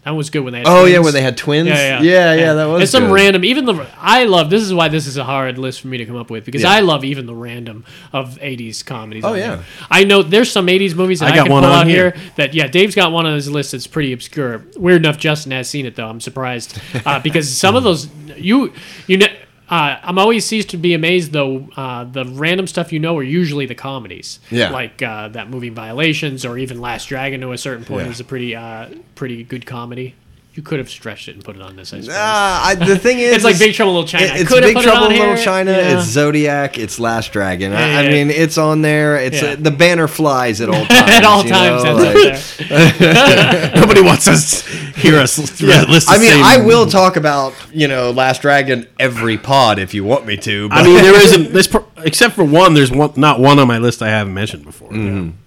Speaker 4: That was good when they. Had
Speaker 5: Oh yeah,
Speaker 4: twins.
Speaker 5: when they had twins.
Speaker 4: Yeah, yeah,
Speaker 5: yeah, yeah, that was.
Speaker 4: It's some
Speaker 5: good.
Speaker 4: random. Even the I love. This is why this is a hard list for me to come up with because
Speaker 5: Yeah.
Speaker 4: I love even the random of '80s comedies.
Speaker 5: Oh,
Speaker 4: on
Speaker 5: yeah.
Speaker 4: here. I know there's some '80s movies that
Speaker 6: I
Speaker 4: I,
Speaker 6: got
Speaker 4: can
Speaker 6: one
Speaker 4: pull
Speaker 6: on
Speaker 4: out here.
Speaker 6: here.
Speaker 4: that yeah, Dave's got one on his list that's pretty obscure. Weird enough, Justin has seen it though. I'm surprised uh, [LAUGHS] because some of those you you know. Uh, I'm always ceased to be amazed, though. Uh, the random stuff you know are usually the comedies,
Speaker 5: Yeah.
Speaker 4: Like uh, that movie Violations, or even Last Dragon. To a certain point,
Speaker 5: Yeah.
Speaker 4: is a pretty, uh, pretty good comedy. You could have stretched it and put it on this. I suppose.
Speaker 5: Ah, I, the thing is,
Speaker 4: It's like
Speaker 5: is
Speaker 4: Big Trouble in Little China.
Speaker 5: it-
Speaker 4: I
Speaker 5: It's
Speaker 4: could've
Speaker 5: Big
Speaker 4: put it
Speaker 5: Trouble
Speaker 4: on
Speaker 5: in Little
Speaker 4: here.
Speaker 5: China.
Speaker 4: Yeah.
Speaker 5: It's Zodiac. It's Last Dragon. I,
Speaker 4: Yeah,
Speaker 5: I
Speaker 4: yeah.
Speaker 5: mean, it's on there. It's
Speaker 4: Yeah.
Speaker 5: uh, the banner flies at all
Speaker 4: [LAUGHS] [LAUGHS]
Speaker 5: times.
Speaker 4: At all
Speaker 5: you
Speaker 4: times,
Speaker 5: know,
Speaker 4: that's
Speaker 5: like-
Speaker 4: up there.
Speaker 6: [LAUGHS] Nobody wants us hear us yeah. list. the
Speaker 5: I mean,
Speaker 6: same-
Speaker 5: I [LAUGHS] will talk about you know Last Dragon every pod if you want me to. But
Speaker 6: I
Speaker 5: [LAUGHS]
Speaker 6: mean, there
Speaker 4: [LAUGHS]
Speaker 6: isn't this except for one. There's one, not one on my list I haven't mentioned before.
Speaker 4: Mm-hmm.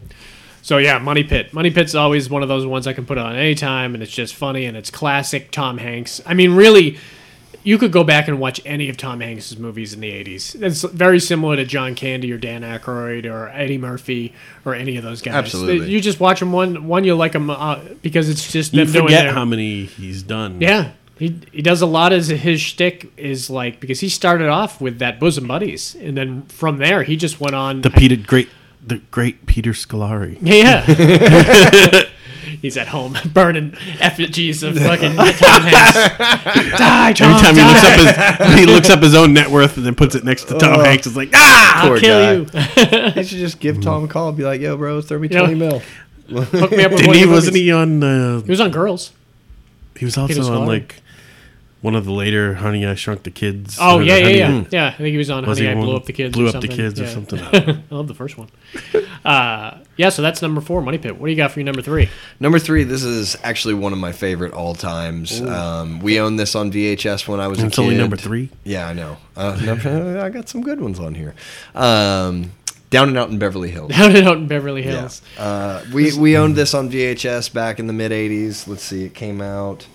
Speaker 4: So yeah, Money Pit. Money Pit's always one of those ones I can put on any time, and it's just funny and it's classic Tom Hanks. I mean, really, you could go back and watch any of Tom Hanks' movies in the '80s. It's very similar to John Candy or Dan Aykroyd or Eddie Murphy or any of those guys.
Speaker 5: Absolutely.
Speaker 4: You just watch them one one, you like them uh, because it's just
Speaker 6: You
Speaker 4: them doing
Speaker 6: forget
Speaker 4: their-
Speaker 6: how many he's done.
Speaker 4: Yeah. He, he does a lot as his shtick is like because he started off with that bosom buddies and then from there he just went on
Speaker 6: the Peter great, the great Peter Scolari.
Speaker 4: [LAUGHS] yeah [LAUGHS] he's at home [LAUGHS] burning effigies of fucking Tom Hanks die Tom
Speaker 6: Every time he
Speaker 4: die.
Speaker 6: looks up his he looks up his own net worth and then puts it next to Tom
Speaker 4: Oh.
Speaker 6: Hanks. It's like ah,
Speaker 5: poor
Speaker 4: I'll kill
Speaker 5: guy.
Speaker 4: you
Speaker 5: I should just give Tom a call and be like, "Yo, bro, throw me
Speaker 4: You know-
Speaker 5: twenty mil."
Speaker 4: hook me up with
Speaker 6: [LAUGHS] didn't
Speaker 4: one of
Speaker 6: he?
Speaker 4: your
Speaker 6: Wasn't
Speaker 4: movies.
Speaker 6: he on? Uh,
Speaker 4: he was on Girls
Speaker 6: he was also
Speaker 4: Peter Scolari.
Speaker 6: on like one of the later Honey I Shrunk the Kids.
Speaker 4: oh
Speaker 6: or
Speaker 4: yeah yeah
Speaker 6: Honey-
Speaker 4: yeah yeah I think he was on
Speaker 6: Was
Speaker 4: Honey
Speaker 6: he
Speaker 4: I
Speaker 6: one
Speaker 4: Blew
Speaker 6: that
Speaker 4: Up the Kids
Speaker 6: Blew
Speaker 4: or
Speaker 6: up the
Speaker 4: something.
Speaker 6: kids or
Speaker 4: Yeah.
Speaker 6: something. I don't know.
Speaker 4: [LAUGHS] I love the first one uh, yeah so that's number four Money Pit what do you got for your number three [LAUGHS]
Speaker 5: Number three, this is actually one of my favorite all times. Um, we owned this on VHS when I was a
Speaker 6: It's only
Speaker 5: kid.
Speaker 6: number three?
Speaker 5: Yeah, I know. Uh, number- [LAUGHS] I got some good ones on here. Um, Down and Out in Beverly Hills.
Speaker 4: down and out in Beverly
Speaker 5: Yeah.
Speaker 4: Hills
Speaker 5: Uh, we we owned this on VHS back in the mid '80s. Let's see, it came out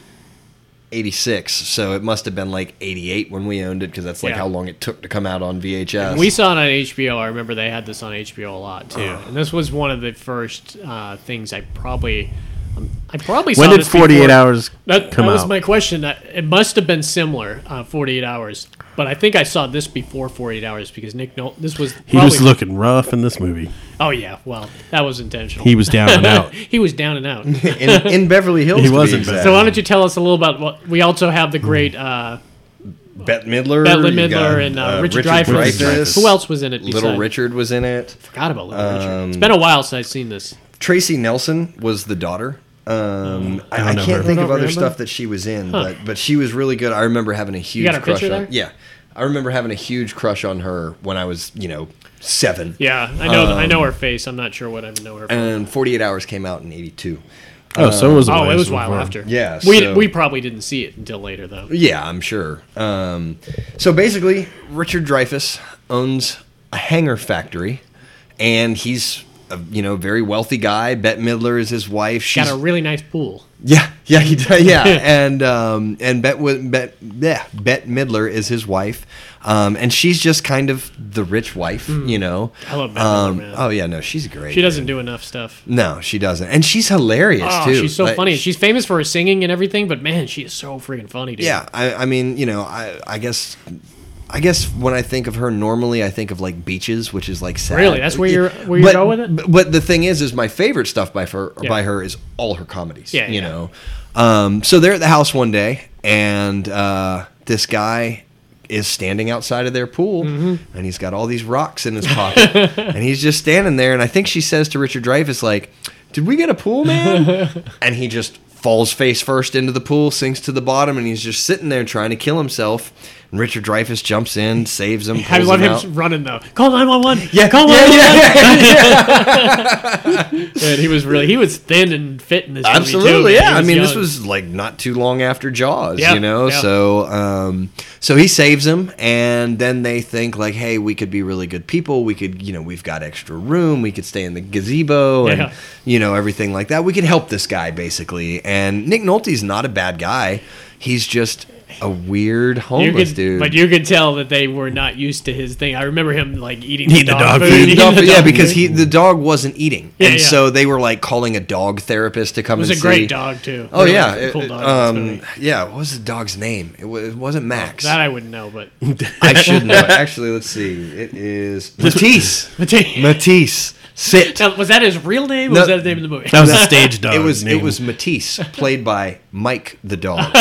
Speaker 5: '86, so it must have been like '88 when we owned it because that's like
Speaker 4: Yeah.
Speaker 5: how long it took to come out on VHS.
Speaker 4: We saw it on HBO. I remember they had this on HBO a lot too, and this was one of the first uh, things I probably, um, I probably.
Speaker 6: When
Speaker 4: saw
Speaker 6: did
Speaker 4: this
Speaker 6: 48
Speaker 4: before-
Speaker 6: Hours
Speaker 4: That,
Speaker 6: come
Speaker 4: that was
Speaker 6: out?
Speaker 4: my question. I- It must have been similar, uh, Forty Eight Hours, but I think I saw this before Forty Eight Hours because Nick Nolte. This was
Speaker 6: He
Speaker 4: probably,
Speaker 6: was looking rough in this movie.
Speaker 4: Oh yeah, well that was intentional. [LAUGHS]
Speaker 6: He was down and out.
Speaker 4: he was down
Speaker 6: [LAUGHS]
Speaker 4: and out.
Speaker 5: [LAUGHS] in, in
Speaker 4: [LAUGHS]
Speaker 5: Beverly Hills.
Speaker 6: He
Speaker 5: to be
Speaker 6: was in
Speaker 5: exact.
Speaker 4: so why don't you tell us a little about what we also have the great uh,
Speaker 5: Bette Midler,
Speaker 4: Bette
Speaker 5: you
Speaker 4: Midler
Speaker 5: got,
Speaker 4: and uh, Richard,
Speaker 6: Dreyfuss.
Speaker 4: Dreyfuss.
Speaker 5: Dreyfuss,
Speaker 4: Who else was in it?
Speaker 5: Little
Speaker 4: beside-
Speaker 5: Richard was in it.
Speaker 4: Forgot about Little Richard. It's been a while since I've seen this.
Speaker 5: Tracy Nelson was the daughter. Um, I, I
Speaker 6: know
Speaker 5: can't
Speaker 6: her.
Speaker 5: think
Speaker 4: Don't
Speaker 5: of other
Speaker 4: remember?
Speaker 5: stuff that she was in, but but she was really good. I remember having a huge
Speaker 4: got her
Speaker 5: crush
Speaker 4: picture
Speaker 5: on.
Speaker 4: there?
Speaker 5: Yeah, I remember having a huge crush on her when I was you know seven. Um,
Speaker 4: Yeah, I know. I know her face. I'm not sure what I know her. From.
Speaker 5: And 48 Hours came out in 82.
Speaker 6: Oh, so it was. a
Speaker 4: Oh, it
Speaker 6: ways
Speaker 4: was a while
Speaker 6: before.
Speaker 4: after.
Speaker 5: Yeah,
Speaker 4: we
Speaker 5: so-
Speaker 4: we probably didn't see it until later though.
Speaker 5: Yeah, I'm sure. Um, so basically, Richard Dreyfuss owns a hangar factory, and he's a you know very wealthy guy. Bette Midler is his wife. She's
Speaker 4: Got a really nice pool.
Speaker 5: yeah, yeah, he does, yeah, [LAUGHS] and um, and Bet Bet yeah, Bet Midler is his wife, um, and she's just kind of the rich wife, you know.
Speaker 4: Hmm. I love Bette Midler,
Speaker 5: um,
Speaker 4: man.
Speaker 5: Oh yeah, no, she's great.
Speaker 4: She doesn't do enough stuff.
Speaker 5: No, she doesn't, and she's hilarious
Speaker 4: Oh,
Speaker 5: too.
Speaker 4: she's so
Speaker 5: Like,
Speaker 4: funny. She's famous for her singing and everything, but man, she is so freaking funny, dude.
Speaker 5: Yeah, I, I mean, you know, I, I guess, I guess when I think of her normally, I think of like beaches, which is like sad.
Speaker 4: Really? That's where you're- where you
Speaker 5: but,
Speaker 4: go with it?
Speaker 5: But, but the thing is, is my favorite stuff by her
Speaker 4: Yeah.
Speaker 5: by her is all her comedies.
Speaker 4: Yeah,
Speaker 5: you
Speaker 4: yeah.
Speaker 5: know. Um, so they're at the house one day, and uh, this guy is standing outside of their pool,
Speaker 4: Mm-hmm.
Speaker 5: and he's got all these rocks in his pocket,
Speaker 4: [LAUGHS]
Speaker 5: and he's just standing there. And I think she says to Richard Dreyfuss, like, "Did we get a pool, [LAUGHS] man?" and he just falls face first into the pool, sinks to the bottom, and he's just sitting there trying to kill himself. And Richard Dreyfuss jumps in, saves him.
Speaker 4: I
Speaker 5: pulls
Speaker 4: love him
Speaker 5: him out.
Speaker 4: running though. Call nine one one.
Speaker 5: Yeah,
Speaker 4: call
Speaker 5: yeah,
Speaker 4: nine one
Speaker 5: yeah, yeah.
Speaker 4: one. He was really he was thin and fit in this. movie, too,
Speaker 5: Absolutely,
Speaker 4: man.
Speaker 5: yeah.
Speaker 4: He
Speaker 5: I mean, this
Speaker 4: young.
Speaker 5: was like not too long after Jaws,
Speaker 4: Yeah,
Speaker 5: you know.
Speaker 4: yeah.
Speaker 5: So, um, so he saves him, and then they think like, "Hey, we could be really good people. We could, you know, we've got extra room. We could stay in the gazebo, and
Speaker 4: Yeah.
Speaker 5: you know, everything like that. We could help this guy basically." And Nick Nolte's not a bad guy. He's just a weird
Speaker 4: You
Speaker 5: homeless
Speaker 4: could,
Speaker 5: dude. [LAUGHS]
Speaker 4: but you could tell that they were not used to his thing. I remember him like eating
Speaker 6: Eat
Speaker 4: the, dog, food. [LAUGHS]
Speaker 5: The
Speaker 4: eating
Speaker 5: dog-
Speaker 4: the
Speaker 5: yeah,
Speaker 4: dog
Speaker 5: because
Speaker 4: food.
Speaker 5: he the dog wasn't eating,
Speaker 4: Yeah,
Speaker 5: and
Speaker 4: yeah.
Speaker 5: so they were like calling a dog therapist to
Speaker 4: It
Speaker 5: come.
Speaker 4: was
Speaker 5: and
Speaker 4: a great
Speaker 5: see-
Speaker 4: dog too.
Speaker 5: Oh
Speaker 4: Really
Speaker 5: yeah,
Speaker 4: cool
Speaker 5: it-
Speaker 4: dog.
Speaker 5: um,
Speaker 4: That's funny.
Speaker 5: yeah. What was the dog's name? It, was, it wasn't Max.
Speaker 4: that I wouldn't know, but
Speaker 5: I should know. it. Actually, let's see. It is Matisse. Matisse. Sit.
Speaker 4: Now, was that his real name? or Was
Speaker 5: No.
Speaker 4: that the name of the movie?
Speaker 6: That
Speaker 4: [LAUGHS]
Speaker 6: was a stage dog.
Speaker 5: It was
Speaker 6: name.
Speaker 5: it was Matisse, played by Mike the dog.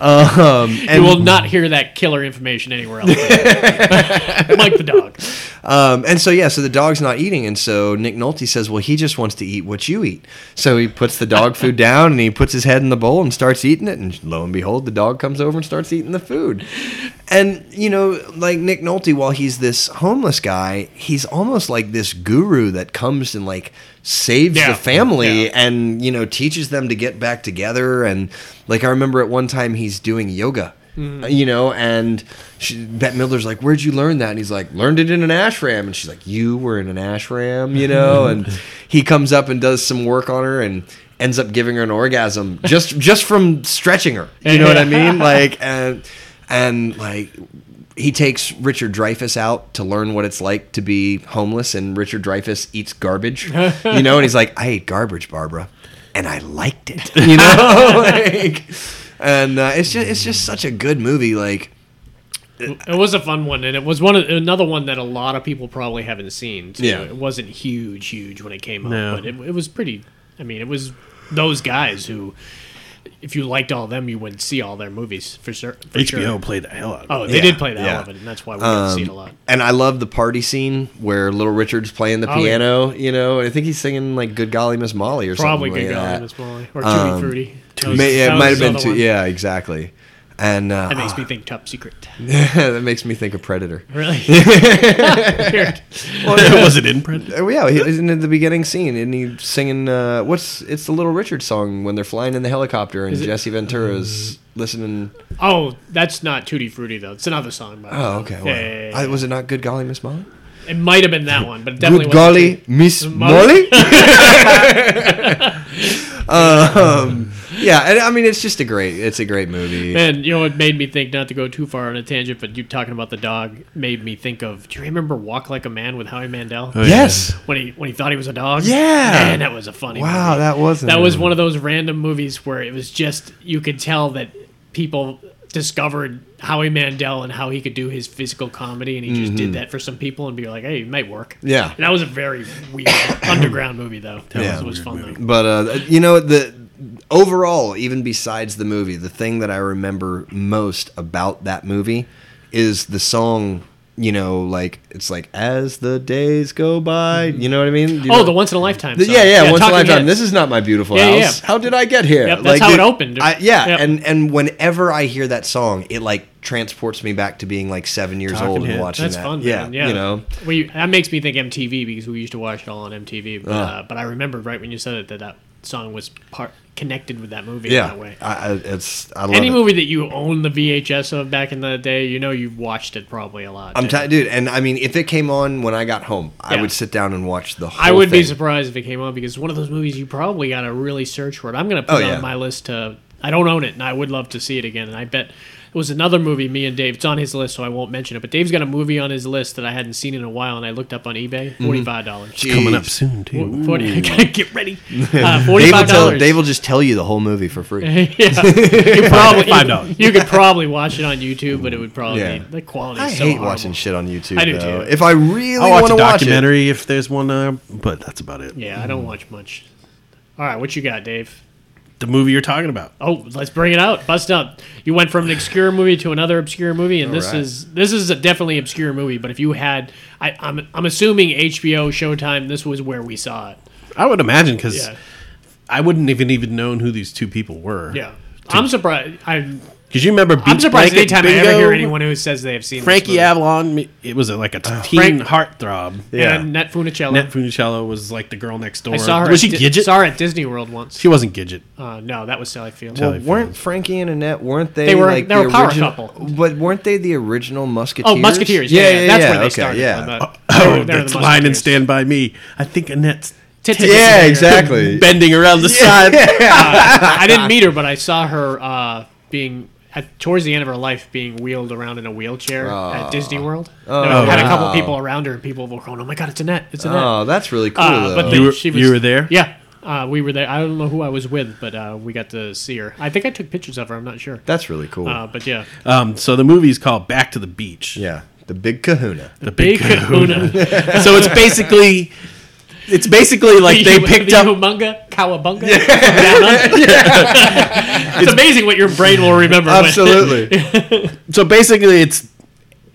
Speaker 5: um,
Speaker 4: you
Speaker 5: and
Speaker 4: will not hear that killer information anywhere
Speaker 5: [LAUGHS]
Speaker 4: else. Mike the dog.
Speaker 5: Um, and so yeah, so the dog's not eating, and so Nick Nolte says, "Well, he just wants to eat what you eat." So he puts the
Speaker 4: [LAUGHS]
Speaker 5: dog food down, and he puts his head in the bowl and starts eating it. And lo and behold, the dog comes over and starts eating the food. And you know, like Nick Nolte, while he's this homeless guy, he's almost like this guru that comes and like saves
Speaker 4: Yeah.
Speaker 5: the family
Speaker 4: Yeah.
Speaker 5: and you know teaches them to get back together. And like I remember at one time, he's doing yoga. You know, and she, Bette Midler's like, "Where'd you learn that?" And he's like, "Learned it in an ashram." And she's like, "You were in an ashram, you know?" and he comes up and does some work on her and ends up giving her an orgasm just just from stretching her. You know what
Speaker 4: [LAUGHS]
Speaker 5: I mean? Like, and and like he takes Richard Dreyfuss out to learn what it's like to be homeless, and Richard Dreyfuss eats garbage, you know, and he's like, "I ate garbage, Barbara, and I liked
Speaker 4: [LAUGHS]
Speaker 5: it," you know, like, and uh, it's just it's just such a good movie, like.
Speaker 4: It was a fun one, and it was one of, another one that a lot of people probably haven't seen. Too.
Speaker 5: Yeah.
Speaker 4: it wasn't huge, huge when it came out,
Speaker 6: No.
Speaker 4: but it, it was pretty. I mean, it was those guys who, if you liked all them, you would see all their movies for, cer- for
Speaker 6: HBO
Speaker 4: sure.
Speaker 6: played the hell out. of
Speaker 4: Oh,
Speaker 6: it.
Speaker 4: they
Speaker 5: Yeah,
Speaker 4: did play that
Speaker 5: yeah.
Speaker 4: of it, and that's why we got to see it a lot.
Speaker 5: um, And I love the party scene where Little Richard's playing the
Speaker 4: Oh, yeah.
Speaker 5: piano, you know, and I think he's singing like "Good Golly Miss Molly" or
Speaker 4: Probably
Speaker 5: something
Speaker 4: Good
Speaker 5: like
Speaker 4: Golly
Speaker 5: that.
Speaker 4: Miss Molly or Tutti
Speaker 5: Um,
Speaker 4: Frutti. That was-
Speaker 5: May, yeah,
Speaker 4: that
Speaker 5: it might
Speaker 4: was
Speaker 5: have been
Speaker 4: another
Speaker 5: too.
Speaker 4: one.
Speaker 5: Yeah, exactly. And uh,
Speaker 4: That makes me think Top Secret.
Speaker 5: [LAUGHS] that makes me think of Predator. [LAUGHS]
Speaker 4: Really? Weird.
Speaker 6: was [LAUGHS] it in print?
Speaker 4: [LAUGHS]
Speaker 5: Oh yeah, he- isn't it the beginning scene? Isn't he singing? Uh, what's it's the Little Richard song when they're flying in the helicopter and
Speaker 4: it- Mm.
Speaker 5: Jesse Ventura's listening.
Speaker 4: Oh, that's not Tutti Frutti though. It's another song. By the way.
Speaker 5: Oh, okay. Well,
Speaker 4: Yeah, yeah, yeah, yeah.
Speaker 5: I- was it not Good Golly Miss Molly?
Speaker 4: It might have been that one, but it definitely
Speaker 5: Good
Speaker 4: wasn't
Speaker 5: Golly Miss
Speaker 4: Molly? [LAUGHS]
Speaker 5: Molly. [LAUGHS] um, yeah, and I mean it's just a great, it's a great movie.
Speaker 4: And you know, it made me think not to go too far on a tangent, but you talking about the dog made me think of. Do you remember Walk Like a Man with Howie Mandel?
Speaker 5: Yes.
Speaker 4: When he when he thought he was a dog.
Speaker 5: Yeah.
Speaker 4: Man, that was a funny.
Speaker 5: Wow,
Speaker 4: movie.
Speaker 5: that wasn't.
Speaker 4: that was one of those random movies where it was just you could tell that people discovered Howie Mandel and how he could do his physical comedy, and he just did that for some people and be like, "Hey, it might work."
Speaker 5: Mm-hmm. Yeah.
Speaker 4: and that was a very
Speaker 5: [COUGHS]
Speaker 4: weird underground movie though. That
Speaker 5: Yeah.
Speaker 4: was, was fun though.
Speaker 5: But uh, you know the overall, even besides the movie, the thing that I remember most about that movie is the song. You know, like it's like as the days go by. You know what I mean? You
Speaker 4: Oh,
Speaker 5: know-
Speaker 4: the once in a lifetime.
Speaker 5: The-
Speaker 4: song.
Speaker 5: yeah, yeah, once in a
Speaker 4: Talking
Speaker 5: lifetime.
Speaker 4: Heads.
Speaker 5: This is not my beautiful
Speaker 4: Yeah,
Speaker 5: house.
Speaker 4: yeah.
Speaker 5: How did I get here?
Speaker 4: Yep, that's how it opened.
Speaker 5: I, yeah,
Speaker 4: Yep.
Speaker 5: and and whenever I hear that song, it like transports me back to being like seven years
Speaker 6: Talking
Speaker 5: old and
Speaker 6: Heads.
Speaker 5: watching
Speaker 4: That's
Speaker 5: that.
Speaker 4: fun,
Speaker 5: yeah,
Speaker 4: man. Yeah,
Speaker 5: you know.
Speaker 4: we that makes me think MTV because we used to watch it all on MTV. But, uh, but I remembered right when you said it that that song was part connected with that movie in
Speaker 5: Yeah,
Speaker 4: that way.
Speaker 5: I, I, it's I love
Speaker 4: Any
Speaker 5: it.
Speaker 4: movie that you own the VHS of back in the day, you know you've watched it probably a lot.
Speaker 5: I'm
Speaker 4: too.
Speaker 5: t- dude, and I mean, if it came on when I got home, I
Speaker 4: Yeah.
Speaker 5: would sit down and watch the whole.
Speaker 4: I would be
Speaker 5: thing.
Speaker 4: surprised if it came on because it's one of those movies you probably got to really search for it. I'm going to put
Speaker 5: Oh,
Speaker 4: it
Speaker 5: yeah.
Speaker 4: on my list to. I don't own it, and I would love to see it again. And I bet it was another movie me and Dave. It's on his list, so I won't mention it. But Dave's got a movie on his list that I hadn't seen in a while, and I looked up on eBay.
Speaker 5: Mm-hmm.
Speaker 4: Forty five dollars.
Speaker 6: Coming up
Speaker 5: Jeez.
Speaker 6: soon too.
Speaker 4: Forty. gotta get ready. Uh, Forty
Speaker 5: [LAUGHS] Dave will,
Speaker 4: five
Speaker 5: tell,
Speaker 4: dollars.
Speaker 5: Dave will just tell you the whole movie for
Speaker 4: [LAUGHS]
Speaker 5: free. [LAUGHS]
Speaker 4: you probably
Speaker 6: $5.
Speaker 4: You could probably watch it on YouTube, but it would probably
Speaker 5: Yeah.
Speaker 4: be, the quality.
Speaker 5: I
Speaker 4: is so
Speaker 5: hate
Speaker 4: horrible.
Speaker 5: watching shit on YouTube.
Speaker 4: I do
Speaker 5: though.
Speaker 4: too.
Speaker 5: If I really
Speaker 6: I'll watch
Speaker 5: want
Speaker 6: a
Speaker 5: to watch it,
Speaker 6: documentary if there's one, uh, but that's about it.
Speaker 4: Yeah, I don't watch much. All right, what you got, Dave?
Speaker 6: The movie you're talking about.
Speaker 4: Oh, let's bring it out. Bust up. You went from an obscure movie to another obscure movie, and this
Speaker 5: right.
Speaker 4: is this is a definitely obscure movie. But if you had, I, I'm I'm assuming HBO, Showtime, this was where we saw it.
Speaker 6: I would imagine because
Speaker 4: Yeah,
Speaker 6: I wouldn't even even known who these two people were.
Speaker 4: yeah. I'm surprised. I'm,
Speaker 6: because you remember. Beach
Speaker 4: I'm surprised
Speaker 6: Blanket
Speaker 4: anytime I ever
Speaker 6: Bingo?
Speaker 4: hear anyone who says they have seen this
Speaker 6: Frankie
Speaker 4: movie.
Speaker 6: Avalon. me- It was a, like a teen
Speaker 4: Frank-
Speaker 6: heartthrob.
Speaker 5: Yeah.
Speaker 4: and Net Funicello.
Speaker 6: Annette Funicello was like the girl next door.
Speaker 4: I saw her.
Speaker 6: Was she
Speaker 4: at Di-
Speaker 6: Gidget?
Speaker 4: Saw her at Disney World once.
Speaker 6: She wasn't Gidget.
Speaker 4: Uh, no, that was Sally Field.
Speaker 6: Sally
Speaker 5: Well, weren't Frankie and Annette? Weren't they?
Speaker 4: They were-
Speaker 5: like
Speaker 4: they were
Speaker 5: the
Speaker 4: a power
Speaker 5: original,
Speaker 4: couple.
Speaker 5: But weren't they the original Musketeers?
Speaker 4: oh, Musketeers. Yeah, yeah, that's where they
Speaker 5: okay,
Speaker 4: started.
Speaker 5: Yeah,
Speaker 4: but they were-
Speaker 6: Oh,
Speaker 4: they were
Speaker 6: that's
Speaker 4: the
Speaker 6: line and
Speaker 4: Musketeers.
Speaker 6: Stand By Me. I think Annette's
Speaker 4: Tits-
Speaker 5: yeah,
Speaker 4: [LAUGHS]
Speaker 5: exactly. [LAUGHS]
Speaker 6: bending around the side.
Speaker 4: I didn't meet her, but I saw her uh, being at, towards the end of her life being wheeled around in a wheelchair at Disney World. Oh, had a couple
Speaker 5: wow.
Speaker 4: people around her, and people were going, "Oh my god, it's Annette! It's Annette!"
Speaker 5: Oh, that's really cool.
Speaker 4: uh,
Speaker 5: though.
Speaker 4: but
Speaker 6: You
Speaker 4: then
Speaker 6: were-
Speaker 4: she was,
Speaker 6: you were there?
Speaker 4: Yeah, uh, we were there. I don't know who I was with, but uh, we got to see her. I think I took pictures of her. I'm not sure.
Speaker 5: that's really cool.
Speaker 4: Uh, but yeah,
Speaker 6: Um, so the movie's called Back to the Beach.
Speaker 5: yeah, the Big Kahuna.
Speaker 6: The
Speaker 4: big
Speaker 6: big.
Speaker 4: kahuna.
Speaker 6: so it's basically, it's
Speaker 4: [LAUGHS]
Speaker 6: basically like [LAUGHS] they
Speaker 4: The-
Speaker 6: picked
Speaker 4: the
Speaker 6: up.
Speaker 4: humunga, cowabunga.
Speaker 5: [LAUGHS]
Speaker 4: it's amazing what your brain will remember. when- [LAUGHS]
Speaker 5: Absolutely.
Speaker 6: So basically, it's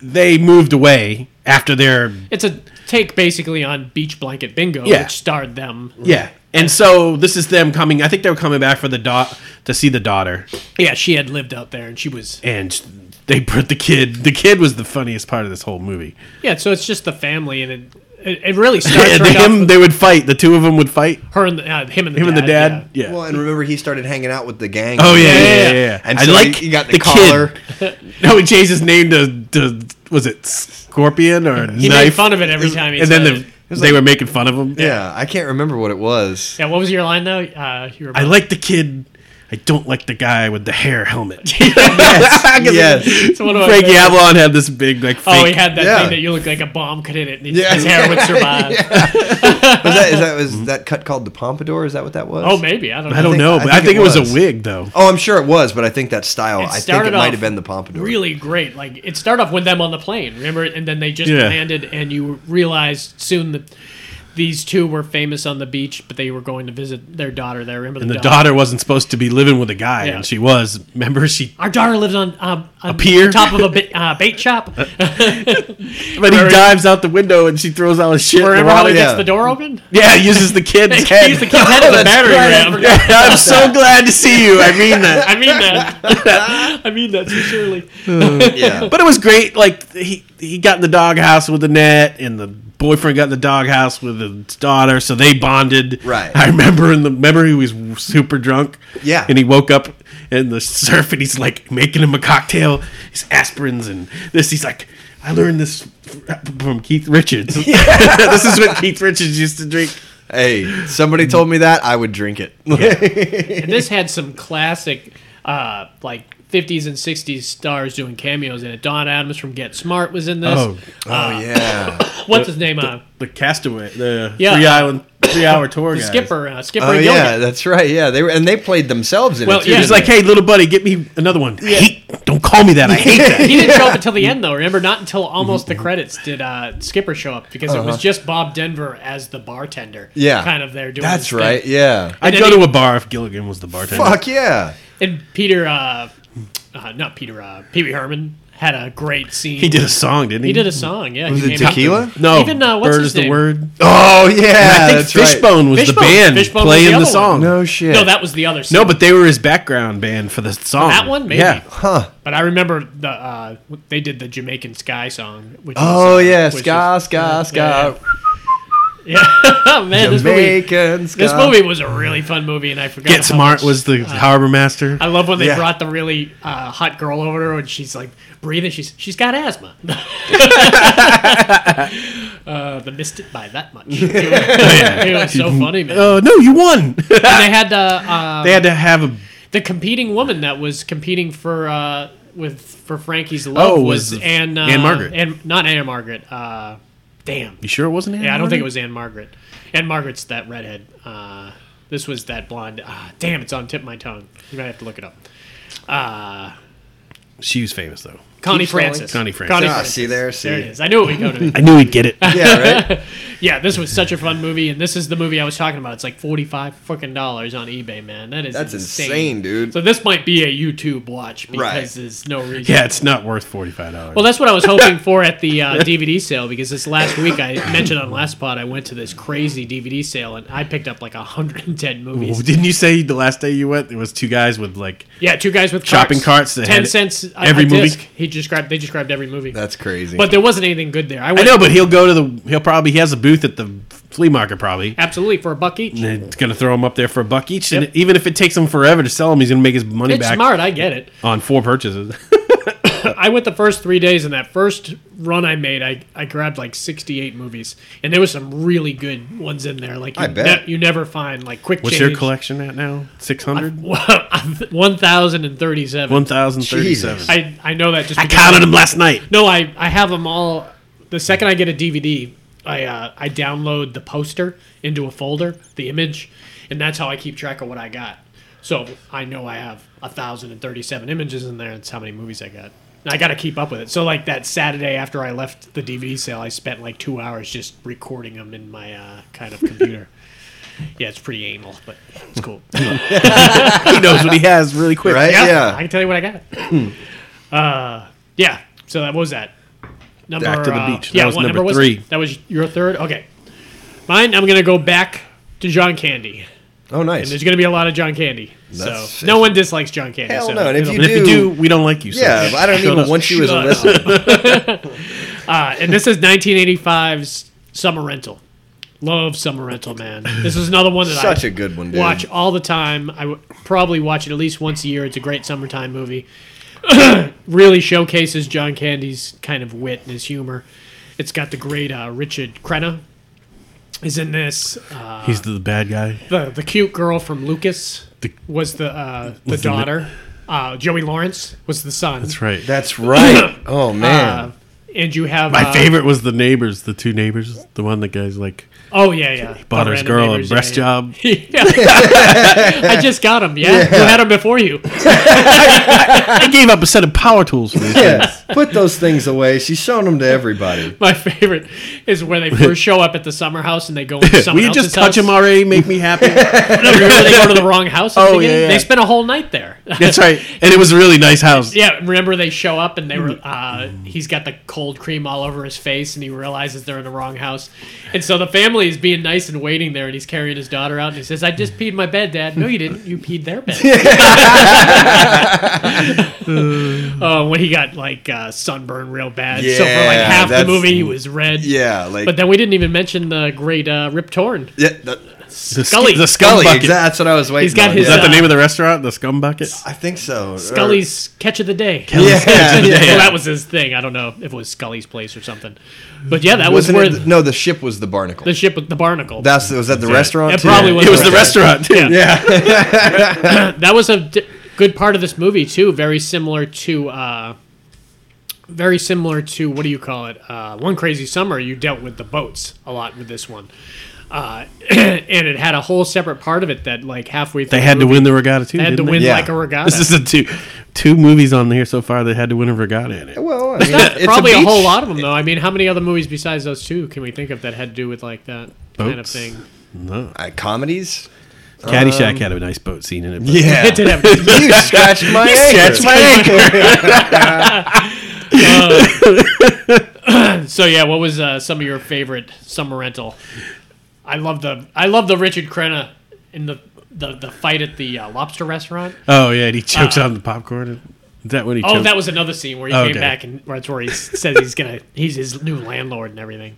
Speaker 6: they moved away after their
Speaker 4: it's a take basically on Beach Blanket Bingo,
Speaker 6: Yeah.
Speaker 4: which starred them.
Speaker 6: yeah. And so this is them coming. I think they were coming back for the dot to see the daughter,
Speaker 4: Yeah, she had lived out there, and she was.
Speaker 6: and they put the kid. The kid was the funniest part of this whole movie.
Speaker 4: Yeah, so it's just the family, and it it, it really starts
Speaker 6: [LAUGHS] And
Speaker 4: right off
Speaker 6: him,
Speaker 4: with
Speaker 6: they would fight. The two of them would fight.
Speaker 4: her and the, uh, him and the
Speaker 6: Him
Speaker 4: dad,
Speaker 6: and the dad.
Speaker 4: yeah.
Speaker 6: Yeah.
Speaker 5: well, and remember he started hanging out with the gang.
Speaker 6: Oh yeah, yeah,
Speaker 4: Yeah.
Speaker 6: yeah. yeah.
Speaker 5: And
Speaker 6: I
Speaker 5: so
Speaker 6: like
Speaker 5: he- he got the
Speaker 6: the,
Speaker 5: collar.
Speaker 6: kid. [LAUGHS] no, he changed his name to, to was it Scorpion or
Speaker 4: He
Speaker 6: Knife?
Speaker 4: made fun of it every time he
Speaker 6: and
Speaker 4: said
Speaker 6: then
Speaker 4: it.
Speaker 6: the, they were making fun of him.
Speaker 5: Yeah, I can't remember what it was.
Speaker 4: [LAUGHS] Yeah, what was your line though? Uh, you were
Speaker 6: I like the kid. I don't like the guy with the
Speaker 4: [LAUGHS]
Speaker 6: hair helmet. [LAUGHS]
Speaker 5: yes.
Speaker 4: So what do I
Speaker 6: Frankie
Speaker 4: say?
Speaker 6: Avalon had this big like fake.
Speaker 4: Oh, he had that
Speaker 5: Yeah.
Speaker 4: thing that you look like a bomb could hit it, and his,
Speaker 5: Yeah.
Speaker 4: his hair
Speaker 6: [LAUGHS]
Speaker 4: would survive.
Speaker 5: Was that, is that was that cut called the pompadour? Is that what that was?
Speaker 4: Oh, maybe I don't know.
Speaker 6: I don't know, but I think, it was. a wig though.
Speaker 5: Oh, I'm sure it was, but I think that style.
Speaker 4: It
Speaker 5: I think
Speaker 4: started
Speaker 5: it might
Speaker 4: off
Speaker 5: have been the pompadour.
Speaker 4: Really great. Like it started off with them on the plane, remember? And then they just
Speaker 6: Yeah.
Speaker 4: landed, and you realized soon that these two were famous on the beach, but they were going to visit their daughter there. Remember
Speaker 6: And the daughter wasn't supposed to be living with a guy,
Speaker 4: Yeah.
Speaker 6: and she was. [LAUGHS] Remember, she
Speaker 4: Our daughter lives on um, on
Speaker 6: pier?
Speaker 4: the top of a bit, uh, bait
Speaker 6: [LAUGHS]
Speaker 4: shop.
Speaker 6: but he
Speaker 4: Where-
Speaker 6: dives out the window and she throws all his shit. in the
Speaker 4: Where
Speaker 6: water.
Speaker 4: Raleigh gets
Speaker 5: yeah.
Speaker 4: the door
Speaker 6: [LAUGHS]
Speaker 4: open.
Speaker 6: yeah, uses
Speaker 4: [LAUGHS]
Speaker 6: the kid's head.
Speaker 4: He's the kid's head
Speaker 6: [LAUGHS]
Speaker 4: as a battery ram.
Speaker 6: I'm so glad to see you. I mean
Speaker 4: [LAUGHS]
Speaker 6: that.
Speaker 4: I mean
Speaker 6: [LAUGHS]
Speaker 4: that. I mean that sincerely.
Speaker 5: Yeah.
Speaker 6: But it was great. Like he he got in the doghouse with Annette, and the boyfriend got in the doghouse with his daughter, so they bonded.
Speaker 5: Right.
Speaker 6: I remember in the remember he was super drunk.
Speaker 5: Yeah.
Speaker 6: And he woke up in the surf, and he's like making him a cocktail, his aspirins and this. He's like, I learned this from Keith Richards. [LAUGHS] this is what Keith Richards used to drink.
Speaker 5: [LAUGHS] hey, somebody told me that I would drink it.
Speaker 4: And this had some classic, uh, like. 50s and 60s stars doing cameos in it. Don Adams from Get Smart was in this.
Speaker 6: Oh.
Speaker 5: [LAUGHS] oh yeah.
Speaker 4: What's his name? Uh,
Speaker 6: The castaway, the
Speaker 4: Yeah.
Speaker 6: three island, three hour tour guy.
Speaker 4: Skipper. Uh, Skipper
Speaker 5: Oh
Speaker 4: Gilligan.
Speaker 5: yeah, that's right. Yeah, they were and they played themselves in
Speaker 4: Well,
Speaker 5: it. Too,
Speaker 4: yeah.
Speaker 5: didn't
Speaker 6: He's like,
Speaker 5: they?
Speaker 6: hey, little buddy, get me another one. I hate, don't call me that. I hate that.
Speaker 4: [LAUGHS] [LAUGHS] he didn't show up
Speaker 5: [LAUGHS]
Speaker 4: until the end, though. Remember, not until almost
Speaker 5: Mm-hmm.
Speaker 4: the credits did uh, Skipper show up because it was just Bob Denver as the bartender.
Speaker 5: Uh-huh. yeah,
Speaker 4: kind of there doing. his
Speaker 5: That's
Speaker 4: thing.
Speaker 5: right. Yeah.
Speaker 6: I'd
Speaker 4: And
Speaker 6: go
Speaker 4: then
Speaker 6: to a bar if Gilligan was the bartender.
Speaker 5: Fuck yeah.
Speaker 4: And Peter, uh, uh, not Peter, uh, Pee Wee Herman had a great scene.
Speaker 6: He did a song, didn't he?
Speaker 4: He did a song. Yeah,
Speaker 5: Was
Speaker 4: he
Speaker 5: it
Speaker 4: came out-
Speaker 5: tequila?
Speaker 6: No,
Speaker 4: Even, uh, what's
Speaker 6: Bird
Speaker 4: his
Speaker 6: is
Speaker 4: name?
Speaker 6: the word.
Speaker 5: Oh yeah.
Speaker 6: I think
Speaker 5: that's right.
Speaker 6: Fishbone was
Speaker 4: Fishbone-
Speaker 6: the band
Speaker 4: Fishbone was the
Speaker 6: playing the,
Speaker 4: other one.
Speaker 6: song.
Speaker 5: No shit.
Speaker 4: No, that was the other. Scene.
Speaker 6: No, but they were his background band for the song.
Speaker 4: that one maybe.
Speaker 6: Yeah.
Speaker 5: Huh.
Speaker 4: But I remember the uh, they did the Jamaican Sky song. Which
Speaker 5: Oh
Speaker 4: was, uh,
Speaker 5: yeah,
Speaker 4: which
Speaker 5: ska,
Speaker 4: was-
Speaker 5: ska, ska.
Speaker 4: [LAUGHS] yeah, [LAUGHS] Yeah, man, this movie,
Speaker 5: Jamaican
Speaker 4: this
Speaker 5: ska.
Speaker 4: movie was a really fun movie, and I forgot.
Speaker 6: Uh, Get
Speaker 4: how
Speaker 6: Smart
Speaker 4: much-
Speaker 6: was the harbor master.
Speaker 4: uh, I love when they
Speaker 5: Yeah.
Speaker 4: brought the really uh, hot girl over to her, and she's like breathing. She's she's got asthma. [LAUGHS] uh, they missed it by that
Speaker 6: [LAUGHS]
Speaker 4: much. It was, it was so funny, man.
Speaker 6: Uh, no, you won. [LAUGHS]
Speaker 4: And they had uh, uh,
Speaker 6: they had to have a.
Speaker 4: the competing woman that was competing for uh, with for Frankie's love
Speaker 6: Oh,
Speaker 4: was
Speaker 6: was the-
Speaker 4: Anne uh,
Speaker 6: Anne Margaret.
Speaker 4: Anne, not Anne Margaret. Uh, damn.
Speaker 6: You sure it wasn't? Anne
Speaker 4: Yeah, I don't
Speaker 6: Margaret?
Speaker 4: think it was Anne Margaret. Anne Margaret's that redhead. Uh, this was that blonde. Ah, damn, it's on tip of my tongue. You might have to look it up. Uh,
Speaker 6: She was famous though.
Speaker 4: Connie
Speaker 5: scrolling.
Speaker 4: Francis.
Speaker 6: Connie Francis.
Speaker 5: Ah, see there,
Speaker 4: There
Speaker 5: see.
Speaker 4: it is. I knew it would go to.
Speaker 6: I knew he'd get it.
Speaker 5: [LAUGHS] Yeah, [LAUGHS] right.
Speaker 4: [LAUGHS] yeah, this was such a fun movie, and this is the movie I was talking about. It's like forty-five fucking dollars on eBay, man. That is
Speaker 5: That's
Speaker 4: insane,
Speaker 5: insane, dude.
Speaker 4: So this might be a YouTube watch because
Speaker 5: Right.
Speaker 4: there's no reason.
Speaker 6: Yeah, it's not worth forty five dollars.
Speaker 4: Well, that's what I was hoping for at the uh, DVD sale because this last week I mentioned on last pod I went to this crazy DVD sale and I picked up like 110 movies.
Speaker 6: didn't you say the last day you went there was two guys with like
Speaker 4: Yeah, two guys with
Speaker 6: Shopping
Speaker 4: carts,
Speaker 6: carts that
Speaker 4: ten
Speaker 6: had
Speaker 4: cents. a-
Speaker 6: every
Speaker 4: a
Speaker 6: movie.
Speaker 4: disc. He described. They described every movie.
Speaker 5: That's crazy.
Speaker 4: but there wasn't anything good there. I,
Speaker 6: I
Speaker 4: went,
Speaker 6: know, but he'll go to the he'll probably he has a booth at the flea market probably.
Speaker 4: absolutely for a buck each.
Speaker 6: And it's gonna throw them up there for a buck each,
Speaker 4: Yep.
Speaker 6: and even if it takes him forever to sell them, he's gonna make his money
Speaker 4: It's
Speaker 6: back
Speaker 4: smart. I get it.
Speaker 6: on four
Speaker 4: [LAUGHS]
Speaker 6: purchases.
Speaker 4: I went the first three days, and that first run I made, I, I grabbed like 68 movies, and there was some really good ones in there. Like you
Speaker 5: I bet.
Speaker 4: ne- you never find like quick.
Speaker 6: What's your
Speaker 4: change.
Speaker 6: collection at now? Six hundred.
Speaker 4: [LAUGHS] One thousand and thirty-seven.
Speaker 6: One thousand thirty-seven.
Speaker 5: Jesus.
Speaker 6: I,
Speaker 4: I I know that just.
Speaker 6: I
Speaker 4: because-
Speaker 6: counted them last night.
Speaker 4: No, I I have them all. The second I get a DVD, I uh, I download the poster into a folder, the image, and that's how I keep track of what I got. So I know I have thousand and thirty-seven images in there. That's how many movies I got. And I got to keep up with it. So like that Saturday after I left the DVD sale, I spent like two hours just recording them in my uh, kind of computer. yeah, it's pretty anal, but it's cool.
Speaker 6: He knows what he has really quick. [LAUGHS]
Speaker 5: right?
Speaker 4: Yeah,
Speaker 5: Yeah.
Speaker 4: I can tell you what I got. [CLEARS THROAT] uh, yeah. So that what was that. Number,
Speaker 6: Back to the
Speaker 4: uh,
Speaker 6: beach. That
Speaker 4: yeah,
Speaker 6: was
Speaker 4: what
Speaker 6: number
Speaker 4: was
Speaker 6: three.
Speaker 4: it? That was your third. Okay. Mine. I'm gonna go back to John Candy.
Speaker 5: Oh, nice.
Speaker 4: There's gonna be a lot of John Candy.
Speaker 5: That's-
Speaker 4: so no one dislikes John Candy.
Speaker 5: Hell
Speaker 4: so
Speaker 5: no, and if
Speaker 4: it'll-
Speaker 6: And if you do, we don't like you.
Speaker 5: [LAUGHS]
Speaker 6: so
Speaker 5: Yeah, but
Speaker 6: [LAUGHS]
Speaker 5: I don't
Speaker 6: shut
Speaker 5: even
Speaker 6: up.
Speaker 5: want you as a
Speaker 4: Shut
Speaker 5: listener.
Speaker 4: uh, and this is 1985's Summer Rental. Love Summer Rental, man. This is another one that I
Speaker 5: Such a good one, dude.
Speaker 4: watch all the time. I would probably watch it at least once a year. It's a great summertime movie. [CLEARS THROAT] really showcases John Candy's kind of wit and his humor. It's got the great uh, Richard Crenna is in this. Uh,
Speaker 6: He's the bad guy.
Speaker 4: the the cute girl from Lucas
Speaker 6: The-
Speaker 4: was the uh, the
Speaker 6: Was the-
Speaker 4: daughter. Uh, Joey Lawrence was the son.
Speaker 6: That's right.
Speaker 5: That's right. [LAUGHS] Oh man.
Speaker 4: Uh, and you have
Speaker 6: My
Speaker 4: uh,
Speaker 6: favorite was the neighbors, the two neighbors, the one that guy's like
Speaker 4: Oh yeah, yeah.
Speaker 6: bought his
Speaker 4: Random
Speaker 6: girl a
Speaker 4: neighbors, yeah,
Speaker 6: breast
Speaker 4: yeah. [LAUGHS]
Speaker 6: job.
Speaker 4: Yeah. I just got him. Yeah, who had him before you? [LAUGHS]
Speaker 6: I gave up a set of power tools for this.
Speaker 5: yeah. Put those things away. She's showing them to everybody.
Speaker 4: My favorite is when they first show up at the summer house and they go into
Speaker 6: [LAUGHS]
Speaker 4: [LAUGHS]
Speaker 6: Will
Speaker 4: someone
Speaker 6: you
Speaker 4: else's
Speaker 6: just touch
Speaker 4: house.
Speaker 6: him already? Make me happy.
Speaker 4: [LAUGHS] No, remember they go to the wrong house. at the
Speaker 6: Oh,
Speaker 4: beginning?
Speaker 6: yeah, yeah.
Speaker 4: They spent a whole night
Speaker 6: [LAUGHS]
Speaker 4: there.
Speaker 6: That's right. And it was a really nice house.
Speaker 4: Yeah, remember they show up and they
Speaker 6: Hmm.
Speaker 4: were uh, he's got the cold cream all over his face and he realizes they're in the wrong house. And so the family is being nice and waiting there and he's carrying his daughter out and he says, I just peed my bed, Dad. No you didn't, you peed their
Speaker 6: [LAUGHS]
Speaker 4: bed. [LAUGHS] uh, when he got like uh, sunburned real bad. so for like
Speaker 5: Yeah,
Speaker 4: half the
Speaker 5: that's-
Speaker 4: movie he was red.
Speaker 5: Yeah, like
Speaker 4: But then we didn't even mention the great uh, Rip Torn.
Speaker 5: yeah, that,
Speaker 6: The
Speaker 4: Scully.
Speaker 6: Sc- the scum
Speaker 5: Gully.
Speaker 6: bucket.
Speaker 5: Exactly, that's what I was waiting.
Speaker 4: He's got
Speaker 5: on,
Speaker 4: his,
Speaker 6: Is
Speaker 5: yeah.
Speaker 6: that the name of the restaurant? The scum bucket?
Speaker 5: I think so. or-
Speaker 4: Scully's catch of the day.
Speaker 5: [LAUGHS] Yeah,
Speaker 4: Well,
Speaker 5: yeah.
Speaker 4: that was his thing. I don't know if it was Scully's place or something, but yeah, that
Speaker 5: Wasn't
Speaker 4: was where
Speaker 5: it?
Speaker 4: the,
Speaker 5: no, the ship was the barnacle.
Speaker 4: ship with the barnacle.
Speaker 5: That's was that the restaurant?
Speaker 4: It
Speaker 5: too?
Speaker 4: probably was.
Speaker 6: It was the
Speaker 4: Okay.
Speaker 6: restaurant.
Speaker 4: yeah.
Speaker 5: Yeah.
Speaker 4: that was a d- good part of this movie too. Very similar to, uh, very similar to what do you call it? Uh, One Crazy Summer. You dealt with the boats a lot with this one, uh, [CLEARS THROAT] and it had a whole separate part of it that like halfway through
Speaker 6: They had
Speaker 4: the
Speaker 6: to
Speaker 4: movie,
Speaker 6: win the regatta too.
Speaker 4: they had to
Speaker 6: didn't they?
Speaker 4: win
Speaker 5: Yeah.
Speaker 4: like a regatta.
Speaker 6: This is the two two movies on here so far that had to win a regatta in it.
Speaker 5: Well, I mean,
Speaker 4: [LAUGHS]
Speaker 5: it's
Speaker 4: Probably a,
Speaker 5: beach.
Speaker 4: whole lot of them, though. I mean, how many other movies besides those two can we think of that had to do with like that kind of
Speaker 6: Boats.
Speaker 4: thing?
Speaker 6: No.
Speaker 5: Uh, [LAUGHS] comedies.
Speaker 6: Caddyshack had a nice boat scene in it. but-
Speaker 5: um, Yeah.
Speaker 4: It did have. uh,
Speaker 5: [LAUGHS] you scratched my ankle.
Speaker 6: scratched my
Speaker 4: so yeah, what was uh, some of your favorite summer rental? I love the I love the Richard Crenna in the the, the fight at the uh, lobster restaurant.
Speaker 6: Oh yeah, and he chokes on the popcorn. Is that when he?
Speaker 4: Uh, Oh,
Speaker 6: choked?
Speaker 4: that was another scene where he
Speaker 6: Okay.
Speaker 4: came back and that's where he says he's gonna he's his new landlord and everything.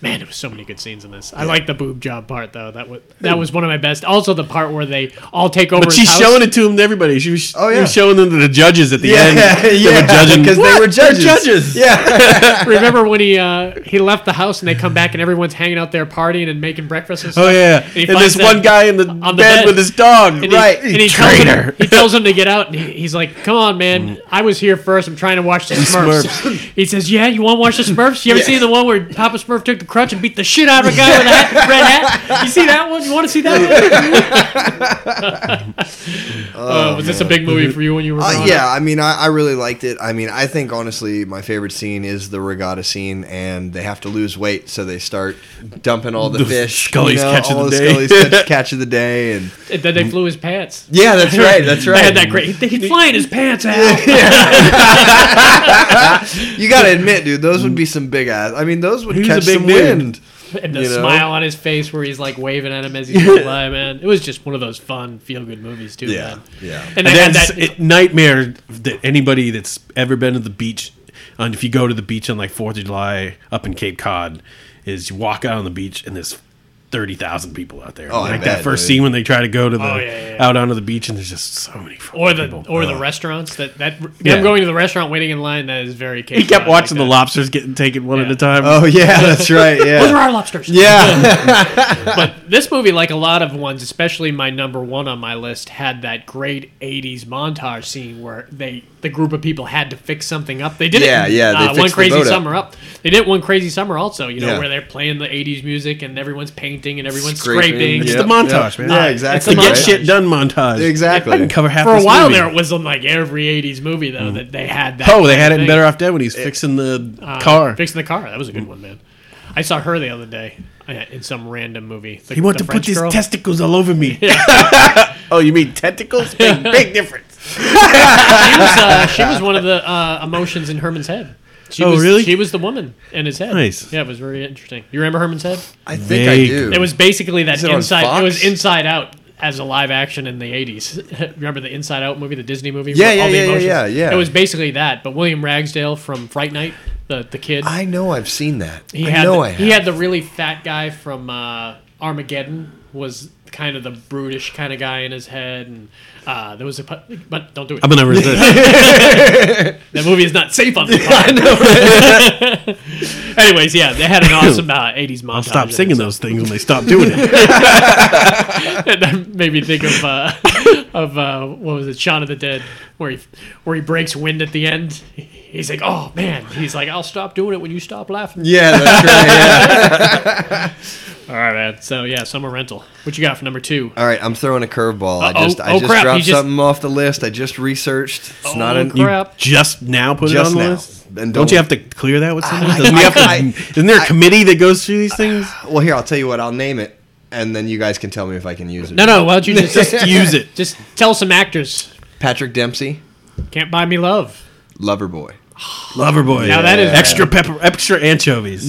Speaker 4: Man, there was so many good scenes in this. I like the boob job part though. That was that was one of my best. Also, the part where they all take over.
Speaker 6: But
Speaker 4: his
Speaker 6: she's
Speaker 4: house.
Speaker 6: showing it to him to everybody. She was,
Speaker 5: Oh,
Speaker 6: she
Speaker 5: yeah.
Speaker 6: was showing them to the judges at the end. They were
Speaker 5: yeah,
Speaker 6: judging
Speaker 5: because they were
Speaker 6: They're
Speaker 5: judges.
Speaker 6: judges. Yeah, [LAUGHS]
Speaker 4: Remember when he uh, he left the house and they come back and everyone's hanging out there partying and making breakfast. And stuff?
Speaker 6: oh yeah.
Speaker 4: he
Speaker 6: And,
Speaker 4: finds
Speaker 6: this one
Speaker 4: that
Speaker 6: guy in the,
Speaker 4: on
Speaker 6: bed,
Speaker 4: the bed.
Speaker 6: with his dog.
Speaker 4: And he-
Speaker 5: Right.
Speaker 4: and he tells, him, he tells him to get out, and he, he's like, "Come on,
Speaker 6: Mm.
Speaker 4: man! I was here first. I'm trying to watch the Smurfs." he says, "Yeah, you want to watch the Smurfs? You ever seen the one where Papa Smurf took the crutch and beat the shit out of a guy with a hat, red hat? You see that one? You want to see that
Speaker 6: [LAUGHS]
Speaker 4: one?" uh, was this a big movie for you when you were?
Speaker 5: Uh,
Speaker 4: growing
Speaker 5: yeah,
Speaker 4: up?
Speaker 5: I mean, I, I really liked it. I mean, I think honestly, my favorite scene is the regatta scene, and they have to lose weight, so they start dumping all the,
Speaker 6: The
Speaker 5: fish.
Speaker 6: Scully's catch of
Speaker 5: all
Speaker 6: the
Speaker 5: the
Speaker 6: day.
Speaker 5: Scully's catch, catch of the day, and
Speaker 4: And then they flew his pants.
Speaker 5: yeah, [LAUGHS] that's right, that's
Speaker 4: They had
Speaker 5: right.
Speaker 4: that great. He, he'd fly in his pants out.
Speaker 5: you gotta admit, dude, those would be some big ass. I mean, those would
Speaker 6: He was
Speaker 5: catch
Speaker 6: a big
Speaker 5: some
Speaker 6: dude.
Speaker 5: wind.
Speaker 4: [LAUGHS] and the
Speaker 5: You know?
Speaker 4: smile on his face where he's like waving at him as he's going by, man. It was just one of those fun, feel good movies too.
Speaker 5: Yeah,
Speaker 4: man.
Speaker 5: yeah.
Speaker 4: And, they
Speaker 6: And
Speaker 4: had
Speaker 6: that's
Speaker 4: that.
Speaker 6: a nightmare that anybody that's ever been to the beach, and if you go to the beach on like Fourth of July up in Cape Cod, is you walk out on the beach and there's thirty thousand people out there.
Speaker 5: Oh, I
Speaker 6: like
Speaker 5: bet,
Speaker 6: that first
Speaker 5: dude.
Speaker 6: scene when they try to go to the
Speaker 4: Oh, yeah, yeah, yeah.
Speaker 6: out onto the beach and there's just so many
Speaker 4: [LAUGHS]
Speaker 6: fucking
Speaker 4: or the
Speaker 6: people.
Speaker 4: or the restaurants that that
Speaker 6: Yeah.
Speaker 4: them going to the restaurant waiting in line that is very.
Speaker 6: [LAUGHS] he kept watching the
Speaker 4: line.
Speaker 6: lobsters getting taken one at
Speaker 4: Yeah.
Speaker 6: a time.
Speaker 5: Oh yeah, that's right.
Speaker 4: Those are
Speaker 5: Yeah,
Speaker 4: our lobsters.
Speaker 5: [LAUGHS] yeah.
Speaker 4: But this movie, like a lot of ones, especially my number one on my list, had that great '80s montage scene where they the group of people had to fix something up. They did
Speaker 5: Yeah,
Speaker 4: it. in,
Speaker 5: yeah, they
Speaker 4: uh,
Speaker 5: fixed
Speaker 4: one
Speaker 5: the
Speaker 4: crazy
Speaker 5: boat up.
Speaker 4: summer up. They did one crazy summer also. You know
Speaker 5: Yeah.
Speaker 4: where they're playing the '80s music and everyone's painting and everyone's
Speaker 5: Scraping,
Speaker 4: scraping.
Speaker 6: It's
Speaker 5: yeah.
Speaker 6: the montage, man.
Speaker 5: Yeah,
Speaker 4: Uh,
Speaker 5: exactly.
Speaker 6: The
Speaker 4: it's a
Speaker 6: get
Speaker 4: montage.
Speaker 6: shit done montage.
Speaker 5: Exactly.
Speaker 6: I can cover half
Speaker 4: For a
Speaker 6: this
Speaker 4: while
Speaker 6: movie. Mm.
Speaker 4: there, it was on like every '80s movie though that they had that.
Speaker 6: Oh, they had it
Speaker 4: kind
Speaker 6: in
Speaker 4: of
Speaker 6: Better
Speaker 4: thing.
Speaker 6: Off Dead when he's fixing the
Speaker 4: Uh,
Speaker 6: car.
Speaker 4: Fixing the car. That was a good one, man. I saw her the other day uh, in some random movie. The,
Speaker 6: He wanted
Speaker 4: the
Speaker 6: to
Speaker 4: French
Speaker 6: put his
Speaker 4: girl.
Speaker 6: testicles all
Speaker 4: [LAUGHS]
Speaker 6: over me. oh, you mean tentacles? Big, big difference.
Speaker 4: she was,
Speaker 6: [LAUGHS]
Speaker 4: uh, she was one of the uh, emotions in Herman's head. She
Speaker 6: Oh,
Speaker 4: was,
Speaker 6: really?
Speaker 4: She was the woman in his head.
Speaker 6: Nice. Mm.
Speaker 4: Yeah, it was very interesting. You remember Herman's head?
Speaker 5: I think I
Speaker 6: Vague.
Speaker 5: do.
Speaker 4: It was basically that
Speaker 5: it on
Speaker 4: inside. It was
Speaker 5: Fox?
Speaker 4: Inside Out as a live action in the '80s. [LAUGHS] remember the Inside Out movie, the Disney movie?
Speaker 5: Yeah,
Speaker 4: with
Speaker 5: yeah,
Speaker 4: all the
Speaker 5: yeah, yeah,
Speaker 4: emotions?
Speaker 5: yeah, yeah.
Speaker 4: It was basically that. But William Ragsdale from Fright Night, the the kid.
Speaker 5: I know I've seen that.
Speaker 4: He
Speaker 5: I
Speaker 4: had
Speaker 5: know
Speaker 4: the,
Speaker 5: I have.
Speaker 4: he had the really fat guy from uh, Armageddon was kind of the brutish kind of guy in his head, and uh, there was a pu- but don't do it.
Speaker 6: I'm gonna
Speaker 5: [LAUGHS]
Speaker 6: resist.
Speaker 4: that movie is not safe
Speaker 6: [LAUGHS]
Speaker 4: on the pod. [LAUGHS] Anyways, yeah, they had an awesome uh, '80s montage.
Speaker 6: Stop singing
Speaker 4: though.
Speaker 6: those things when they stop doing it.
Speaker 4: [LAUGHS] that made me think of uh, [LAUGHS] of uh, what was it, Shaun of the Dead, where he where he breaks wind at the end. He's like, "Oh man!" He's like, "I'll stop doing it when you stop laughing."
Speaker 5: yeah, that's right. Yeah.
Speaker 4: All right, man. So yeah, summer rental. What you got for number two?
Speaker 5: [LAUGHS] All right, I'm throwing a curveball. I
Speaker 4: Uh-oh.
Speaker 5: just I
Speaker 4: Oh,
Speaker 5: just
Speaker 4: crap,
Speaker 5: dropped
Speaker 4: he just-
Speaker 5: something off the list. I just researched. It's not
Speaker 4: Oh,
Speaker 5: an
Speaker 4: crap.
Speaker 6: Just now, put
Speaker 5: Just
Speaker 6: it on the
Speaker 5: now.
Speaker 6: list.
Speaker 5: And
Speaker 6: Don't,
Speaker 5: don't-
Speaker 6: you have to clear that with someone?
Speaker 5: I-
Speaker 6: Doesn't we have to-
Speaker 5: I-
Speaker 6: [LAUGHS] isn't there a committee that goes through
Speaker 5: [LAUGHS]
Speaker 6: these things?
Speaker 5: Well, here I'll tell you what. I'll name it, and then you guys can tell me if I can use it.
Speaker 4: No, no. Why
Speaker 6: [LAUGHS]
Speaker 4: don't you just
Speaker 6: Just use it.
Speaker 4: Just tell some actors.
Speaker 5: Patrick Dempsey,
Speaker 4: Can't buy me love.
Speaker 5: Loverboy.
Speaker 6: Loverboy.
Speaker 4: Now that is-
Speaker 6: extra pepper, extra anchovies.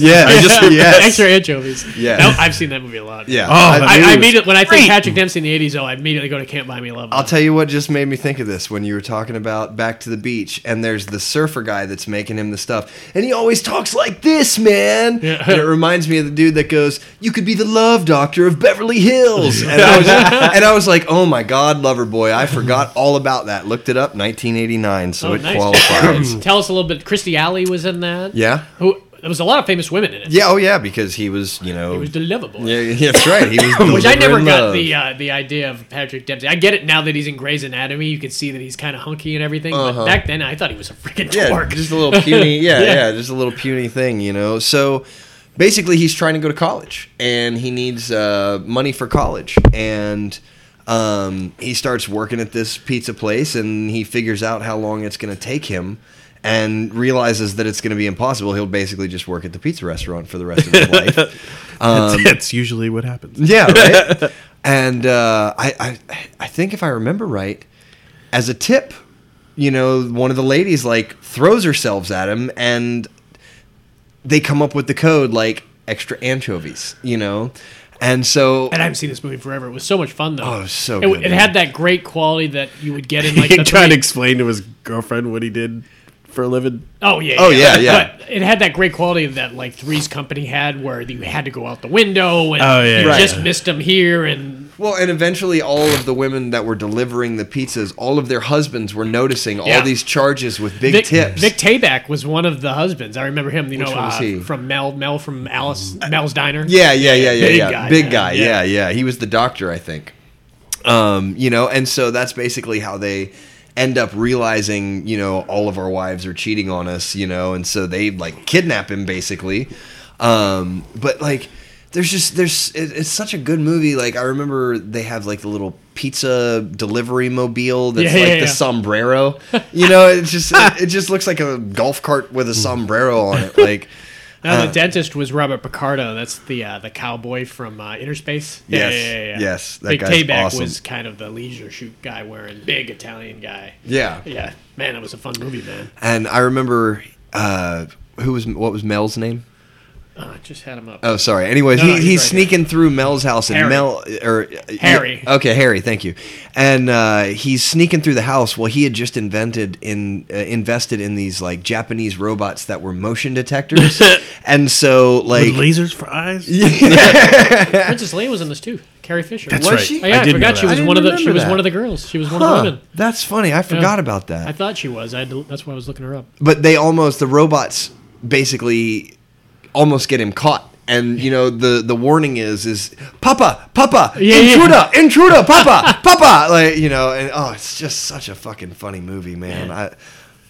Speaker 4: [LAUGHS]
Speaker 5: Yeah, I just [LAUGHS] yes,
Speaker 4: Extra anchovies.
Speaker 5: Yeah.
Speaker 4: No, I've seen that movie a lot.
Speaker 5: yeah.
Speaker 6: Oh,
Speaker 5: I,
Speaker 6: that
Speaker 4: I, I
Speaker 6: movie was
Speaker 4: immediately when I think
Speaker 6: great.
Speaker 4: Patrick Dempsey in the '80s, oh, I immediately go to Can't Buy Me Love.
Speaker 5: will tell you what just made me think of this when you were talking about back to the beach, and there's the surfer guy that's making him the stuff, and he always talks like this, man.
Speaker 4: Yeah.
Speaker 5: And it reminds me of the dude that goes, "You could be the love doctor of Beverly Hills," and I was,
Speaker 4: [LAUGHS]
Speaker 5: and I was like, "Oh my God, Loverboy! I forgot all about that. Looked it up, 1989, so
Speaker 4: Oh,
Speaker 5: it
Speaker 4: nice. [LAUGHS]
Speaker 5: qualifies."
Speaker 4: Tell us a little bit. Christy Alley was in that.
Speaker 5: yeah,
Speaker 4: Who? There was a lot of famous women in it.
Speaker 5: yeah, oh yeah, because he was, you know,
Speaker 4: It was Deliverable.
Speaker 5: Yeah, yeah, that's right. He
Speaker 4: [LAUGHS]
Speaker 5: was
Speaker 4: Which I never
Speaker 5: delivering
Speaker 4: got
Speaker 5: love.
Speaker 4: the uh, the idea of Patrick Dempsey. I get it now that he's in Grey's Anatomy. You can see that he's kind of hunky and everything.
Speaker 5: Uh-huh.
Speaker 4: But back then, I thought he was a freaking
Speaker 5: yeah,
Speaker 4: dork.
Speaker 5: just a little puny. Yeah, yeah,
Speaker 4: Yeah.
Speaker 5: just a little puny thing, you know. So basically, he's trying to go to college, and he needs uh, money for college, and um, he starts working at this pizza place, and he figures out how long it's going to take him. And realizes that it's going to be impossible. He'll basically just work at the pizza restaurant for the rest of his life. Um,
Speaker 6: that's, that's usually what
Speaker 5: [LAUGHS]
Speaker 6: happens.
Speaker 5: Yeah, right. and uh, I, I, I think if I remember right, as a tip, you know, one of the ladies like throws herself at him, and they come up with the code like extra anchovies, you know, and so
Speaker 4: And I haven't seen this movie forever. It was so much fun though.
Speaker 5: Oh, it was so
Speaker 4: It,
Speaker 5: good,
Speaker 4: it
Speaker 5: man.
Speaker 4: had that great quality that you would
Speaker 5: [LAUGHS]
Speaker 4: get in like
Speaker 6: He
Speaker 4: the
Speaker 6: tried to
Speaker 4: three-
Speaker 6: explain to his girlfriend what he did for a living.
Speaker 4: Oh yeah.
Speaker 5: Oh, yeah, yeah.
Speaker 4: But it had that great quality that like Three's Company had, where you had to go out the window and
Speaker 6: Oh, yeah,
Speaker 4: you
Speaker 6: yeah.
Speaker 4: just
Speaker 6: Right.
Speaker 4: missed him here, and
Speaker 5: Well, and eventually, all of the women that were delivering the pizzas, all of their husbands were noticing all
Speaker 4: Yeah.
Speaker 5: these charges with big
Speaker 4: Vic,
Speaker 5: tips.
Speaker 4: Vic Tabak was one of the husbands. I remember him, you
Speaker 5: Which
Speaker 4: know,
Speaker 5: one was
Speaker 4: uh,
Speaker 5: he?
Speaker 4: from Mel, Mel from Alice Mel's Diner.
Speaker 5: yeah, yeah, yeah, yeah,
Speaker 4: Big
Speaker 5: yeah.
Speaker 4: guy,
Speaker 5: big
Speaker 4: man.
Speaker 5: guy. Yeah.
Speaker 4: Yeah.
Speaker 5: yeah, He was the doctor, I think. Um, you know, and so that's basically how they end up realizing, you know, all of our wives are cheating on us, you know, and so they like kidnap him basically. Um, but like, there's just there's it, it's such a good movie. Like I remember they have like the little pizza delivery mobile that's
Speaker 4: Yeah,
Speaker 5: like
Speaker 4: yeah,
Speaker 5: the
Speaker 4: yeah. [LAUGHS]
Speaker 5: sombrero. You know, it just it, it just looks like a golf cart with a sombrero on it. Like
Speaker 4: Now
Speaker 5: Uh,
Speaker 4: the dentist was Robert Picardo. That's the uh, the cowboy from uh, Interspace.
Speaker 5: Yes, yes, that
Speaker 4: Big
Speaker 5: guy's
Speaker 4: Tabak
Speaker 5: awesome.
Speaker 4: was kind of the leisure shoot guy, wearing big Italian guy.
Speaker 5: yeah.
Speaker 4: Yeah, man, it was a fun movie, man.
Speaker 5: And I remember uh, who was what was Mel's name?
Speaker 4: Oh, I just had him up.
Speaker 5: Oh, sorry. Anyways,
Speaker 4: No,
Speaker 5: he,
Speaker 4: no,
Speaker 5: he's,
Speaker 4: he's right
Speaker 5: sneaking through Mel's house, and
Speaker 4: Harry.
Speaker 5: Mel or
Speaker 4: Harry.
Speaker 5: yeah, okay, Harry. Thank you. And uh, he's sneaking through the house. Well, he had just invented in uh, invested in these like Japanese robots that were motion detectors, and so like
Speaker 6: With lasers for eyes.
Speaker 4: Princess Leia was in this too. Carrie Fisher.
Speaker 6: That's
Speaker 5: Was
Speaker 6: right.
Speaker 5: she?
Speaker 4: Oh, yeah, I,
Speaker 6: did know
Speaker 4: forgot she
Speaker 6: that.
Speaker 4: was
Speaker 5: I
Speaker 4: one of the
Speaker 5: didn't
Speaker 4: she was
Speaker 5: remember
Speaker 4: one
Speaker 5: that.
Speaker 4: of the girls. She was one of the
Speaker 5: Huh,
Speaker 4: women.
Speaker 5: that's funny. I forgot about that.
Speaker 4: I thought she was. I had to, that's why I was looking her up.
Speaker 5: but they almost the robots basically almost get him caught and you know the the warning is is papa papa
Speaker 4: Yeah, yeah.
Speaker 5: intruder intruder papa papa like you know and oh it's just such a fucking funny movie man i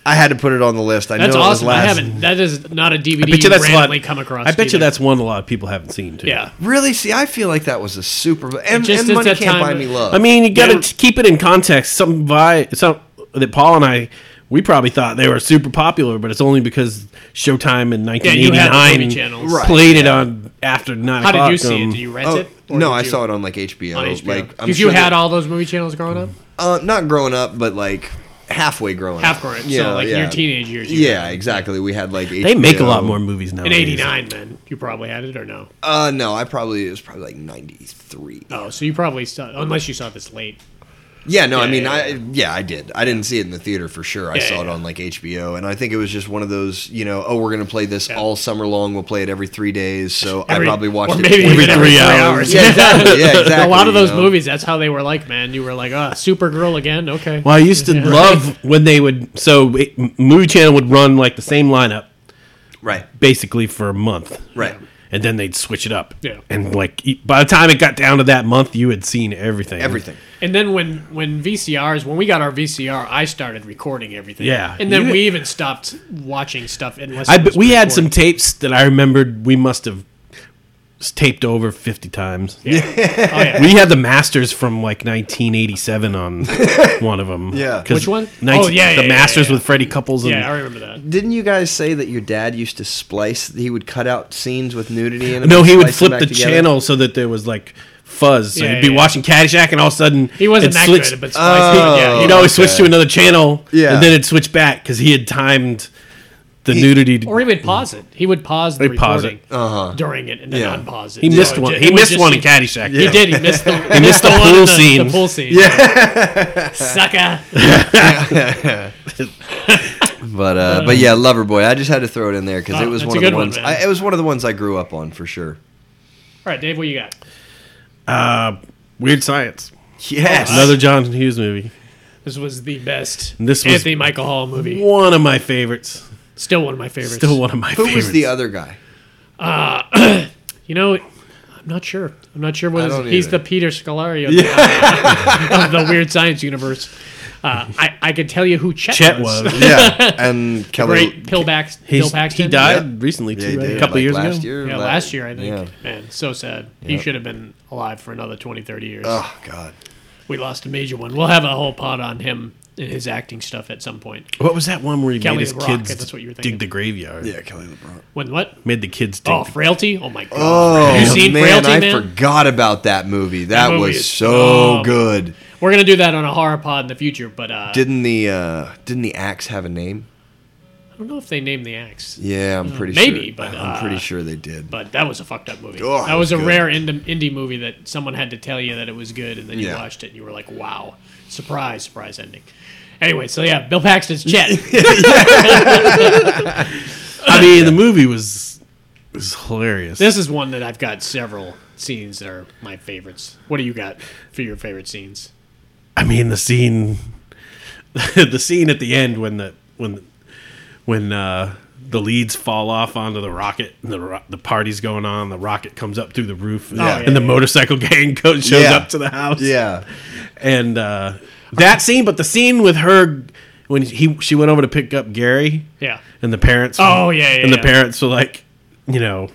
Speaker 5: i had to put it on the list i
Speaker 4: That's
Speaker 5: know
Speaker 4: awesome.
Speaker 5: it was last
Speaker 4: I haven't. That is not a DVD
Speaker 6: I bet you that's a lot.
Speaker 4: randomly come across.
Speaker 6: I bet
Speaker 4: either.
Speaker 6: you that's one a lot of people haven't seen too.
Speaker 4: yeah.
Speaker 5: really see i feel like that was a super and,
Speaker 4: just
Speaker 5: and
Speaker 4: is
Speaker 5: money
Speaker 4: that
Speaker 5: can't
Speaker 4: time
Speaker 5: buy
Speaker 4: of-
Speaker 5: me love
Speaker 6: I mean, you got
Speaker 4: Yeah.
Speaker 6: to keep it in context. Some by some that Paul and I, we probably thought they were super popular, but it's only because Showtime in
Speaker 4: Yeah, you had the movie
Speaker 6: 1989
Speaker 4: channels.
Speaker 5: Right.
Speaker 6: played it on after nine
Speaker 4: How
Speaker 6: o'clock.
Speaker 4: did you see it?
Speaker 6: um,
Speaker 4: Did you rent
Speaker 5: Oh,
Speaker 4: it? or
Speaker 5: no,
Speaker 4: did
Speaker 5: I
Speaker 4: you-
Speaker 5: saw it on like HBO.
Speaker 4: on HBO.
Speaker 5: Like, I'm
Speaker 4: because you
Speaker 5: sure
Speaker 4: had
Speaker 5: that-
Speaker 4: all those movie channels growing up,
Speaker 5: uh, not growing up, but like halfway growing up.
Speaker 4: half growing. so like your teenage years. You
Speaker 5: Yeah, Oh, exactly. We had like HBO.
Speaker 6: They make a lot more movies now.
Speaker 4: In '89, then you probably had it or no?
Speaker 5: Uh, no, I probably it was probably like ninety three.
Speaker 4: Oh, so you probably saw unless you saw this late.
Speaker 5: yeah, no, I
Speaker 4: yeah,
Speaker 5: mean,
Speaker 4: yeah,
Speaker 5: I yeah, I did. I didn't see it in the theater for sure. I
Speaker 4: Yeah,
Speaker 5: saw
Speaker 4: yeah,
Speaker 5: it
Speaker 4: yeah.
Speaker 5: on like HBO, and I think it was just one of those, you know, oh, we're gonna play this all summer long. We'll play it every three days. So I
Speaker 4: Every-
Speaker 5: probably watched
Speaker 4: or
Speaker 5: it
Speaker 4: maybe
Speaker 5: twice.
Speaker 4: even every
Speaker 6: three
Speaker 4: three [LAUGHS]
Speaker 6: hours.
Speaker 4: hours.
Speaker 5: Yeah, exactly. Yeah, exactly.
Speaker 4: a lot of
Speaker 5: you
Speaker 4: those
Speaker 5: know?
Speaker 4: movies. That's how they were like, man. You were like, ah, Supergirl again. Okay.
Speaker 6: Well, I used to
Speaker 4: Yeah.
Speaker 6: [LAUGHS] love when they would. So it, Movie Channel would run like the same lineup
Speaker 5: Right.
Speaker 6: basically for a month,
Speaker 5: Right.
Speaker 6: And then they'd switch it up.
Speaker 4: Yeah.
Speaker 6: And like e- by the time it got down to that month, you had seen everything.
Speaker 5: Everything.
Speaker 4: And then when when VCRs, when we got our VCR, I started recording everything.
Speaker 6: Yeah.
Speaker 4: And then
Speaker 6: You-
Speaker 4: we even stopped watching stuff unless
Speaker 6: I
Speaker 4: it
Speaker 6: bet
Speaker 4: was
Speaker 6: we had some
Speaker 4: recorded.
Speaker 6: tapes that I remembered we must have s- taped over 50 times. [LAUGHS]
Speaker 4: Oh, [LAUGHS] yeah.
Speaker 6: We had the Masters from like 1987 on
Speaker 4: [LAUGHS]
Speaker 6: one of them.
Speaker 5: Yeah.
Speaker 6: 'Cause
Speaker 4: Which one?
Speaker 6: 19
Speaker 4: Oh, yeah,
Speaker 6: the
Speaker 4: yeah, yeah,
Speaker 6: Masters
Speaker 4: yeah.
Speaker 6: with Freddie Couples and
Speaker 4: yeah, I remember that.
Speaker 5: Didn't you guys say that your dad used to splice? He would cut out scenes with nudity and
Speaker 6: No, he would flip the channel so that there was like fuzz. So
Speaker 4: Yeah,
Speaker 6: you'd be
Speaker 4: yeah, yeah.
Speaker 6: watching Caddyshack and all of a sudden
Speaker 4: He wasn't
Speaker 6: it'd
Speaker 4: that
Speaker 6: switch-
Speaker 4: good, but Spice
Speaker 5: Oh.
Speaker 4: yeah,
Speaker 6: He'd
Speaker 4: you know,
Speaker 6: always switch to another channel,
Speaker 5: Yeah.
Speaker 6: and then it'd switch back because he had timed the nudity.
Speaker 4: or he would pause it. He would pause the
Speaker 6: He'd pause
Speaker 4: recording during it and then
Speaker 5: Yeah.
Speaker 4: unpause it.
Speaker 6: he
Speaker 4: So
Speaker 6: missed
Speaker 4: it
Speaker 6: one.
Speaker 4: ju-
Speaker 6: He
Speaker 4: it would
Speaker 6: missed
Speaker 4: just
Speaker 6: one
Speaker 4: be-
Speaker 6: in Caddyshack.
Speaker 4: He did. He missed the.
Speaker 6: [LAUGHS] He missed the
Speaker 4: one in the-
Speaker 6: pool scene.
Speaker 4: The pool scene. Yeah. [LAUGHS] Sucker.
Speaker 5: But uh, but yeah, Loverboy. I just had to throw it in there because it
Speaker 4: Oh,
Speaker 5: was
Speaker 4: Um, that's
Speaker 5: one
Speaker 4: a
Speaker 5: of the
Speaker 4: good one,
Speaker 5: ones.
Speaker 4: man.
Speaker 5: I, it was one of the ones I grew up on for sure.
Speaker 4: All right, Dave, what you got?
Speaker 6: Weird Science.
Speaker 5: Yes.
Speaker 4: Oh,
Speaker 6: Another John Hughes movie.
Speaker 4: This was the best
Speaker 6: This was-
Speaker 4: Anthony Michael Hall movie.
Speaker 6: One of my favorites.
Speaker 4: Still one of my favorites.
Speaker 6: Still one of my
Speaker 5: Who
Speaker 6: favorites.
Speaker 5: was the other guy?
Speaker 4: You know, I'm not sure. I'm not sure
Speaker 5: I
Speaker 4: what his-
Speaker 5: don't
Speaker 4: he's
Speaker 5: either.
Speaker 4: the Peter Scalario [LAUGHS] of the Weird Science universe. Uh, I I could tell you who Chet,
Speaker 6: Chet
Speaker 4: was.
Speaker 6: was.
Speaker 4: [LAUGHS]
Speaker 5: [LAUGHS] Yeah, and Kelly.
Speaker 4: Great pillback. Bill
Speaker 6: He's,
Speaker 4: Paxton.
Speaker 6: he died recently
Speaker 5: Yeah, he
Speaker 6: too, right?
Speaker 5: did,
Speaker 6: a couple
Speaker 5: like,
Speaker 6: years
Speaker 5: last
Speaker 6: ago.
Speaker 5: Year,
Speaker 4: Yeah,
Speaker 5: la-
Speaker 4: last year I think.
Speaker 5: Yeah.
Speaker 4: Man, so sad. He should have been alive for another 20, 30 years.
Speaker 5: Oh God.
Speaker 4: We lost a major one. We'll have a whole pod on him and his acting stuff at some point.
Speaker 6: What was that one where he
Speaker 4: Kelly
Speaker 6: made his
Speaker 4: LeBrock,
Speaker 6: kids
Speaker 4: that's what you were
Speaker 6: dig
Speaker 4: thinking.
Speaker 6: the graveyard?
Speaker 5: Yeah, Kelly LeBron.
Speaker 4: When what?
Speaker 6: Made the kids dig.
Speaker 4: Oh,
Speaker 6: the-
Speaker 4: frailty! Oh my god!
Speaker 5: Oh
Speaker 4: Have you seen
Speaker 5: man,
Speaker 4: frailty,
Speaker 5: I
Speaker 4: man?
Speaker 5: forgot about that movie. That,
Speaker 4: movie
Speaker 5: was
Speaker 4: is-
Speaker 5: so
Speaker 4: oh.
Speaker 5: good.
Speaker 4: We're gonna do that on a horror pod in the future, but uh,
Speaker 5: Didn't the uh, didn't the axe have a name?
Speaker 4: I don't know if they named the axe.
Speaker 5: Yeah, I'm pretty sure.
Speaker 4: maybe, but,
Speaker 5: I'm
Speaker 4: uh,
Speaker 5: pretty sure they did.
Speaker 4: But that was a fucked up movie.
Speaker 5: Oh,
Speaker 4: that
Speaker 5: it
Speaker 4: was
Speaker 5: was
Speaker 4: a
Speaker 5: good.
Speaker 4: rare indie, indie movie that someone had to tell you that it was good, and then you
Speaker 5: Yeah.
Speaker 4: watched it and you were like, "Wow, surprise, surprise ending." Anyway, so yeah, Bill Paxton's Chet.
Speaker 6: I
Speaker 5: [LAUGHS]
Speaker 6: mean, the movie was was hilarious.
Speaker 4: This is one that I've got several scenes that are my favorites. What do you got for your favorite scenes?
Speaker 6: I mean, the scene, [LAUGHS] the scene at the end when the when when uh, the leads fall off onto the rocket and the ro- the party's going on, the rocket comes up through the roof,
Speaker 5: Oh, Yeah.
Speaker 6: and the motorcycle [LAUGHS] gang co- shows
Speaker 5: Yeah.
Speaker 6: up to the house,
Speaker 5: Yeah.
Speaker 6: and uh, that scene. But the scene with her when he she went over to pick up Gary,
Speaker 4: Yeah.
Speaker 6: and the parents.
Speaker 4: Oh, yeah, yeah,
Speaker 6: and the
Speaker 4: yeah.
Speaker 6: parents were like, you know,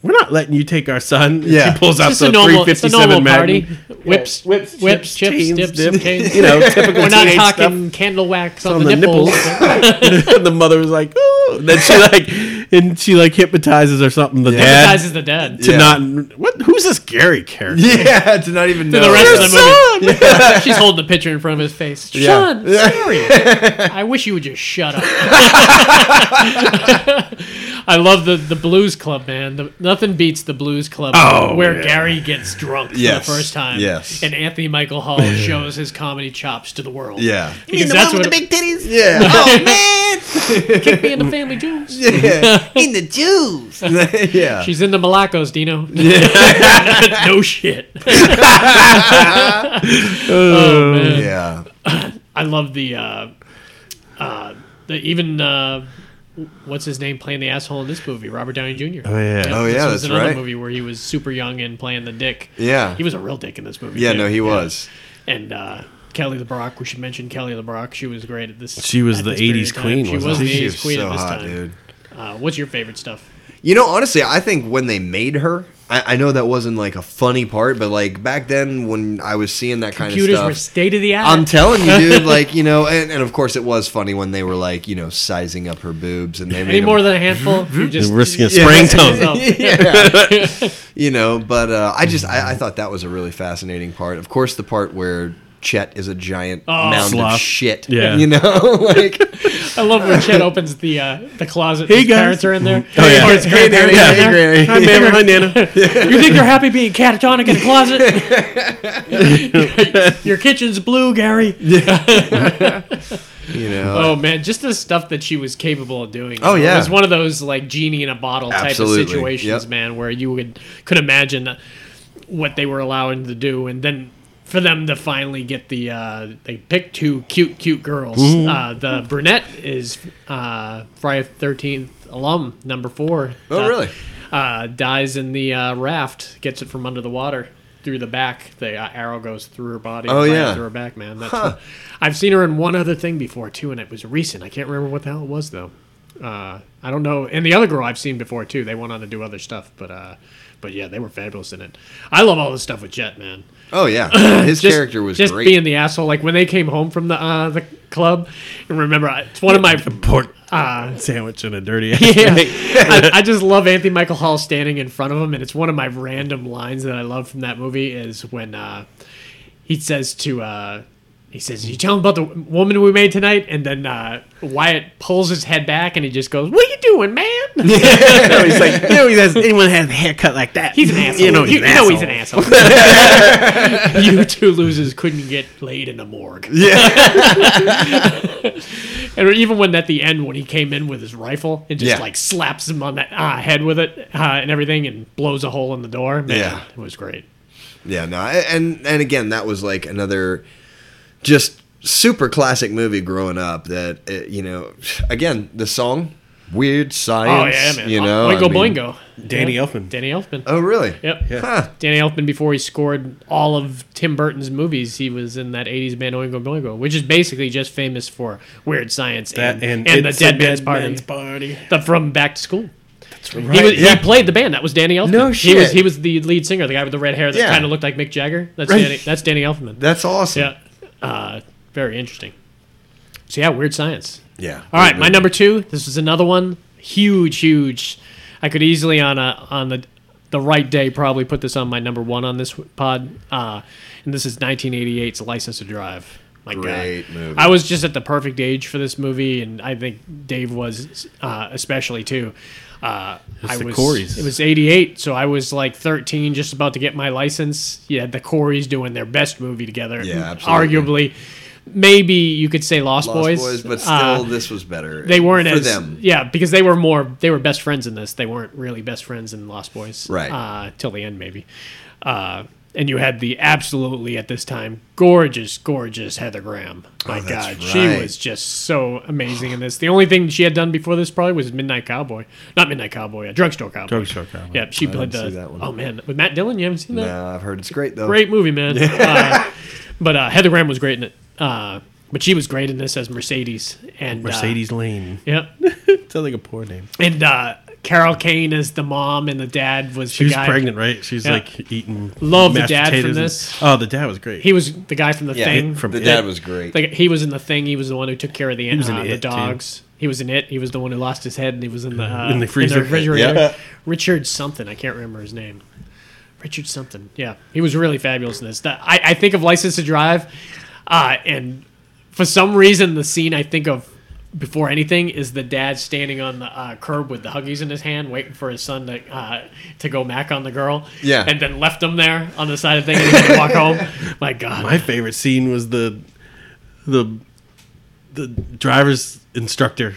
Speaker 6: we're not letting you take our son. And
Speaker 5: Yeah.
Speaker 6: she pulls out
Speaker 4: It's a
Speaker 6: the
Speaker 4: normal, it's a
Speaker 6: 357
Speaker 4: normal party.
Speaker 6: Magnum.
Speaker 4: Whips, whips, whips, chips,
Speaker 6: chains,
Speaker 4: dips,
Speaker 6: dip.
Speaker 4: canes.
Speaker 6: [LAUGHS]
Speaker 4: [LAUGHS]
Speaker 6: You know, typical
Speaker 4: We're not
Speaker 6: teenage stuff.
Speaker 4: talking candle wax on, the, nipples.
Speaker 6: and the mother was like, "Oh!"
Speaker 4: [LAUGHS]
Speaker 6: Then she like, and she like hypnotizes or something. The [LAUGHS] dad
Speaker 4: Hypnotizes the dead.
Speaker 6: to
Speaker 5: Yeah.
Speaker 6: not what? Who's this Gary
Speaker 5: [LAUGHS]
Speaker 6: character?
Speaker 5: Yeah, to not even know.
Speaker 4: the rest of the
Speaker 6: Your
Speaker 4: movie.
Speaker 5: [LAUGHS]
Speaker 4: She's holding the picture in front of his face. Sean, serious.
Speaker 5: [LAUGHS]
Speaker 4: I wish you would just shut up. [LAUGHS] I love the, the Blues Club, man. The, nothing beats the Blues Club
Speaker 6: Oh,
Speaker 4: where
Speaker 6: yeah.
Speaker 4: Gary gets drunk
Speaker 5: Yes,
Speaker 4: for the first time.
Speaker 5: yes.
Speaker 4: And Anthony Michael
Speaker 5: [LAUGHS]
Speaker 4: Hall shows his comedy chops to the world.
Speaker 5: Yeah.
Speaker 4: Because that's what
Speaker 3: titties?
Speaker 4: [LAUGHS]
Speaker 5: Yeah.
Speaker 4: kicked me in the family jewels.
Speaker 3: In the Jews.
Speaker 5: [LAUGHS] yeah.
Speaker 4: She's into Malacos, Dino. [LAUGHS] no shit. oh, man.
Speaker 5: Yeah.
Speaker 4: I love the uh, uh, the even uh, what's his name playing the asshole in this movie, Robert Downey Jr. Oh
Speaker 6: yeah.
Speaker 5: Oh,
Speaker 4: This
Speaker 5: yeah,
Speaker 4: was
Speaker 5: that's
Speaker 4: another
Speaker 5: right.
Speaker 4: movie where he was super young and playing the dick.
Speaker 5: Yeah.
Speaker 4: he was a real dick in this movie.
Speaker 5: Yeah,
Speaker 4: too.
Speaker 5: no, he was.
Speaker 4: And uh, Kelly LeBrock, we should mention Kelly LeBrock. She was great at this.
Speaker 6: She was
Speaker 4: at
Speaker 6: the
Speaker 4: this period
Speaker 6: 80s
Speaker 4: of time.
Speaker 6: queen,
Speaker 4: She
Speaker 6: wasn't
Speaker 4: was the
Speaker 5: She
Speaker 4: 80s
Speaker 5: was
Speaker 4: queen
Speaker 5: so
Speaker 4: at this
Speaker 5: hot,
Speaker 4: time.
Speaker 5: dude.
Speaker 4: Uh, what's your favorite stuff?
Speaker 5: You know, honestly, I think when they made her, I, I know that wasn't like a funny part, but like back then when I was seeing that kind
Speaker 4: Computers were
Speaker 5: of stuff.
Speaker 4: state of the art.
Speaker 5: I'm telling you,
Speaker 4: [LAUGHS]
Speaker 5: dude. Like you know, and, and of course it was funny when they were like you know sizing up her boobs and they made
Speaker 4: Any more
Speaker 5: them-
Speaker 4: than a handful? You're just [LAUGHS]
Speaker 6: risking a
Speaker 4: you're
Speaker 6: spring
Speaker 4: risking
Speaker 6: tone.
Speaker 4: yourself.
Speaker 5: [LAUGHS] yeah. you know, but uh, I just I,
Speaker 4: Mm.
Speaker 5: I thought that was a really fascinating part. Of course, the part where Chet is a giant
Speaker 4: Oh,
Speaker 5: mound
Speaker 6: sloth.
Speaker 5: of shit.
Speaker 6: Yeah.
Speaker 5: you know, [LAUGHS] like
Speaker 4: I love when Chet opens the uh, the closet.
Speaker 6: Hey,
Speaker 4: his
Speaker 6: guys.
Speaker 4: parents are in there.
Speaker 6: Oh, yeah.
Speaker 4: Or his
Speaker 5: Hey, Nanny,
Speaker 4: grandparents are in
Speaker 5: hey,
Speaker 4: there.
Speaker 5: Granny.
Speaker 6: Hi, Mama. Hi,
Speaker 4: [LAUGHS]
Speaker 6: [LAUGHS] Nana.
Speaker 4: You think you're happy being catatonic in a closet? [LAUGHS] Your kitchen's blue, Gary.
Speaker 5: You know,
Speaker 4: Oh man, just the stuff that she was capable of doing.
Speaker 5: Oh, yeah.
Speaker 4: it was one of those like genie in a bottle
Speaker 5: Absolutely.
Speaker 4: type of situations,
Speaker 5: Yep.
Speaker 4: man, where you would could imagine what they were allowing to do, and then for them to finally get the uh, they picked two cute cute girls.
Speaker 5: Mm-hmm.
Speaker 4: Uh, the brunette is uh, Friday Thirteenth alum number four.
Speaker 5: Oh,
Speaker 4: Uh,
Speaker 5: really?
Speaker 4: Uh, dies in the uh, raft, gets it from under the water. Through the back, the uh, arrow goes through her body.
Speaker 5: Oh,
Speaker 4: right
Speaker 5: yeah.
Speaker 4: through her back, man. That's I've seen her in one other thing before too, and it was recent. I can't remember what the hell it was though. Uh, I don't know. And the other girl I've seen before too. They went on to do other stuff, but uh, but yeah, they were fabulous in it. I love all the stuff with Jet, man. [CLEARS THROAT]
Speaker 5: oh yeah, his character was
Speaker 4: just
Speaker 5: great.
Speaker 4: being the asshole. Like when they came home from the uh, the club, and remember, I- it's one of my
Speaker 6: Pork
Speaker 4: uh,
Speaker 6: sandwich and a dirty.
Speaker 4: [LAUGHS] yeah.
Speaker 6: [LAUGHS]
Speaker 4: I, I just love Anthony Michael Hall standing in front of him, and it's one of my random lines that I love from that movie is when uh, he says to uh, he says, "You tell him about the w- woman we made tonight," and then uh, Wyatt pulls his head back and he just goes, "What are you doing, man?"
Speaker 6: He's like, you know, he has, anyone has a haircut like that.
Speaker 4: He's an asshole.
Speaker 6: You know, he's,
Speaker 4: you
Speaker 6: an
Speaker 4: know
Speaker 6: asshole.
Speaker 4: he's an asshole. [LAUGHS] you two losers couldn't get laid in a morgue. Yeah. [LAUGHS] and even when at the end, when he came in with his rifle and just
Speaker 5: Yeah.
Speaker 4: like slaps him on that uh, head with it uh, and everything and blows a hole in the door. Man,
Speaker 5: Yeah.
Speaker 4: It was great.
Speaker 5: Yeah, no, I- and and again, that was like another just super classic movie growing up. That uh, you know, again, the song "Weird
Speaker 4: Oh,
Speaker 5: Science."
Speaker 4: yeah, man.
Speaker 5: You
Speaker 4: Uh,
Speaker 5: know,
Speaker 4: Oingo
Speaker 5: I mean-
Speaker 4: Boingo.
Speaker 6: Danny
Speaker 4: Yeah.
Speaker 6: Elfman.
Speaker 4: Danny Elfman.
Speaker 5: Oh, really?
Speaker 4: Yep.
Speaker 5: Huh.
Speaker 4: Danny Elfman, before he scored all of Tim Burton's movies, he was in that 80s band Oingo Boingo, which is basically just famous for Weird Science and,
Speaker 6: That and,
Speaker 4: and, the
Speaker 6: it's
Speaker 4: Dead
Speaker 6: a
Speaker 4: Man's Party.
Speaker 6: party.
Speaker 4: the From Back to School.
Speaker 6: Right.
Speaker 4: He, was, he played the band. That was Danny Elfman.
Speaker 5: No
Speaker 4: He was,
Speaker 5: shit.
Speaker 4: he was the lead singer, the guy with the red hair that
Speaker 5: Yeah.
Speaker 4: kind of looked like Mick Jagger. That's
Speaker 5: Right.
Speaker 4: Danny. That's Danny Elfman.
Speaker 5: That's awesome.
Speaker 4: yeah, uh, very interesting. So yeah, weird science.
Speaker 5: Yeah.
Speaker 4: All right, my number two. This is another one. Huge, huge. I could easily on a on the the right day probably put this on my number one on this pod. Uh, and this is 1988's License to Drive. My
Speaker 5: Great
Speaker 4: God,
Speaker 5: movie.
Speaker 4: I was just at the perfect age for this movie, and I think Dave was uh, especially too. Uh, I
Speaker 6: the
Speaker 4: was,
Speaker 6: Corys.
Speaker 4: It was '88, so I was like 13, just about to get my license. Yeah, the Corys doing their best movie together.
Speaker 5: Yeah, absolutely.
Speaker 4: arguably maybe you could say Lost,
Speaker 5: Lost Boys, but still,
Speaker 4: uh,
Speaker 5: this was better.
Speaker 4: they weren't
Speaker 5: for
Speaker 4: as
Speaker 5: them.
Speaker 4: yeah because they were more they were best friends in this. They weren't really best friends in Lost Boys,
Speaker 5: Right.
Speaker 4: Uh, till the end, maybe. Uh, and you had the absolutely at this time gorgeous, gorgeous Heather Graham. My
Speaker 5: Oh, that's
Speaker 4: God, she
Speaker 5: right.
Speaker 4: was just so amazing in this. The only thing she had done before this probably was Midnight Cowboy, not Midnight Cowboy, uh, Drugstore Cowboy.
Speaker 6: Drugstore Cowboy.
Speaker 4: Yeah, she played
Speaker 5: see
Speaker 4: the.
Speaker 5: that one.
Speaker 4: Oh man, with Matt Dillon, you haven't seen that?
Speaker 5: No, Uh, I've heard it's great though.
Speaker 4: great movie, man. Uh, but uh, Heather Graham was great in it. Uh, but she was great in this as Mercedes and uh,
Speaker 6: Mercedes Lane.
Speaker 4: Yep.
Speaker 6: Sounds like a poor name.
Speaker 4: And uh, Carol Kane is the mom, and the dad was
Speaker 6: She
Speaker 4: the
Speaker 6: was
Speaker 4: guy.
Speaker 6: pregnant, right? She's
Speaker 4: Yeah.
Speaker 6: like eating.
Speaker 4: Love the
Speaker 6: mashed
Speaker 4: dad from
Speaker 6: potatoes and-
Speaker 4: this.
Speaker 6: Oh, the dad was great.
Speaker 4: He was the guy from the
Speaker 5: Yeah,
Speaker 4: thing.
Speaker 6: from
Speaker 5: The
Speaker 6: It.
Speaker 5: dad was great.
Speaker 4: Like, he was in the thing. He was the one who took care of the
Speaker 6: was in
Speaker 4: uh, the
Speaker 6: It, too.
Speaker 4: dogs. He was in it. He was the one who lost his head, and he was in the uh,
Speaker 6: In the freezer.
Speaker 4: refrigerator.
Speaker 5: Yeah.
Speaker 4: Richard something. I can't remember his name. Richard something. Yeah, he was really fabulous in this. The- I, I think of License to Drive, uh, and for some reason, the scene I think of before anything is the dad standing on the uh, curb with the huggies in his hand, waiting for his son to uh, to go mac on the girl.
Speaker 5: Yeah.
Speaker 4: and then left him there on the side of the thing and he had to walk home. [LAUGHS] My God,
Speaker 6: My favorite scene was the the the driver's instructor.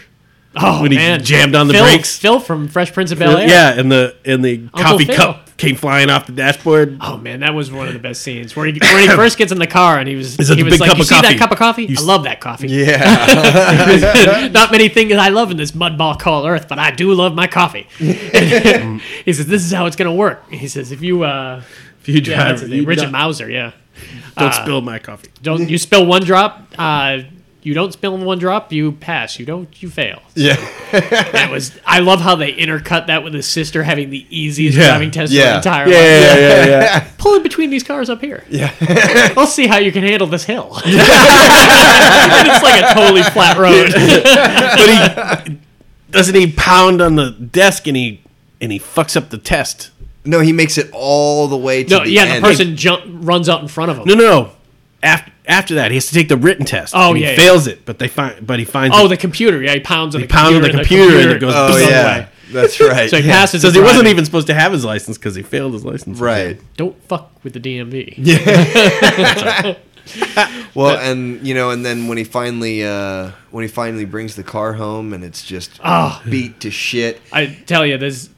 Speaker 4: Oh,
Speaker 6: when he
Speaker 4: man.
Speaker 6: jammed on the
Speaker 4: Phil,
Speaker 6: brakes.
Speaker 4: Phil from Fresh Prince of Bel Air.
Speaker 6: Yeah, and the and the coffee
Speaker 4: Phil.
Speaker 6: cup came flying off the dashboard.
Speaker 4: Oh man, that was one of the best scenes where he,
Speaker 6: [LAUGHS]
Speaker 4: when he first gets in the car and he was
Speaker 6: Is that
Speaker 4: he
Speaker 6: the
Speaker 4: was
Speaker 6: big
Speaker 4: like,
Speaker 6: cup
Speaker 4: "You
Speaker 6: of
Speaker 4: see that
Speaker 6: coffee?
Speaker 4: cup of coffee?
Speaker 6: You
Speaker 4: I
Speaker 6: s-
Speaker 4: love that coffee.
Speaker 5: Yeah,
Speaker 4: [LAUGHS]
Speaker 6: [LAUGHS]
Speaker 4: Not many things I love in this mudball called Earth, but I do love my
Speaker 6: [LAUGHS]
Speaker 4: coffee." [LAUGHS] he says, "This is how it's gonna work." He says, "If you, uh,
Speaker 6: If you
Speaker 4: yeah,
Speaker 6: drive,
Speaker 4: that's his
Speaker 6: you
Speaker 4: name, Richard uh,
Speaker 6: don't,
Speaker 4: Mauser, yeah,
Speaker 6: don't spill my coffee.
Speaker 4: don't you spill one drop? Uh, you don't spill one drop, you pass. You don't, you fail."
Speaker 5: yeah.
Speaker 4: [LAUGHS] That was. I love how they intercut that with his sister having the easiest
Speaker 6: Yeah.
Speaker 4: driving test of her
Speaker 5: Yeah.
Speaker 4: entire life.
Speaker 6: Yeah, yeah, yeah.
Speaker 4: pull in between these cars up here. [LAUGHS] Yeah. Let's see how you can handle this hill.
Speaker 6: [LAUGHS]
Speaker 4: And [LAUGHS] it's like a totally flat
Speaker 6: [LAUGHS]
Speaker 4: road.
Speaker 6: [LAUGHS] but he doesn't he pound on the desk and he and he fucks up the test.
Speaker 5: No, he makes it all the way to
Speaker 4: no,
Speaker 5: the
Speaker 4: yeah,
Speaker 5: end.
Speaker 4: the person jump runs out in front of him.
Speaker 6: No, no, no. After after that, he has to take the written test.
Speaker 4: Oh,
Speaker 6: and
Speaker 4: yeah,
Speaker 6: he
Speaker 4: yeah.
Speaker 6: fails it, but they find but he finds
Speaker 4: Oh,
Speaker 6: it.
Speaker 4: the computer. Yeah, he pounds on the
Speaker 6: pounds
Speaker 4: computer. uh,
Speaker 6: on the computer and it goes
Speaker 5: Oh
Speaker 6: Some
Speaker 5: yeah, that's right.
Speaker 4: [LAUGHS] So he
Speaker 5: Yeah.
Speaker 4: passes.
Speaker 6: says
Speaker 4: the
Speaker 6: he wasn't
Speaker 4: driving.
Speaker 6: even supposed to have his license because he failed his license.
Speaker 5: Right.
Speaker 4: Don't fuck with the DMV.
Speaker 5: Well, and you know, and then when he finally uh, when he finally brings the car home, and it's just beat to shit.
Speaker 4: I tell you, there's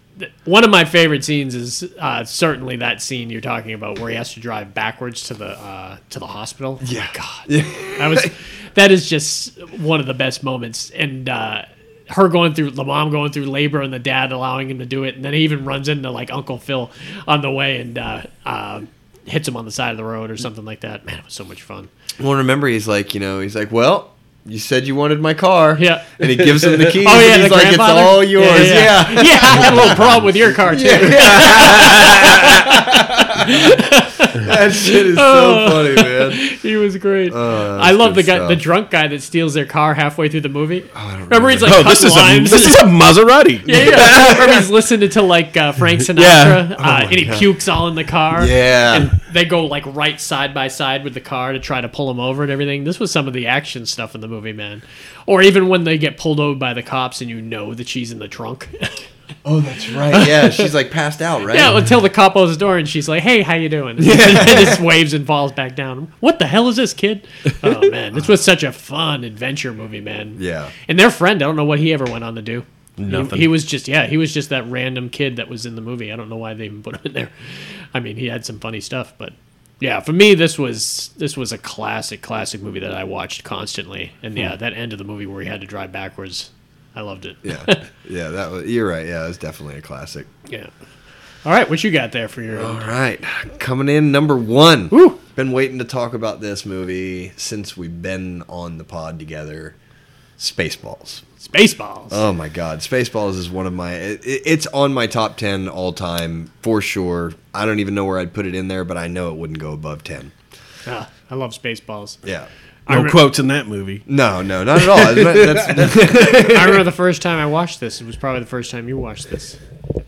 Speaker 4: one of my favorite scenes is uh, certainly that scene you're talking about where he has to drive backwards to the uh, to the hospital. Yeah, God, that was that is just one of the best moments. And uh, her going through the mom going through labor and the dad allowing him to do it, and then he even runs into like Uncle Phil on the way and uh, uh, hits him on the side of the road or something like that. Man, it was so much fun.
Speaker 5: Well, remember, he's like, you know, he's like, well. You said you wanted my car.
Speaker 4: Yeah.
Speaker 5: And he gives him the keys. [LAUGHS]
Speaker 4: Oh yeah,
Speaker 5: and he's
Speaker 4: the
Speaker 5: like, it's
Speaker 4: grandfather.
Speaker 5: all yours. Yeah.
Speaker 4: [LAUGHS] yeah. I had a little problem with your car too.
Speaker 5: [LAUGHS] that shit is so funny, man.
Speaker 4: [LAUGHS] He was great.
Speaker 6: Uh,
Speaker 5: that's
Speaker 4: I love the
Speaker 5: good
Speaker 4: guy,
Speaker 5: stuff.
Speaker 4: the drunk guy that steals their car halfway through the movie. remember, he's like,
Speaker 6: Oh,
Speaker 4: cutting
Speaker 6: this is a
Speaker 4: limes.
Speaker 6: this is [LAUGHS] a Maserati.
Speaker 4: yeah, [LAUGHS] yeah. remember he's listening to like uh, Frank Sinatra,
Speaker 6: [LAUGHS] Yeah. Oh
Speaker 4: uh, and he pukes all in the car.
Speaker 5: Yeah.
Speaker 4: and they go like right side by side with the car to try to pull him over and everything. This was some of the action stuff in the movie, man. Or even when they get pulled over by the cops and you know that she's in the trunk. [LAUGHS]
Speaker 5: Oh, that's right. Yeah. She's like passed out, right?
Speaker 4: Yeah, until the cop opens the door and she's like, "Hey, how you doing?" [LAUGHS] And just waves and falls back down. What the hell is this kid? Oh man, this was such a fun adventure movie, man.
Speaker 5: Yeah. [LAUGHS]
Speaker 4: And their friend, I don't know what he ever went on to do.
Speaker 6: Nothing.
Speaker 4: He, he was just yeah, he was just that random kid that was in the movie. I don't know why they even put him in there. I mean, he had some funny stuff, but yeah, for me this was this was a classic classic movie that I watched constantly. And yeah, that end of the movie where he had to drive backwards, I loved it.
Speaker 5: Yeah. Yeah. That was, you're right. Yeah. That's definitely a classic.
Speaker 4: Yeah. All right, what you got there for your?
Speaker 5: All right, coming in number one.
Speaker 4: Woo.
Speaker 5: Been waiting to talk about this movie since we've been on the pod together. Spaceballs.
Speaker 4: Spaceballs.
Speaker 5: Oh my God, Spaceballs is one of my. It, it- it's on my top ten all time for sure. I don't even know where I'd put it in there, but I know it wouldn't go above ten.
Speaker 4: Ah, I love Spaceballs.
Speaker 5: Yeah.
Speaker 6: No quotes in that movie.
Speaker 5: No, no, not at all. It's not- that's- that's-
Speaker 4: [LAUGHS]
Speaker 5: [LAUGHS]
Speaker 4: I remember the first time I watched this. It was probably the first time you watched this.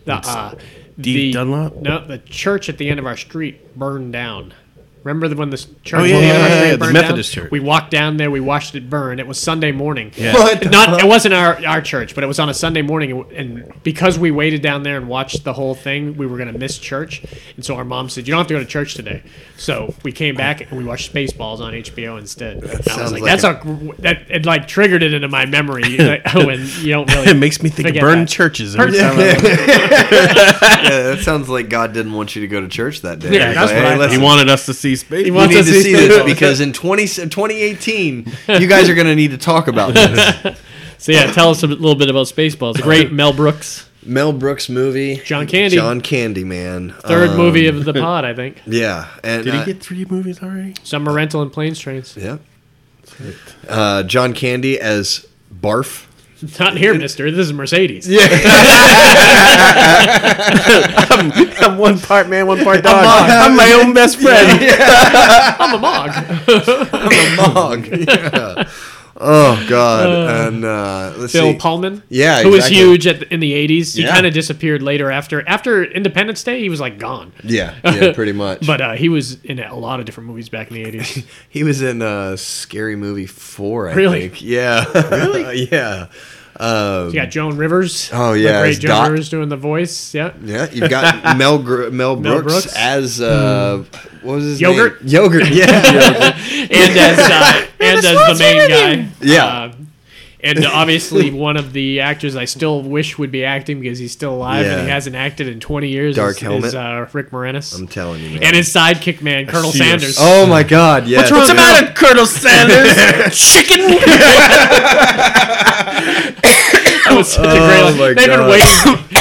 Speaker 4: The, uh,
Speaker 6: Dee Dunlop?
Speaker 4: No, the church at the end of our street burned down. Remember the- when the church?
Speaker 6: Oh, yeah,
Speaker 4: on
Speaker 6: yeah,
Speaker 4: Elm
Speaker 6: yeah,
Speaker 4: Street
Speaker 6: yeah, the
Speaker 4: burned down?
Speaker 6: Methodist church.
Speaker 4: We walked down there. We watched it burn. It was Sunday morning.
Speaker 6: Yeah.
Speaker 5: What the
Speaker 4: Not. It wasn't our our church, but it was on a Sunday morning, and because we waited down there and watched the whole thing, we were gonna miss church, and so our mom said, "You don't have to go to church today." So we came back and we watched Spaceballs on HBO instead. And I was
Speaker 5: sounds
Speaker 4: like,
Speaker 5: like
Speaker 4: "That's a, gr- that." It like triggered it into my memory. like, [LAUGHS] when you don't really.
Speaker 6: [LAUGHS] It makes me think of
Speaker 4: forget
Speaker 6: burning
Speaker 4: that.
Speaker 6: churches.
Speaker 4: Church-
Speaker 5: Yeah, that sounds like God didn't want you to go to church that day.
Speaker 4: Yeah,
Speaker 5: He's
Speaker 4: that's what
Speaker 5: like,
Speaker 4: I
Speaker 5: "Hey,
Speaker 6: He
Speaker 5: listen,
Speaker 6: wanted us to see space.
Speaker 4: He
Speaker 5: You
Speaker 4: wants
Speaker 5: need
Speaker 4: us
Speaker 5: to see this
Speaker 4: Spaceballs.
Speaker 5: because in 20, 2018, you guys are going to need to
Speaker 4: [LAUGHS]
Speaker 5: talk about this.
Speaker 4: So yeah, tell us a little bit about Spaceballs. The [LAUGHS] great Mel Brooks,
Speaker 5: Mel Brooks movie.
Speaker 4: John Candy.
Speaker 5: John Candy, man.
Speaker 4: third
Speaker 5: Um,
Speaker 4: movie of the pod, I think.
Speaker 5: Yeah. And,
Speaker 6: Did
Speaker 5: uh,
Speaker 6: he get three movies already?
Speaker 4: Summer rental and planes, trains.
Speaker 5: Yeah. Uh, John Candy as Barf.
Speaker 4: Not here, Mister. This is Mercedes.
Speaker 6: [LAUGHS] I'm one part man, one part dog. I'm my own best friend.
Speaker 4: [LAUGHS] I'm a mog.
Speaker 5: Mog. [LAUGHS] Yeah. Oh, God. and uh, let's
Speaker 4: Bill
Speaker 5: see.
Speaker 4: Pullman.
Speaker 5: Yeah,
Speaker 4: who
Speaker 5: exactly.
Speaker 4: was huge at the, in the '80s. He
Speaker 5: Yeah.
Speaker 4: kind of disappeared later after after Independence Day. He was like gone. [LAUGHS]
Speaker 5: yeah, yeah, pretty much.
Speaker 4: But uh, he was in a lot of different movies back in the
Speaker 5: [LAUGHS]
Speaker 4: '80s.
Speaker 5: He was in uh, Scary Movie 4, I
Speaker 4: Really?
Speaker 5: think. Yeah. [LAUGHS] Really? yeah. Um,
Speaker 4: You got Joan Rivers.
Speaker 5: Oh,
Speaker 4: the
Speaker 5: yeah,
Speaker 4: great
Speaker 5: it's
Speaker 4: Joan
Speaker 5: Doc.
Speaker 4: Rivers doing the voice. Yeah,
Speaker 5: Yeah,
Speaker 4: [LAUGHS]
Speaker 5: you've got Mel Gr- Mel, Brooks
Speaker 4: Mel Brooks. Hmm.
Speaker 5: as uh, what was his
Speaker 4: Yogurt?
Speaker 5: name? Yogurt.
Speaker 4: [LAUGHS]
Speaker 5: Yeah,
Speaker 4: and as uh, and as the main guy.
Speaker 5: Yeah.
Speaker 4: Uh, and obviously, [LAUGHS] one of the actors I still wish would be acting because he's still alive and he
Speaker 5: Yeah.
Speaker 4: hasn't acted in 20 years.
Speaker 5: Dark
Speaker 4: is,
Speaker 5: Helmet.
Speaker 4: Is, uh, Rick Moranis.
Speaker 5: I'm telling you, man.
Speaker 4: and his sidekick man, Colonel
Speaker 6: see your
Speaker 4: Sanders.
Speaker 5: oh my God, yes.
Speaker 6: What's the matter, Colonel [LAUGHS] Sanders? Chicken.
Speaker 4: [LAUGHS] That was such a great line.
Speaker 5: oh my
Speaker 4: They've been
Speaker 5: God.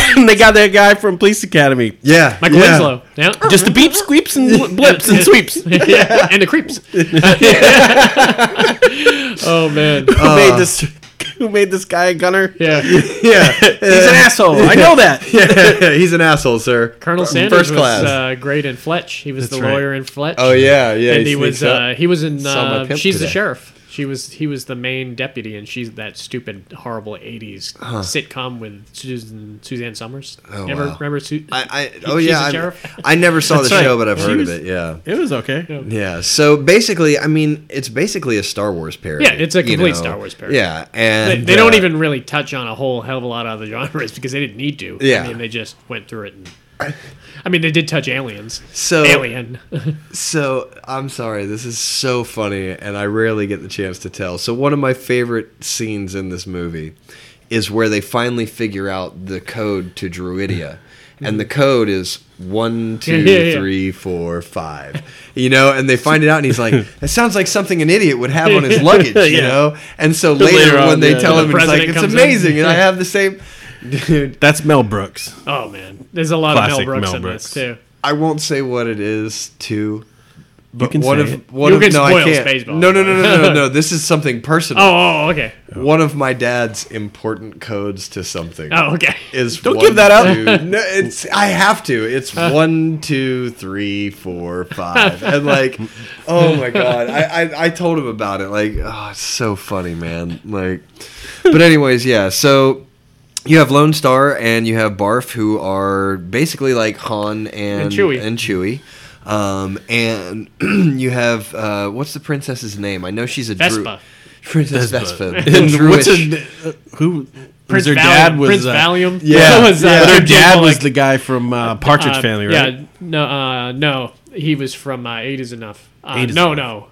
Speaker 4: waiting.
Speaker 6: they got that guy from Police Academy.
Speaker 5: Yeah,
Speaker 4: Michael
Speaker 5: yeah.
Speaker 4: Winslow. Yeah.
Speaker 6: [LAUGHS] Just the beeps, squeeps, and bl- blips and sweeps.
Speaker 4: yeah. [LAUGHS] And the creeps. [LAUGHS]
Speaker 5: [LAUGHS]
Speaker 4: oh, man.
Speaker 5: Uh,
Speaker 6: who made this? [LAUGHS] Who made this guy a gunner?
Speaker 4: Yeah.
Speaker 5: [LAUGHS] Yeah,
Speaker 6: [LAUGHS] He's an asshole. I know that.
Speaker 5: yeah, [LAUGHS] he's an asshole, sir.
Speaker 4: Colonel
Speaker 5: From
Speaker 4: Sanders
Speaker 5: first class.
Speaker 4: was uh, great in Fletch. He was the
Speaker 6: right.
Speaker 4: lawyer in Fletch.
Speaker 5: oh yeah, yeah.
Speaker 4: and he was
Speaker 5: sneaks up.
Speaker 4: uh, he was in
Speaker 5: Saw my
Speaker 4: uh,
Speaker 5: pimp
Speaker 4: she's the
Speaker 5: today.
Speaker 4: sheriff. She was he was the main deputy, and she's that stupid horrible '80s sitcom with Susan Suzanne Summers.
Speaker 5: Oh,
Speaker 4: Ever
Speaker 5: wow.
Speaker 4: remember? Su-
Speaker 5: I, I
Speaker 4: he-
Speaker 5: oh
Speaker 4: she's
Speaker 5: yeah,
Speaker 4: the
Speaker 5: I,
Speaker 4: sheriff?
Speaker 5: I never saw the
Speaker 6: right.
Speaker 5: show, but I've
Speaker 6: She
Speaker 5: heard
Speaker 6: was-
Speaker 5: of it. Yeah.
Speaker 6: It was okay.
Speaker 5: Yeah, so basically, I mean, it's basically a Star Wars parody.
Speaker 4: Yeah, it's a
Speaker 5: you
Speaker 4: complete
Speaker 5: know?
Speaker 4: Star Wars parody.
Speaker 5: Yeah,
Speaker 4: They,
Speaker 5: and
Speaker 4: they don't
Speaker 5: uh,
Speaker 4: even really touch on a whole hell of a lot of other genres because they didn't need to.
Speaker 5: Yeah.
Speaker 4: I mean, they just went through it. And, I mean, they did touch aliens.
Speaker 5: So-
Speaker 4: Alien. [LAUGHS]
Speaker 5: So I'm sorry, this is so funny, and I rarely get the chance to tell. So one of my favorite scenes in this movie is where they finally figure out the code
Speaker 4: [LAUGHS]
Speaker 5: to Druidia. And the code is one, two,
Speaker 4: Yeah, yeah, yeah.
Speaker 5: three, four, five. You know, and they find it out, and
Speaker 4: [LAUGHS]
Speaker 5: he's like, "It sounds like something an idiot would have on his luggage." You
Speaker 6: Yeah.
Speaker 5: know, and so later,
Speaker 6: later
Speaker 5: when
Speaker 6: on,
Speaker 5: they
Speaker 6: yeah.
Speaker 5: tell
Speaker 4: The
Speaker 5: him, it's like,
Speaker 4: president
Speaker 5: "It's
Speaker 4: comes in.
Speaker 5: amazing," and I have the same. Dude,
Speaker 6: That's Mel [LAUGHS] Brooks.
Speaker 4: Oh man, there's a lot
Speaker 6: Classic
Speaker 4: of Mel Brooks
Speaker 6: Mel
Speaker 4: in
Speaker 6: Brooks.
Speaker 4: this too.
Speaker 5: I won't say what it is to. But
Speaker 6: can
Speaker 5: one
Speaker 6: say
Speaker 5: of
Speaker 6: it.
Speaker 5: one
Speaker 4: You
Speaker 5: of
Speaker 4: can
Speaker 5: no, I
Speaker 4: spoil
Speaker 5: can't.
Speaker 4: Spaceballs.
Speaker 5: No, no, no, no, no,
Speaker 4: [LAUGHS]
Speaker 5: no, no. This is something personal.
Speaker 4: Oh, oh okay.
Speaker 5: One of my dad's important codes to something
Speaker 4: Oh, okay.
Speaker 5: is
Speaker 6: Don't
Speaker 5: one,
Speaker 6: give that up. [LAUGHS]
Speaker 5: two- no, it's I have to. It's one, two, three, four, five, and like, oh my god, I, I I told him about it. Like, oh, it's so funny, man. Like, but anyways, yeah. So you have Lone Star and you have Barf, who are basically like Han
Speaker 4: And
Speaker 5: and
Speaker 4: Chewie.
Speaker 5: and Chewie. Um, and [CLEARS THROAT] you have uh, what's the princess's name? I know she's a Dru-
Speaker 4: Vespa.
Speaker 5: Princess Vespa.
Speaker 6: [LAUGHS] What's
Speaker 5: Druish.
Speaker 6: his, who?
Speaker 4: Prince
Speaker 6: Prince their
Speaker 4: Valium.
Speaker 6: dad was
Speaker 4: Prince
Speaker 6: uh,
Speaker 4: Valium.
Speaker 6: [LAUGHS]
Speaker 5: yeah,
Speaker 4: That was, uh,
Speaker 5: yeah.
Speaker 6: Their
Speaker 4: Jim
Speaker 6: dad was
Speaker 4: Bullock.
Speaker 6: the guy from uh, Partridge
Speaker 4: Uh,
Speaker 6: Family, right?
Speaker 4: Yeah, no, uh, no, he was from uh, Eight Is Enough. Uh,
Speaker 6: Eight Is
Speaker 4: no,
Speaker 6: Enough.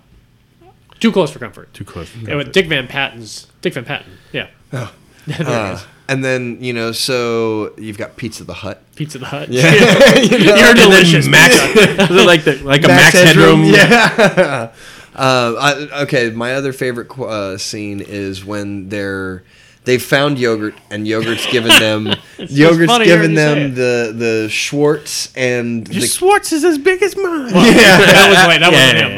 Speaker 4: no, too close for comfort.
Speaker 6: Too close.
Speaker 4: It was Dick Van Patten's Dick Van Patten. Yeah,
Speaker 5: Uh, and then you know, so you've got Pizza the
Speaker 6: [LAUGHS]
Speaker 5: Hut. [LAUGHS]
Speaker 4: Pizza the Hut. [LAUGHS] You're delicious. [LAUGHS]
Speaker 6: Max, [LAUGHS] was it like the, like a Max, Headroom.
Speaker 5: Yeah. [LAUGHS] Uh, I, okay, my other favorite qu- uh, scene is when they're they've found yogurt and yogurt's given
Speaker 6: [LAUGHS]
Speaker 5: them yogurt's
Speaker 4: funny
Speaker 5: given
Speaker 4: hearing you say
Speaker 5: them
Speaker 4: it.
Speaker 5: the the Schwartz and
Speaker 6: Your
Speaker 5: the,
Speaker 6: Schwartz is as big as mine.
Speaker 4: that was wait, that
Speaker 6: Yeah,
Speaker 4: wasn't
Speaker 6: yeah,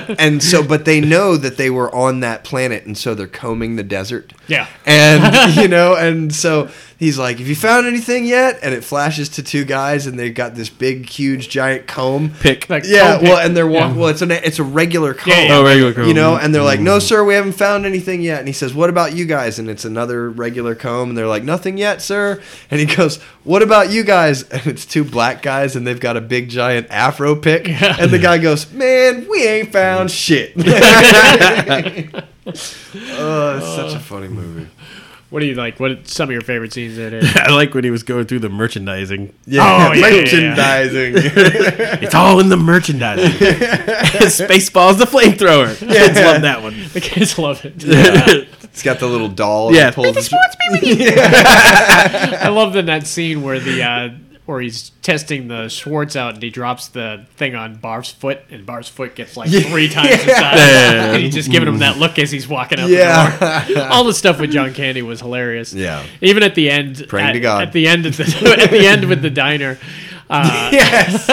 Speaker 4: him.
Speaker 5: [LAUGHS] um,
Speaker 6: yeah. [LAUGHS]
Speaker 5: and so but they know that they were on that planet and so they're combing the desert
Speaker 6: [LAUGHS]
Speaker 4: Yeah.
Speaker 5: and you know and so He's like, "Have you found anything yet?" And it flashes to two guys, and they've got this big, huge, giant comb.
Speaker 6: Pick.
Speaker 4: Like,
Speaker 5: yeah,
Speaker 4: comb
Speaker 5: well,
Speaker 4: pick.
Speaker 5: and they're walk-
Speaker 4: Yeah.
Speaker 5: well, it's a it's a regular comb.
Speaker 4: Yeah, yeah.
Speaker 6: Oh, regular comb. Mm.
Speaker 5: You know, and they're like, "No, sir, we haven't found anything yet." And he says, "What about you guys?" And it's another regular comb, and they're like, "Nothing yet, sir." And he goes, "What about you guys?" [LAUGHS] And it's two black guys, and they've got a big giant afro pick. And the guy goes, "Man, we ain't found
Speaker 6: [LAUGHS]
Speaker 5: shit." [LAUGHS] oh, it's such a funny movie.
Speaker 4: What do you like? What are some of your favorite scenes in
Speaker 6: [LAUGHS]
Speaker 4: it?
Speaker 6: [LAUGHS] I like when he was going through the merchandising.
Speaker 5: Yeah,
Speaker 4: Oh, yeah, yeah,
Speaker 5: merchandising.
Speaker 4: [LAUGHS]
Speaker 6: It's all in the [LAUGHS] merchandising. Spaceballs the [LAUGHS] flamethrower. Kids love that one. [LAUGHS]
Speaker 4: the kids love it.
Speaker 5: it's got the little doll. and
Speaker 6: Yeah.
Speaker 5: he pulls the- [LAUGHS]
Speaker 4: I love in that scene where the uh, where he's testing the Schwartz out and he drops the thing on Barf's foot and Barf's foot gets
Speaker 6: [LAUGHS]
Speaker 4: like three times the size. And he's just giving him that look as he's walking out
Speaker 5: Yeah.
Speaker 4: the door. [LAUGHS] All the stuff with John Candy was hilarious.
Speaker 5: Yeah.
Speaker 4: Even at the end
Speaker 5: Praying
Speaker 4: at,
Speaker 5: to God.
Speaker 4: at the end at the, [LAUGHS] at the end with the diner. Uh, [LAUGHS]
Speaker 5: [LAUGHS] yes.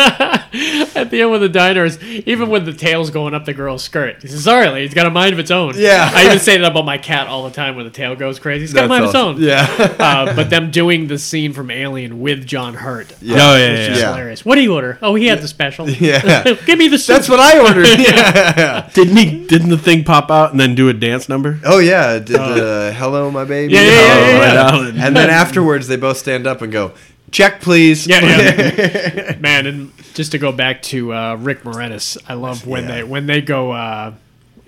Speaker 4: at the end with the diners, even when the tail's going up the girl's skirt, he says, "Sorry, lady, it's got a mind of its own."
Speaker 5: Yeah.
Speaker 4: I even say that about my cat all the time when the tail goes crazy. It's got a
Speaker 5: That's
Speaker 4: mind
Speaker 5: awesome.
Speaker 4: of its own.
Speaker 5: Yeah. [LAUGHS]
Speaker 4: uh, but them doing the scene from Alien with John Hurt.
Speaker 6: Yeah. Oh, yeah, yeah,
Speaker 4: It's
Speaker 5: Yeah.
Speaker 4: hilarious. What do you order? Oh, he had the special.
Speaker 5: [LAUGHS] Yeah.
Speaker 4: [LAUGHS] Give me the soup.
Speaker 5: That's what I
Speaker 4: [LAUGHS]
Speaker 5: ordered. yeah.
Speaker 6: Didn't he? Didn't the thing pop out and then do a dance [LAUGHS] number?
Speaker 5: Oh yeah, it did the hello my baby. Oh,
Speaker 4: Yeah, yeah, yeah, yeah, yeah.
Speaker 6: Right out.
Speaker 5: And then afterwards they both stand up and go, "Check please."
Speaker 4: yeah, yeah.
Speaker 6: [LAUGHS]
Speaker 4: Man, and just to go back to uh, Rick Moranis, I love when
Speaker 5: Yeah.
Speaker 4: they when they go. Uh,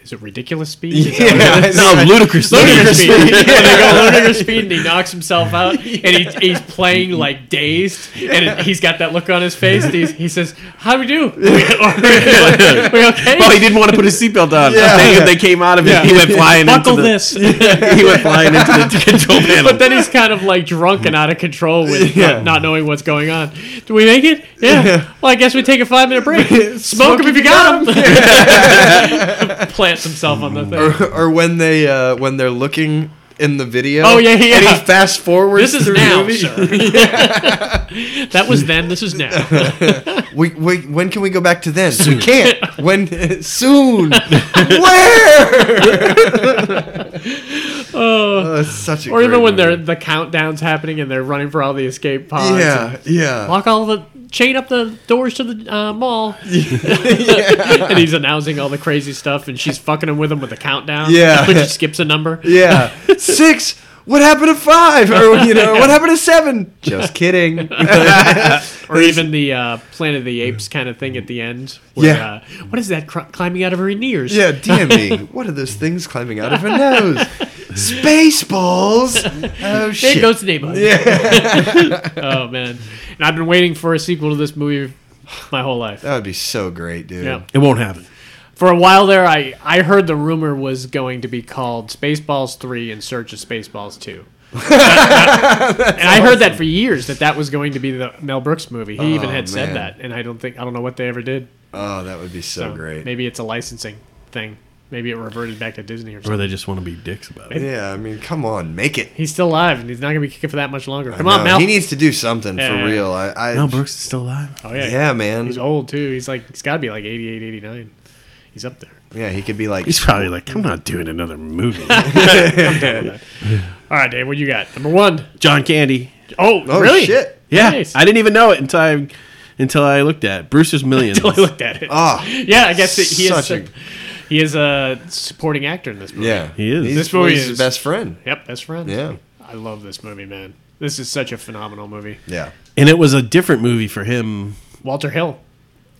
Speaker 4: is it ridiculous speed? Is that what
Speaker 5: [LAUGHS] Yeah, it's
Speaker 6: no,
Speaker 5: like-
Speaker 6: ludicrous.
Speaker 4: Ludicrous speed. And they go ludicrous speed, and he knocks himself
Speaker 6: [LAUGHS]
Speaker 4: out, and he, he's playing like dazed, and it, he's got that look on his face. and He's, he says, "How do we
Speaker 6: [LAUGHS]
Speaker 4: do? [LAUGHS] we okay?
Speaker 6: Oh, he didn't want to put his seatbelt on.
Speaker 5: Yeah.
Speaker 6: I think if they came out of it, he went flying
Speaker 4: Buckle
Speaker 6: into the,
Speaker 4: this."
Speaker 6: [LAUGHS] He went flying into the control panel.
Speaker 4: But then he's kind of like drunk and out of control with
Speaker 5: Yeah.
Speaker 4: not, not knowing what's going on. Do we make it? Yeah. Well, I guess we take a five minute break. Smoke, him if you got him. [LAUGHS] Plants himself on the thing.
Speaker 5: Or, or when they uh, when they're looking in the video.
Speaker 4: Oh, yeah, yeah.
Speaker 5: And he fast forwards.
Speaker 4: This is
Speaker 5: through the
Speaker 4: now,
Speaker 5: movie.
Speaker 4: sir. [LAUGHS] that was then. This is now.
Speaker 5: We, we, when can we go back to then?
Speaker 4: [LAUGHS]
Speaker 5: We can't. When [LAUGHS] soon? Where? oh, it's such a
Speaker 4: Or even
Speaker 5: great
Speaker 4: when
Speaker 5: movie.
Speaker 4: they're the countdown's happening and they're running for all the escape pods.
Speaker 5: yeah
Speaker 4: and
Speaker 5: yeah
Speaker 4: Lock all the chain up the doors to the uh, mall, [LAUGHS] and he's announcing all the crazy stuff, and she's fucking him with him with the countdown. [LAUGHS]
Speaker 5: Yeah.
Speaker 4: when she skips a number. [LAUGHS]
Speaker 5: Yeah. Six. What happened to five? Or you know, what happened to seven?
Speaker 4: [LAUGHS]
Speaker 5: Just kidding.
Speaker 4: or even the uh, Planet of the Apes kind of thing at the end. Where,
Speaker 5: Yeah.
Speaker 4: Uh, what is that cr- climbing out of her ears?
Speaker 5: yeah, DME. What are those things climbing out of her nose? Spaceballs. Oh
Speaker 4: There
Speaker 5: shit.
Speaker 4: goes the name of it. [LAUGHS] oh man, and I've been waiting for a sequel to this movie my whole life.
Speaker 5: that would be so great, dude.
Speaker 4: Yeah.
Speaker 6: it won't happen.
Speaker 4: For a while there, I I heard the rumor was going to be called Spaceballs Three: In Search of Spaceballs
Speaker 5: [LAUGHS]
Speaker 4: Two. and I heard that for years that that was going to be the Mel Brooks movie. He even
Speaker 5: Oh,
Speaker 4: had said
Speaker 5: man.
Speaker 4: that, and I don't think I don't know what they ever did.
Speaker 5: Oh, that would be so, great.
Speaker 4: Maybe it's a licensing thing. Maybe it reverted back to Disney or something.
Speaker 6: Or they just want to be dicks about it.
Speaker 5: Yeah, I mean, come on, make it.
Speaker 4: He's still alive, and he's not gonna be kicking for that much longer.
Speaker 5: I
Speaker 4: Come on,
Speaker 5: know,
Speaker 4: Mel.
Speaker 5: He needs to do something
Speaker 4: Yeah.
Speaker 5: for real. I, I
Speaker 6: Mel Brooks is still alive.
Speaker 4: oh yeah,
Speaker 5: yeah, man.
Speaker 4: He's old too. He's like he's got to be like 88, 89. He's up there.
Speaker 5: Yeah, he could be like
Speaker 6: He's probably like, I'm not doing another movie. [LAUGHS]
Speaker 4: All right, Dave, what you got? Number one.
Speaker 6: John Candy.
Speaker 4: Oh,
Speaker 5: Oh,
Speaker 4: really?
Speaker 5: shit.
Speaker 6: Yeah,
Speaker 4: Nice.
Speaker 6: I didn't even know it until I until I looked at it. Brewster's Millions.
Speaker 4: [LAUGHS] I looked at it.
Speaker 5: ah.
Speaker 4: [LAUGHS] yeah, I guess that he is.
Speaker 5: such a-
Speaker 4: A, he is a supporting actor in this movie.
Speaker 5: Yeah,
Speaker 6: He is.
Speaker 5: He's,
Speaker 4: This movie
Speaker 5: he's
Speaker 4: is-
Speaker 5: his best friend.
Speaker 4: Yep, best friend.
Speaker 5: Yeah.
Speaker 4: I love this movie, man. This is such a phenomenal movie.
Speaker 5: Yeah.
Speaker 6: and it was a different movie for him
Speaker 4: Walter Hill.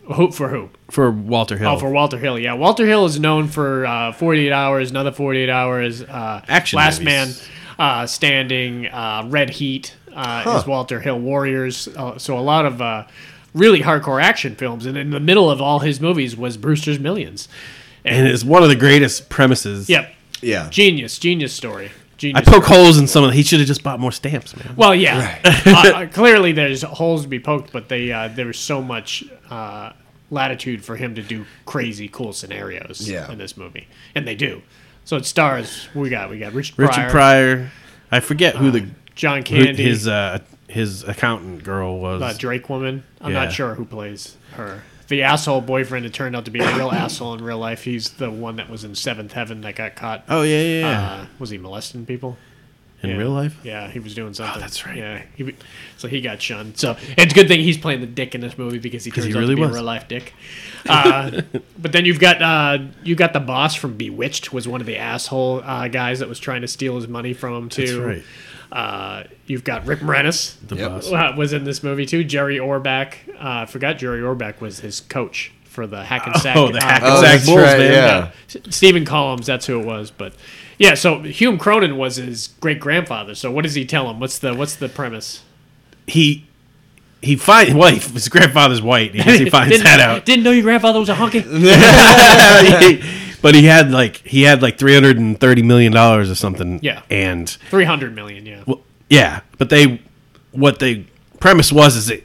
Speaker 4: Who for who?
Speaker 6: for Walter Hill.
Speaker 4: Oh, for Walter Hill. Yeah, Walter Hill is known for uh, 48 Hours, Another 48 Hours, uh,
Speaker 6: Action
Speaker 4: Last
Speaker 6: movies.
Speaker 4: Man uh, Standing, uh, Red Heat uh, is Walter Hill Warriors. Uh, so a lot of uh, really hardcore action films. And in the middle of all his movies was Brewster's Millions.
Speaker 6: and it's one of the greatest premises.
Speaker 4: Yep,
Speaker 5: Yeah.
Speaker 4: genius, genius story.
Speaker 6: I
Speaker 4: Genius.
Speaker 6: poke holes in some of. The, he should have just bought more stamps, man.
Speaker 4: well, yeah. [LAUGHS] uh, uh, clearly, there's holes to be poked, but they uh, there was so much uh, latitude for him to do crazy, cool scenarios
Speaker 5: Yeah.
Speaker 4: in this movie, and they do. So it stars. We got we got Richard Pryor,
Speaker 6: Richard Pryor. I forget who the
Speaker 4: John
Speaker 6: who
Speaker 4: Candy,
Speaker 6: his uh, his accountant girl was.
Speaker 4: uh, Drake woman. I'm
Speaker 6: Yeah.
Speaker 4: not sure who plays her. The asshole boyfriend that turned out to be a real [COUGHS] asshole in real life. He's the one that was in Seventh Heaven that got caught.
Speaker 6: oh yeah, yeah, yeah.
Speaker 4: Uh, was he molesting people?
Speaker 6: in
Speaker 4: Yeah.
Speaker 6: real life.
Speaker 4: Yeah, he was doing something.
Speaker 6: Oh, that's right.
Speaker 4: Yeah, he, be- so he got shunned. So it's a good thing he's playing the dick in this movie because he turns
Speaker 6: he
Speaker 4: out
Speaker 6: really
Speaker 4: to be
Speaker 6: was.
Speaker 4: a real life dick. Uh, [LAUGHS] but then you've got uh, you got the boss from Bewitched was one of the asshole uh, guys that was trying to steal his money from him too.
Speaker 6: That's right.
Speaker 4: Uh, you've got Rick Moranis
Speaker 6: The
Speaker 5: Yep.
Speaker 6: boss.
Speaker 4: uh, was in this movie too. Jerry Orbach. Uh, I forgot Jerry Orbach was his coach for the Hackensack.
Speaker 6: Oh, the
Speaker 4: uh,
Speaker 6: Hackensack
Speaker 5: Oh, that's
Speaker 6: Bulls,
Speaker 5: right,
Speaker 6: man.
Speaker 5: yeah.
Speaker 4: S- Stephen Collins, that's who it was. But yeah, so Hume Cronin was his great grandfather. So what does he tell him? What's the what's the
Speaker 6: [LAUGHS]
Speaker 4: premise?
Speaker 6: He he finds well, he, his grandfather's white. He,
Speaker 4: [LAUGHS]
Speaker 6: he finds
Speaker 4: didn't,
Speaker 6: that out. [LAUGHS]
Speaker 4: Didn't know your grandfather was a honky.
Speaker 6: but he had like he had like three hundred and thirty million dollars or something.
Speaker 4: Yeah.
Speaker 6: and
Speaker 4: Three hundred million. Yeah.
Speaker 6: well, yeah, but they what the premise was is that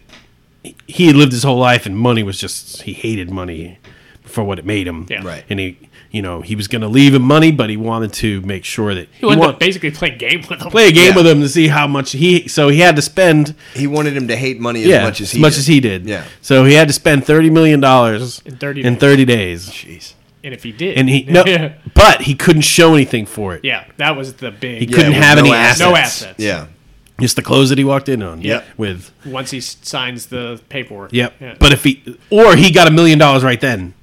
Speaker 6: he had lived his whole life and money was just he hated money for what it made him.
Speaker 4: Yeah. Right.
Speaker 6: and he you know he was going to leave him money, but he wanted to make sure that
Speaker 4: He ended
Speaker 6: wa-
Speaker 4: up basically playing game with him.
Speaker 6: play a game
Speaker 5: Yeah.
Speaker 6: with him to see how much he so he had to spend
Speaker 5: He wanted him to hate money as
Speaker 6: yeah,
Speaker 5: much as he did.
Speaker 6: did.
Speaker 5: Yeah.
Speaker 6: So he had to spend thirty million dollars
Speaker 4: In 30
Speaker 6: in
Speaker 4: days.
Speaker 6: thirty days,
Speaker 5: Jeez.
Speaker 4: and if he did,
Speaker 6: and he no,
Speaker 4: yeah,
Speaker 6: but he couldn't show anything for
Speaker 4: [LAUGHS]
Speaker 6: it.
Speaker 4: yeah, that was the big.
Speaker 6: He couldn't
Speaker 5: with
Speaker 6: have
Speaker 5: no
Speaker 6: any
Speaker 5: assets.
Speaker 6: assets.
Speaker 4: no assets.
Speaker 5: Yeah.
Speaker 6: Just the clothes that he walked in on.
Speaker 5: Yep.
Speaker 6: With
Speaker 4: Once he s- signs the paperwork.
Speaker 6: yep.
Speaker 4: Yeah.
Speaker 6: But if he or he got a million dollars right then,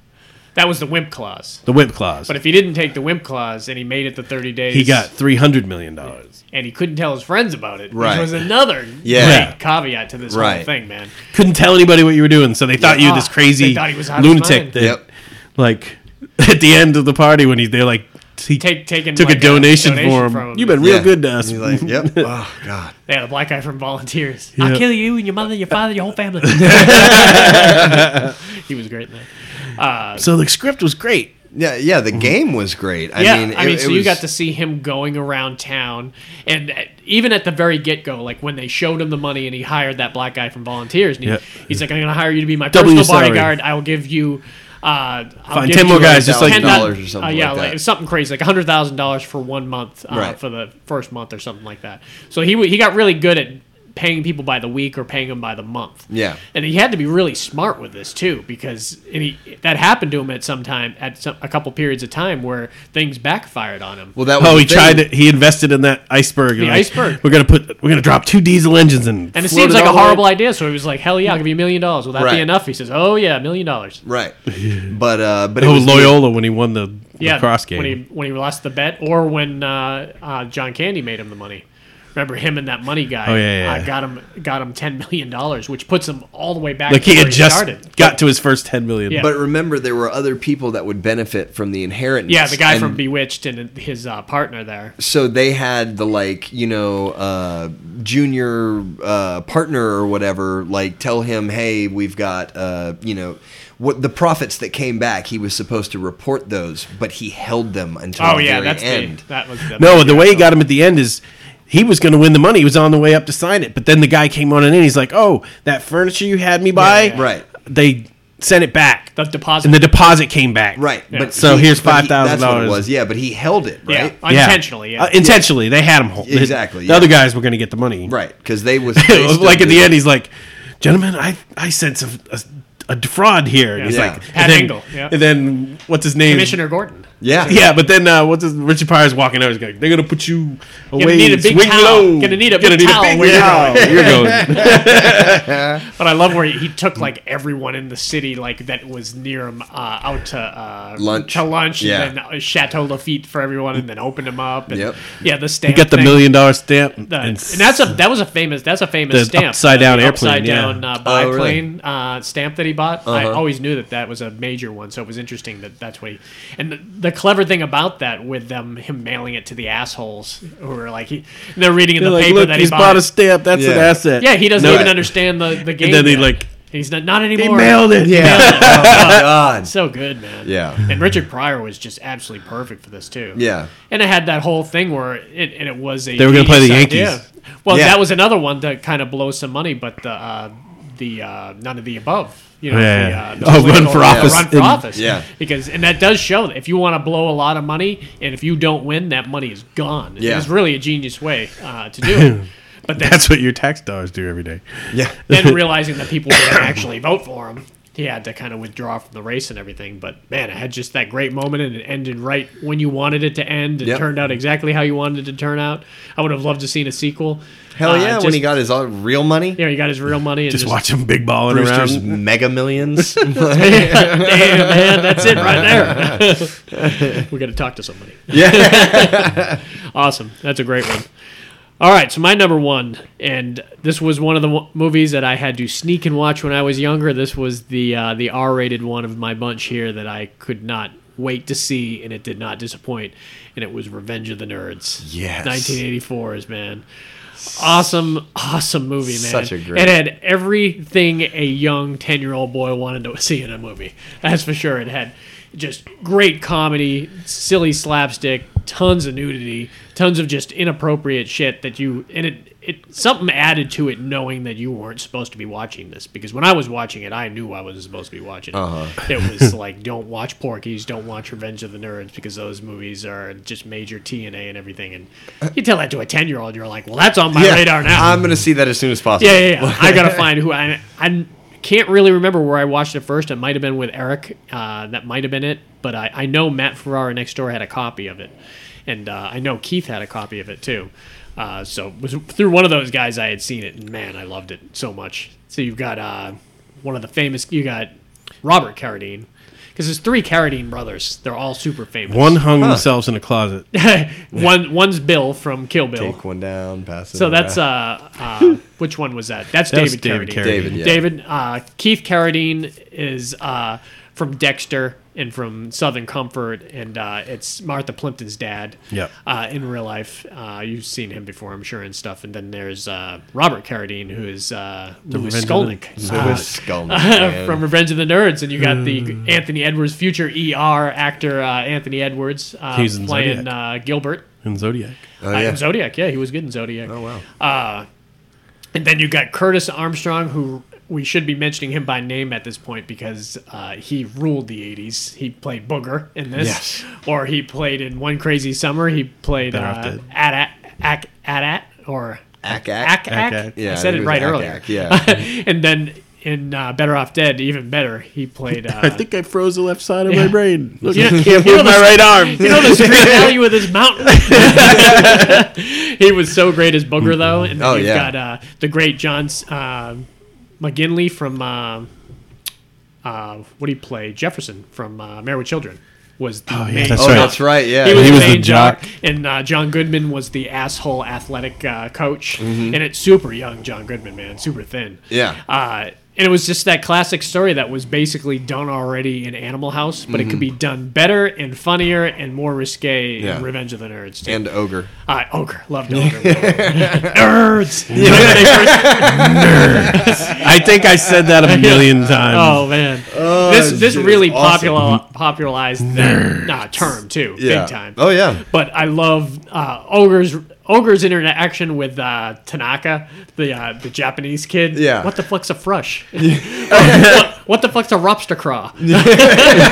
Speaker 4: that was the wimp clause.
Speaker 6: the whip clause.
Speaker 4: But if he didn't take the wimp clause and he made it the 30 days,
Speaker 6: he got three hundred million dollars.
Speaker 4: and he couldn't tell his friends about it,
Speaker 5: Right.
Speaker 4: which was another
Speaker 5: Yeah.
Speaker 4: great caveat to this
Speaker 5: Right.
Speaker 4: whole thing, man.
Speaker 6: Couldn't tell anybody what you were doing, so they thought you
Speaker 4: Ah,
Speaker 6: this crazy
Speaker 4: they thought he was out of his
Speaker 6: lunatic
Speaker 4: mind.
Speaker 6: that
Speaker 5: Yep.
Speaker 6: like [LAUGHS] at the end of the party when he's there like he
Speaker 4: Take taking
Speaker 6: took
Speaker 4: like,
Speaker 6: a donation, for him.
Speaker 4: from
Speaker 6: You've been real
Speaker 5: Yeah.
Speaker 6: good to us.
Speaker 5: He's like,
Speaker 6: [LAUGHS]
Speaker 5: yep. Oh God.
Speaker 4: They had a black guy from Volunteers.
Speaker 6: Yeah.
Speaker 4: I'll kill you and your mother, your father, your whole
Speaker 6: [LAUGHS]
Speaker 4: family. [LAUGHS] he was great in that.
Speaker 6: so the script was great.
Speaker 5: Yeah. Yeah.
Speaker 6: Mhm.
Speaker 5: The game was great. I
Speaker 4: yeah,
Speaker 5: mean,
Speaker 4: I
Speaker 5: it-
Speaker 4: mean,
Speaker 5: it
Speaker 4: so you
Speaker 5: was-
Speaker 4: got to see him going around town, and at- even at the very get go, like when they showed him the money and he hired that black guy from volunteers, and he,
Speaker 6: Yeah.
Speaker 4: he's like, "I'm going to hire you to be my
Speaker 6: Double
Speaker 4: personal
Speaker 6: your salary.
Speaker 4: bodyguard. I will give you." Uh, I'll
Speaker 6: Find
Speaker 4: give
Speaker 6: 10 more
Speaker 4: you
Speaker 6: guys just like-
Speaker 5: $10,000 or
Speaker 4: $10,000
Speaker 5: something
Speaker 4: yeah,
Speaker 5: like that.
Speaker 4: something crazy, like hundred thousand dollars for one month uh,
Speaker 5: Right.
Speaker 4: for the first month or something like that. So he w- he got really good at paying people by the week or paying them by the month.
Speaker 5: Yeah.
Speaker 4: and he had to be really smart with this too because and he that happened to him at some time at some, a couple periods of time where things backfired on him.
Speaker 5: Well, that was
Speaker 6: Oh,
Speaker 5: the
Speaker 6: he
Speaker 5: thing.
Speaker 6: tried it. He invested in that iceberg.
Speaker 4: The
Speaker 6: Like,
Speaker 4: iceberg.
Speaker 6: We're gonna put. We're gonna drop two diesel engines and.
Speaker 4: and it
Speaker 6: float
Speaker 4: seems like
Speaker 6: all
Speaker 4: a
Speaker 6: the way-
Speaker 4: horrible idea. So he was like, "Hell yeah, I'll give you a million dollars. Will that
Speaker 5: Right.
Speaker 4: be enough?" He says, "Oh yeah, a million dollars."
Speaker 6: [LAUGHS]
Speaker 5: Right. But uh, but it
Speaker 6: Oh,
Speaker 5: was
Speaker 6: Loyola when he won the
Speaker 4: Yeah,
Speaker 6: lacrosse game.
Speaker 4: when he when he lost the bet, or when uh, uh, John Candy made him the money. Remember him and that money guy?
Speaker 6: Oh, yeah, yeah,
Speaker 4: Uh,
Speaker 6: yeah.
Speaker 4: got him got him ten million dollars, which puts him all the way back.
Speaker 6: like
Speaker 4: to
Speaker 6: he
Speaker 4: where
Speaker 6: had just
Speaker 4: started.
Speaker 6: got to his first ten million.
Speaker 4: Yeah.
Speaker 5: But remember, there were other people that would benefit from the inheritance.
Speaker 4: Yeah, the guy
Speaker 5: and
Speaker 4: from Bewitched and his uh, partner there.
Speaker 5: So they had the like, you know, uh, junior uh, partner or whatever, like tell him, hey, we've got, uh, you know, what the profits that came back. He was supposed to report those, but he held them until
Speaker 4: Oh
Speaker 5: the
Speaker 4: yeah,
Speaker 5: very
Speaker 4: that's
Speaker 5: end.
Speaker 4: the that was the
Speaker 6: No, the way he got him at the end is he was going to win the money. He was on the way up to sign it, but then the guy came on in and he's like, "Oh, that furniture you had me buy,
Speaker 4: Yeah, yeah.
Speaker 5: Right.
Speaker 6: They sent it back,
Speaker 4: the deposit
Speaker 6: and the deposit came back,
Speaker 5: Right. But
Speaker 6: So
Speaker 5: he-
Speaker 6: here's
Speaker 5: but he- That's what
Speaker 6: $5,000.
Speaker 5: it was. Yeah, but he held it,
Speaker 4: yeah,
Speaker 5: right?
Speaker 4: unintentionally. Yeah,
Speaker 6: Uh, intentionally. They had him hold.
Speaker 5: Exactly,
Speaker 6: The,
Speaker 5: yeah.
Speaker 6: other guys were going to get the money, [LAUGHS]
Speaker 5: Right. Because they was they still
Speaker 6: like at the
Speaker 5: did.
Speaker 6: end, he's like, "Gentlemen, I I sense a, a, a defraud here." And he's
Speaker 5: Yeah.
Speaker 6: like,
Speaker 4: Pat
Speaker 6: and then,
Speaker 4: Engel, yeah.
Speaker 6: And then what's his name?
Speaker 4: Commissioner Gordon.
Speaker 5: Yeah.
Speaker 6: [LAUGHS] Yeah, but then uh, what's his, Richard Pryor's walking out. He's like, "They're gonna put you away.
Speaker 4: need a big
Speaker 6: swing
Speaker 4: towel.
Speaker 6: low.
Speaker 4: Gonna need a big towel where you're
Speaker 6: You're
Speaker 4: [LAUGHS]
Speaker 6: going.
Speaker 4: But I love where he, he took like everyone in the city, like that was near him, uh, out to uh,
Speaker 5: Lunch.
Speaker 4: to lunch,
Speaker 5: Yeah.
Speaker 4: and then uh, Chateau Lafitte for everyone, and then open them up. And,
Speaker 5: Yep.
Speaker 4: Yeah, the stamp.
Speaker 6: Got the
Speaker 4: thing.
Speaker 6: million dollar stamp.
Speaker 4: The- and, that's a that was a famous that's a famous
Speaker 6: The
Speaker 4: stamp
Speaker 6: upside down
Speaker 4: the
Speaker 6: airplane,
Speaker 4: upside
Speaker 6: yeah.
Speaker 4: down uh,
Speaker 5: Oh, really? Uh-huh.
Speaker 4: biplane uh, stamp that he bought I always knew that that was a major one so it was interesting that that's what he and the, the clever thing about that with them him mailing it to the assholes who were like he, they're reading in
Speaker 6: They're
Speaker 4: the
Speaker 6: like,
Speaker 4: paper
Speaker 6: look,
Speaker 4: that he
Speaker 6: he's
Speaker 4: bought,
Speaker 6: bought a stamp. That's an
Speaker 5: Yeah.
Speaker 6: asset.
Speaker 4: yeah he doesn't
Speaker 6: No.
Speaker 4: even understand the the game
Speaker 6: then he,
Speaker 4: yet.
Speaker 6: like-
Speaker 4: he's not not
Speaker 6: He
Speaker 4: anymore
Speaker 6: mailed it. [LAUGHS]
Speaker 5: Yeah. oh, my God.
Speaker 4: so good, man.
Speaker 5: Yeah.
Speaker 4: And Richard Pryor was just absolutely perfect for this too.
Speaker 5: Yeah.
Speaker 4: And it had that whole thing where it and it was a
Speaker 6: They were gonna play the
Speaker 4: genius
Speaker 6: Yankees.
Speaker 4: Well,
Speaker 5: Yeah.
Speaker 4: that was another one that kind of blows some money, but the uh, the uh, none of the above. You know,
Speaker 6: Yeah.
Speaker 4: the,
Speaker 6: Oh,
Speaker 4: the
Speaker 6: run
Speaker 4: legal-
Speaker 6: for
Speaker 4: yeah,
Speaker 6: office
Speaker 4: Run for
Speaker 6: in-
Speaker 4: office.
Speaker 5: Yeah.
Speaker 4: Because and that does show that if you want to blow a lot of money and if you don't win, that money is gone.
Speaker 5: Yeah.
Speaker 4: It's really a genius way uh, to do
Speaker 6: [LAUGHS]
Speaker 4: it. But then,
Speaker 6: That's what your tax dollars do every day.
Speaker 5: Yeah.
Speaker 4: then realizing that people would actually vote for him, he had to kind of withdraw from the race and everything. But man, it had just that great moment and it ended right when you wanted it to end. It
Speaker 5: Yep.
Speaker 4: turned out exactly how you wanted it to turn out. I would have loved to seen a sequel.
Speaker 5: [LAUGHS] Hell
Speaker 4: Uh,
Speaker 5: yeah! when
Speaker 4: just-
Speaker 5: he got his all, real money,
Speaker 4: yeah, he got his real money and
Speaker 6: Just
Speaker 4: just,
Speaker 6: watch him big balling
Speaker 5: Brewster's
Speaker 6: around.
Speaker 4: [LAUGHS]
Speaker 5: Mega Millions. [LAUGHS]
Speaker 4: Damn, man, that's it right there. we got to talk to somebody.
Speaker 5: yeah,
Speaker 4: [LAUGHS] Awesome. That's a great one. All right, so my number one, and this was one of the w- movies that I had to sneak and watch when I was younger. This was the uh, the R-rated one of my bunch here that I could not wait to see, and it did not disappoint. And it was Revenge of the Nerds.
Speaker 5: Yes.
Speaker 4: 1984's man. Awesome, awesome movie, man.
Speaker 5: Such a great-
Speaker 4: It had everything a young ten-year-old boy wanted to see in a movie. That's for sure. It had just great comedy, silly slapstick, tons of nudity, tons of just inappropriate shit that you and it it something added to it knowing that you weren't supposed to be watching this because when I was watching it, I knew I wasn't supposed to be watching it. It was like don't watch Porky's, don't watch Revenge of the Nerds because those movies are just major TNA and everything. And you tell that to a ten year old, you're like, well, that's on my radar now.
Speaker 5: I'm gonna see that as soon as possible.
Speaker 4: Yeah, yeah, yeah. I gotta find who I I can't really remember where I watched it first. It might have been with Eric. Uh, that might have been it. But I, I know Matt Ferrara next door had a copy of it, and uh, I know Keith had a copy of it too. Uh, so it was through one of those guys I had seen it, and man, I loved it so much. So you've got uh, one of the famous. You got Robert Carradine. Because there's three Carradine brothers. They're all super famous.
Speaker 6: One hung themselves in a closet.
Speaker 4: [LAUGHS] one one's Bill from Kill Bill.
Speaker 5: Take one down, pass it.
Speaker 4: So that's uh, uh [LAUGHS] which one was that? That's
Speaker 6: That was
Speaker 4: David,
Speaker 6: David
Speaker 4: Carradine.
Speaker 6: Carradine.
Speaker 5: David, yeah.
Speaker 4: David uh, Keith Carradine is uh, from Dexter and from Southern Comfort, and uh, it's Martha Plimpton's dad.
Speaker 6: Yep.
Speaker 4: Uh, in real life, uh, you've seen him before, I'm sure, and stuff. And then there's uh, Robert Carradine, who is uh, Louis
Speaker 6: Revenge
Speaker 4: Skolnick.
Speaker 6: of
Speaker 5: [LAUGHS]
Speaker 6: the-
Speaker 5: It
Speaker 4: Uh,
Speaker 5: was
Speaker 4: [LAUGHS]
Speaker 5: Skullman,
Speaker 4: from Revenge of the Nerds, and you got the
Speaker 6: Mm.
Speaker 4: Anthony Edwards, future ER actor uh, Anthony Edwards, uh,
Speaker 6: He's in
Speaker 4: playing uh,
Speaker 6: Zodiac.
Speaker 4: Gilbert
Speaker 6: in Zodiac.
Speaker 5: oh,
Speaker 4: uh,
Speaker 5: yeah.
Speaker 4: in Zodiac. Yeah, he was good in Zodiac. Uh,
Speaker 5: oh wow.
Speaker 4: And then you got Curtis Armstrong, who we should be mentioning him by name at this point because uh, he ruled the 80s. He played Booger in this.
Speaker 5: Yes.
Speaker 4: Or he played in One Crazy Summer. He played
Speaker 6: Better off
Speaker 4: uh,
Speaker 6: dead.
Speaker 4: At At At or
Speaker 5: Ack,
Speaker 4: Ack
Speaker 5: ack.
Speaker 4: Ack.
Speaker 5: Yeah,
Speaker 4: I said it
Speaker 5: was
Speaker 4: right
Speaker 5: ack,
Speaker 4: earlier. [LAUGHS]
Speaker 5: ack, Yeah. Oh,
Speaker 4: and then in uh, Better Off Dead, even better, he played.
Speaker 5: [LAUGHS]
Speaker 4: Uh,
Speaker 6: I think I froze the left side of my brain.
Speaker 4: [LAUGHS]
Speaker 6: Look,
Speaker 4: You know-
Speaker 6: I
Speaker 4: you
Speaker 6: can't
Speaker 4: know
Speaker 6: move my
Speaker 4: the-
Speaker 6: right arm.
Speaker 4: you know the [LAUGHS] street value of this mountain. [LAUGHS] he was so great as Booger though, and then
Speaker 5: Oh,
Speaker 4: you've
Speaker 5: yeah.
Speaker 4: got uh, the great John uh, McGinley from uh, uh, what do you play Jefferson from uh, Married with Children was the main.
Speaker 6: that's
Speaker 5: Oh,
Speaker 6: right.
Speaker 5: that's right. Yeah.
Speaker 4: He was,
Speaker 6: He
Speaker 4: the
Speaker 6: was the
Speaker 4: main jock,
Speaker 6: jock.
Speaker 4: and uh, John Goodman was the asshole athletic uh, coach, and it's super young John Goodman, man, super thin.
Speaker 5: Mm-hmm. Yeah.
Speaker 4: Uh, and it was just that classic story that was basically done already in Animal House, but
Speaker 5: Mm-hmm.
Speaker 4: it could be done better and funnier and more risque
Speaker 5: Yeah.
Speaker 4: in Revenge of the Nerds. Too.
Speaker 5: and ogre.
Speaker 4: uh, ogre,
Speaker 5: [LAUGHS]
Speaker 4: loved ogre.
Speaker 6: [LAUGHS]
Speaker 4: Nerds. [LAUGHS] Remember they first-
Speaker 6: I think I said that a million times.
Speaker 4: [LAUGHS] oh man, this this
Speaker 5: shit,
Speaker 4: really
Speaker 5: it's awesome.
Speaker 4: popular popularized that uh, term too,
Speaker 5: Yeah.
Speaker 4: big time. [LAUGHS]
Speaker 5: Oh yeah.
Speaker 4: But I love uh, Ogre's Ogre's interaction with uh, Tanaka, the uh, the Japanese kid.
Speaker 5: Yeah.
Speaker 4: What the fuck's a frush? what, [LAUGHS] what the fuck's a lobster craw?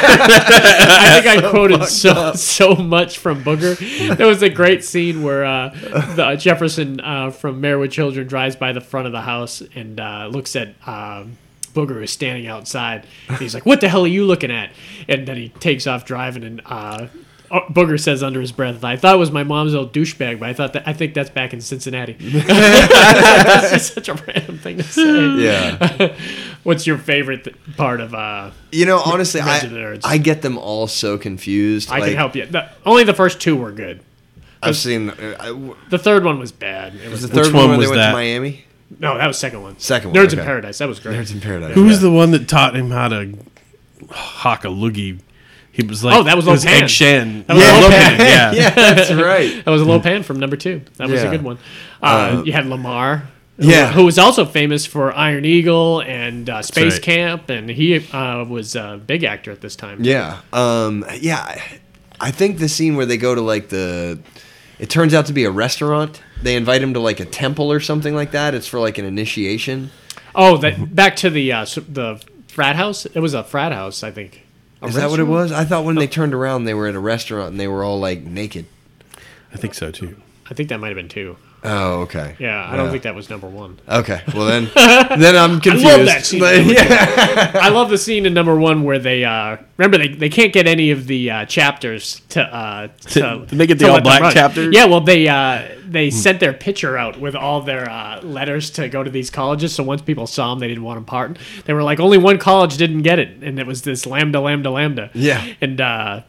Speaker 4: I think I quoted so so much from Booger. There was a great scene where uh, the Jefferson uh, from Married with Children drives by the front of the house and uh, looks at. Um, Booger is standing outside. And he's like, "What the hell are you looking at?" And then he takes off driving, and uh, oh, Booger says under his breath, "I thought it was my mom's old douchebag, but I thought that I think that's back in Cincinnati." [LAUGHS] That's just such a random thing to
Speaker 5: [LAUGHS]
Speaker 4: say.
Speaker 5: Yeah.
Speaker 4: What's your favorite th- part of? Uh,
Speaker 5: You know, honestly,
Speaker 4: Revenge
Speaker 5: I,
Speaker 4: of the Nerds.
Speaker 5: I get them all so confused.
Speaker 4: I
Speaker 5: like,
Speaker 4: can help you. The, only the first two were good.
Speaker 5: I've seen. uh, I, w-
Speaker 4: The third one was bad. It was
Speaker 5: the third
Speaker 6: one
Speaker 5: one, when
Speaker 6: was
Speaker 5: they went
Speaker 6: that?
Speaker 5: to Miami.
Speaker 4: no, that was second one.
Speaker 5: Second one,
Speaker 4: Nerds in
Speaker 5: okay.
Speaker 4: Paradise. That was great.
Speaker 5: Nerds in Paradise.
Speaker 6: Who
Speaker 5: [LAUGHS]
Speaker 6: was the one that taught him how to hawk a loogie? He was like,
Speaker 4: Oh, that was
Speaker 6: it was
Speaker 4: Lopan.
Speaker 6: Egg Shan.
Speaker 4: That was
Speaker 6: yeah,
Speaker 4: Lopan.
Speaker 6: Lopan, yeah.
Speaker 5: yeah, that's right.
Speaker 4: That was a low pan from number two. That was a
Speaker 5: Hmm. Yeah.
Speaker 4: good one. Uh, you had Lamar. Who,
Speaker 5: yeah.
Speaker 4: who was also famous for Iron Eagle and uh, Space
Speaker 6: right.
Speaker 4: Camp, and he uh, was a big actor at this time.
Speaker 5: Yeah. Um. Yeah. I- I think the scene where they go to like the, it turns out to be a restaurant. They invite him to like a temple or something like that. It's for like an initiation.
Speaker 4: Oh, that back to the uh, s- the frat house. It was a frat house, I think. A
Speaker 5: Is that what it
Speaker 4: restaurant?
Speaker 5: was? I thought when they turned around, they were at a restaurant and they were all like naked.
Speaker 6: I think so too.
Speaker 4: I think that might have been two.
Speaker 5: Oh, okay.
Speaker 4: Yeah, I don't think that was number one.
Speaker 5: Okay.
Speaker 4: [LAUGHS]
Speaker 5: Well then, then I'm confused.
Speaker 4: that scene.
Speaker 5: But, yeah.
Speaker 4: I love the scene in number one where they uh, remember they, they can't get any of the uh, chapters to
Speaker 6: [LAUGHS]
Speaker 4: uh, to
Speaker 6: Did they get the
Speaker 4: to
Speaker 6: all
Speaker 4: let them
Speaker 6: black Hmm.
Speaker 4: run.
Speaker 6: chapters?
Speaker 4: Yeah, well they uh, they sent their picture out with all their uh, letters to go to these colleges. So once people saw them, they didn't want them part. They were like, only one college didn't get it, and it was this lambda lambda lambda.
Speaker 5: Yeah.
Speaker 4: and. Uh,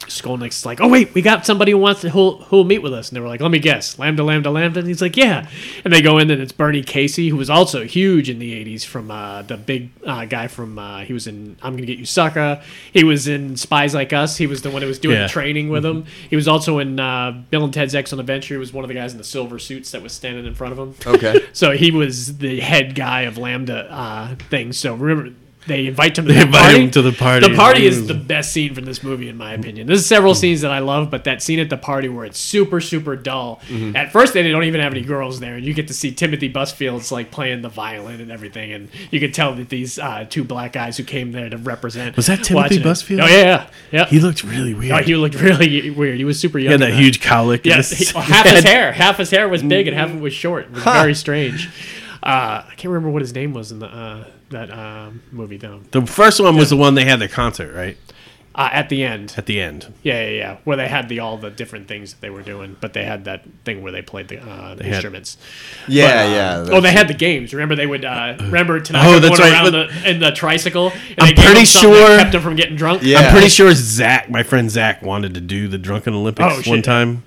Speaker 4: Skolnick's like, oh wait, we got somebody who wants to who'll, who'll meet with us, and they were like, let me guess, lambda, lambda, lambda, and he's like, yeah, and they go in, and it's Bernie Casey, who was also huge in the '80s from uh, the big uh, guy from uh, he was in I'm gonna get you sucker, he was in Spies Like Us, he was the one who was doing
Speaker 6: Yeah.
Speaker 4: the training with him, he was also in uh, Bill and Ted's Excellent Adventure, he was one of the guys in the silver suits that was standing in front of him.
Speaker 5: Okay.
Speaker 4: So he was the head guy of Lambda uh, thing. So remember, they invite him to
Speaker 6: [LAUGHS] They
Speaker 4: the
Speaker 6: invite
Speaker 4: party.
Speaker 6: him to the party. Mm.
Speaker 4: The party is the best scene from this movie, in my opinion. There's several scenes that I love, but that scene at the party where it's super, super dull.
Speaker 6: Mm-hmm.
Speaker 4: At first, they don't even have any girls there, and you get to see Timothy Busfield's like playing the violin and everything, and you can tell that these uh, two black guys who came there to represent
Speaker 6: Was that Timothy
Speaker 4: watching it.
Speaker 6: Busfield?
Speaker 4: Oh yeah, yeah, yeah.
Speaker 6: He looked really weird.
Speaker 4: Oh, he looked really weird. He was super young.
Speaker 6: he had
Speaker 4: in
Speaker 6: that huge cowlick. in
Speaker 4: Yes, [LAUGHS]
Speaker 6: his
Speaker 4: he- well, half
Speaker 6: [LAUGHS]
Speaker 4: his
Speaker 6: head.
Speaker 4: hair. Half his hair was big
Speaker 6: Mm.
Speaker 4: and half of it was short. It was very strange. Uh, I can't remember what his name was in the uh, that um, movie though.
Speaker 6: The first one was the one they had their concert right
Speaker 4: Uh, at the end,
Speaker 6: at the end.
Speaker 4: yeah, yeah, yeah, where they had the all the different things that they were doing, but they had that thing where they played the uh,
Speaker 6: had-
Speaker 4: instruments.
Speaker 5: Yeah,
Speaker 4: But, uh,
Speaker 5: yeah.
Speaker 4: Oh,
Speaker 5: that's-
Speaker 4: they had the games. Remember, they would
Speaker 6: [CLEARS THROAT]
Speaker 4: uh, remember tonight.
Speaker 6: Oh,
Speaker 4: Oh,
Speaker 6: that's
Speaker 4: that's
Speaker 6: right,
Speaker 4: Around
Speaker 6: but-
Speaker 4: the, in the tricycle. And
Speaker 6: I'm
Speaker 4: they gave him
Speaker 6: pretty
Speaker 4: something that
Speaker 6: sure-
Speaker 4: kept him from getting drunk.
Speaker 5: Yeah.
Speaker 6: I'm pretty sure Zach, my friend Zach, wanted to do the Drunken Olympics
Speaker 4: Oh, shit. [LAUGHS]
Speaker 6: one time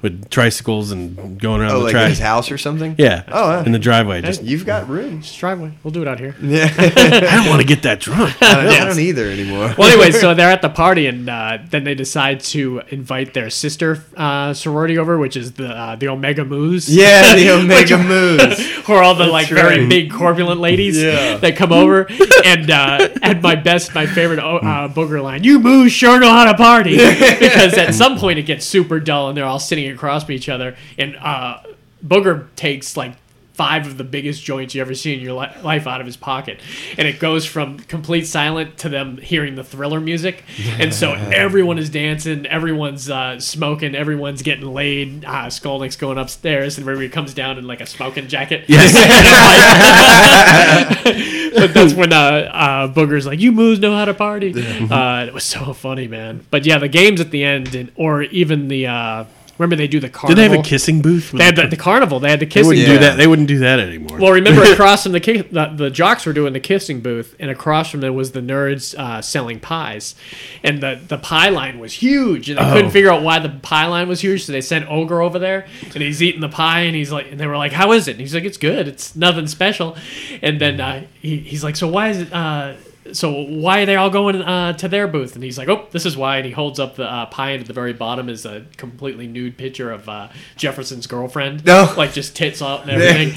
Speaker 6: with tricycles and going around
Speaker 5: Oh,
Speaker 6: the
Speaker 5: like
Speaker 6: track.
Speaker 5: his house or something.
Speaker 6: Yeah.
Speaker 5: Oh, yeah.
Speaker 6: in the driveway. Just
Speaker 5: You've got room.
Speaker 4: Just driveway. We'll do it out here.
Speaker 6: I don't want to get that
Speaker 5: [LAUGHS]
Speaker 6: drunk.
Speaker 5: I don't, I don't either
Speaker 4: [LAUGHS]
Speaker 5: anymore. [LAUGHS]
Speaker 4: well, anyway, so they're at the party, and uh, then they decide to invite their sister uh, sorority over, which is the uh, the Omega Moos.
Speaker 5: Yeah, the Omega moves.
Speaker 4: Who are all the like very
Speaker 5: right.
Speaker 4: big corpulent ladies
Speaker 5: Yeah.
Speaker 4: that come over
Speaker 5: [LAUGHS]
Speaker 4: and uh, and my best my favorite oh, uh, booger line you moos sure know how to
Speaker 5: [LAUGHS]
Speaker 4: party because at some point it gets super dull and they're all sitting across from each other and uh, booger takes like five of the biggest joints you ever see in your li- life out of his pocket and it goes from complete silent to them hearing the thriller music and so everyone is dancing everyone's uh, smoking everyone's getting laid uh, Skolnick's going upstairs and everybody comes down in like a smoking jacket [LAUGHS] but that's when uh, uh, Booger's like, "You moos know how to party." Uh, it was so funny, man. But yeah, the games at the end, and or even the uh, remember they do the carnival.
Speaker 6: Did they
Speaker 4: [LAUGHS]
Speaker 6: have a kissing booth?
Speaker 4: They had the, the carnival. They had the
Speaker 6: They
Speaker 4: kissing.
Speaker 6: wouldn't
Speaker 5: Yeah.
Speaker 6: do that. They wouldn't do that anymore. [LAUGHS]
Speaker 4: Well, remember across from the, ki- the the jocks were doing the kissing booth, and across from them was the nerds uh, selling pies, and the the pie line was huge, and they couldn't figure out why the pie line was huge, so they sent ogre over there, and he's eating the pie, and he's like, and they were like, "How is it?" And he's like, "It's good. It's nothing special," and then uh, he, he's like, "So why is it?" Uh, so why are they all going uh, to their booth? And he's like, "Oh, this is why." And he holds up the uh, pie, and at the very bottom is a completely nude picture of uh, Jefferson's girlfriend,
Speaker 5: No.
Speaker 4: like just tits out and everything.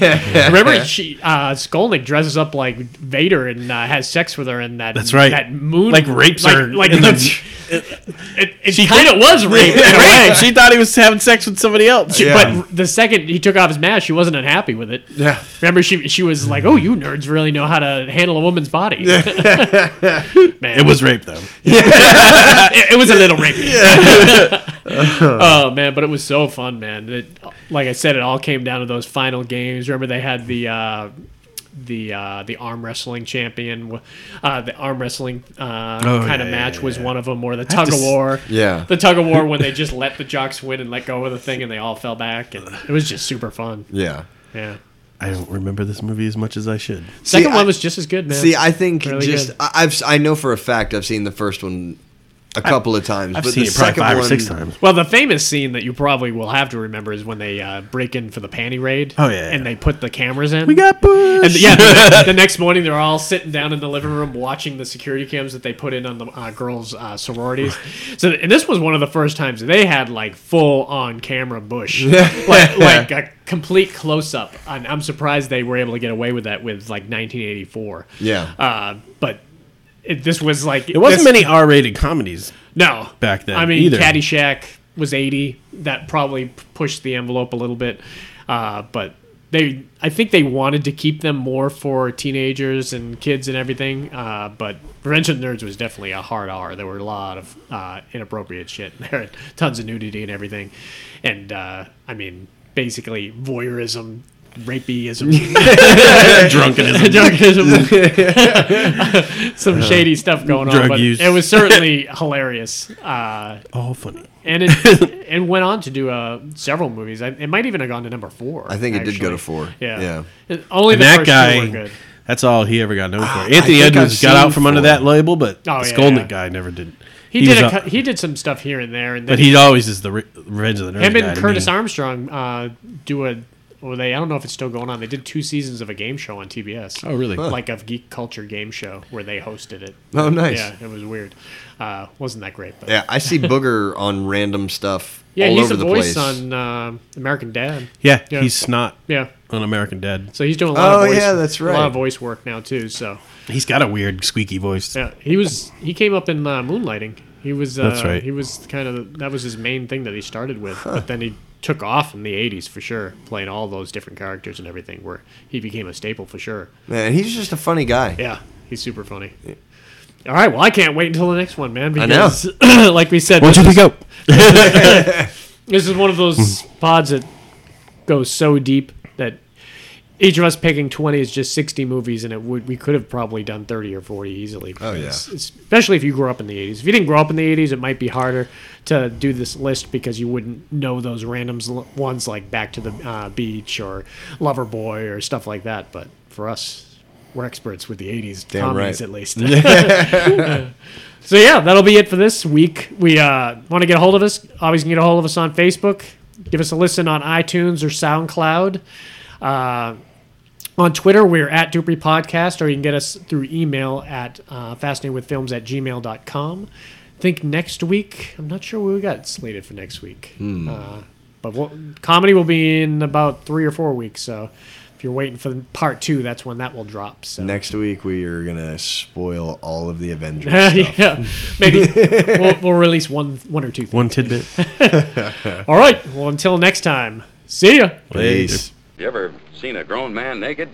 Speaker 4: [LAUGHS] Remember, she uh, Skolnick dresses up like Vader and uh, has sex with her in that.
Speaker 6: That's right.
Speaker 4: That moon
Speaker 6: Like rapes her
Speaker 4: Like,
Speaker 6: in
Speaker 4: the,
Speaker 6: the-
Speaker 4: [LAUGHS] it, it kind of was
Speaker 6: [LAUGHS]
Speaker 4: rape. in a way.
Speaker 6: she thought he was having sex with somebody else.
Speaker 5: Yeah.
Speaker 4: But the second he took off his mask, she wasn't unhappy with it.
Speaker 5: Yeah.
Speaker 4: Remember, she she was like, "Oh, you nerds really know how to handle a woman's body." [LAUGHS] Man,
Speaker 6: It was rape though.
Speaker 4: [LAUGHS] it, it was a little rapey. [LAUGHS] oh man, but it was so fun, man. It, like I said, it all came down to those final games. Remember they had the uh, the uh, the arm wrestling champion, uh, the arm wrestling uh,
Speaker 6: Oh,
Speaker 4: kind of
Speaker 6: yeah,
Speaker 4: match was one of them, or the
Speaker 6: have
Speaker 4: tug
Speaker 6: to
Speaker 4: of
Speaker 6: s-
Speaker 4: war.
Speaker 5: Yeah.
Speaker 4: the tug of war when they just let the jocks win and let go of the thing, and they all fell back, and it was just super fun.
Speaker 5: Yeah.
Speaker 4: Yeah,
Speaker 6: I don't remember this movie as much as I should.
Speaker 4: second
Speaker 5: I-
Speaker 4: one was just as good, man.
Speaker 5: See, I think
Speaker 4: Really
Speaker 5: just
Speaker 4: good.
Speaker 5: I, I've s- I know for a fact I've seen the first one a couple of times,
Speaker 6: I've
Speaker 5: but
Speaker 6: seen
Speaker 5: the
Speaker 6: it probably
Speaker 5: second
Speaker 6: five
Speaker 5: one,
Speaker 6: or six times.
Speaker 4: Well, the famous scene that you probably will have to remember is when they uh, break in for the panty raid.
Speaker 6: Oh, yeah,
Speaker 4: and
Speaker 6: yeah.
Speaker 4: they put the cameras in.
Speaker 6: We got Bush. [LAUGHS]
Speaker 4: And yeah, the, the next morning they're all sitting down in the living room watching the security cams that they put in on the uh, girls' uh, sororities. So, and this was one of the first times they had like full on camera Bush, like like a complete close up. And I'm surprised they were able to get away with that with like 1984.
Speaker 5: Yeah.
Speaker 4: uh, but. It, this was like
Speaker 6: There wasn't many R-rated comedies.
Speaker 4: no,
Speaker 6: back then
Speaker 4: I mean,
Speaker 6: either.
Speaker 4: Caddyshack was eighty. That probably p- pushed the envelope a little bit, uh, but they, I think they wanted to keep them more for teenagers and kids and everything. Uh, but Revenge of the Nerds was definitely a hard R. There were a lot of [LAUGHS] uh, inappropriate shit. in There tons of nudity and everything, and uh, I mean. basically voyeurism, rapeyism,
Speaker 6: [LAUGHS] Drunkenism.
Speaker 4: [LAUGHS]
Speaker 5: [LAUGHS]
Speaker 4: drunkenism, [LAUGHS] some shady stuff going on.
Speaker 6: Drug
Speaker 4: but
Speaker 6: use.
Speaker 4: it was
Speaker 6: [LAUGHS]
Speaker 4: certainly hilarious. Uh,
Speaker 6: All funny. [LAUGHS]
Speaker 4: and it and went on to do uh, several movies. I, it might even have gone to number four.
Speaker 5: I think it did go to
Speaker 4: actually.
Speaker 5: four.
Speaker 4: Yeah,
Speaker 5: Yeah.
Speaker 4: It- only
Speaker 6: And
Speaker 4: the
Speaker 6: that
Speaker 4: first two were
Speaker 6: guy,
Speaker 4: good.
Speaker 6: that's all he ever got known
Speaker 5: Ah,
Speaker 6: for.
Speaker 5: I
Speaker 6: Anthony
Speaker 5: think
Speaker 6: Edwards
Speaker 5: I've
Speaker 6: got out
Speaker 5: seen
Speaker 6: from under
Speaker 5: four.
Speaker 6: that label, but
Speaker 4: Oh,
Speaker 6: the
Speaker 4: yeah,
Speaker 6: Skolnick
Speaker 4: yeah.
Speaker 6: guy never did.
Speaker 4: He, did.
Speaker 6: was
Speaker 4: A,
Speaker 6: out-
Speaker 4: cou- he did some stuff here and there, and then
Speaker 6: but he always is the re- Revenge of the Nerds
Speaker 4: him
Speaker 6: guy
Speaker 4: and
Speaker 6: to
Speaker 4: Curtis
Speaker 6: me.
Speaker 4: Armstrong uh, do a. Well, they I don't know if it's still going on. They did two seasons of a game show on TBS.
Speaker 6: Oh, really? Huh.
Speaker 4: Like a geek culture game show where they hosted it.
Speaker 5: Oh, nice.
Speaker 4: Yeah, it was weird. Uh, wasn't that great? But
Speaker 5: Yeah, I see Booger on random stuff
Speaker 4: Yeah,
Speaker 5: all
Speaker 4: he's
Speaker 5: over
Speaker 4: a
Speaker 5: the
Speaker 4: voice
Speaker 5: place.
Speaker 4: on uh, American Dad.
Speaker 6: Yeah,
Speaker 4: Yeah.
Speaker 6: he's snot
Speaker 4: Yeah,
Speaker 6: on American Dad.
Speaker 4: so he's doing a lot.
Speaker 5: Oh,
Speaker 4: of voice,
Speaker 5: yeah, that's
Speaker 4: A lot
Speaker 5: right.
Speaker 4: of voice work now too. So
Speaker 6: He's got a weird squeaky voice.
Speaker 4: Yeah, he was. He came up in uh, moonlighting. He was. Uh,
Speaker 6: That's right.
Speaker 4: He was kind of that was his main thing that he started with. But then he took off in the '80s for sure, playing all those different characters and everything. Where he became a staple for sure.
Speaker 5: Man, he's just a funny guy.
Speaker 4: Yeah, he's super funny. All right, well, I can't wait until the next one, man.
Speaker 5: I know.
Speaker 4: Because, [CLEARS THROAT] like we said,
Speaker 6: Why
Speaker 4: this,
Speaker 6: don't you
Speaker 4: is,
Speaker 6: think up?
Speaker 4: [LAUGHS] this is one of those pods that goes so deep that each of us picking 20 is just 60 movies, and it would we could have probably done 30 or 40 easily.
Speaker 5: Oh, yeah.
Speaker 4: It's- Especially if you grew up in the 80s. If you didn't grow up in the 80s, it might be harder to do this list because you wouldn't know those randoms l- ones like Back to the uh, Beach or Lover Boy or stuff like that. But for us, we're experts with the 80s
Speaker 5: Damn
Speaker 4: comedies
Speaker 5: right.
Speaker 4: at least.
Speaker 5: [LAUGHS]
Speaker 4: [LAUGHS] So yeah, that'll be it for this week. We uh, want to get a hold of us. Always can get a hold of us on Facebook. Give us a listen on iTunes or SoundCloud. Uh, on Twitter, we're at Dupree Podcast, or you can get us through email at uh, fascinatedwithfilms at gmail.com. I think next week, I'm not sure what we got slated for next week.
Speaker 5: Hmm.
Speaker 4: Uh, but we'll, comedy will be in about three or four weeks. So if you're waiting for part two, that's when that will drop. So
Speaker 5: Next week we are gonna spoil all of the Avengers. stuff.
Speaker 4: [LAUGHS] yeah, maybe we'll, we'll release one, one or two. Things.
Speaker 6: One tidbit.
Speaker 4: All right. Well, until next time. See ya.
Speaker 5: Peace.
Speaker 7: You ever seen a grown man naked?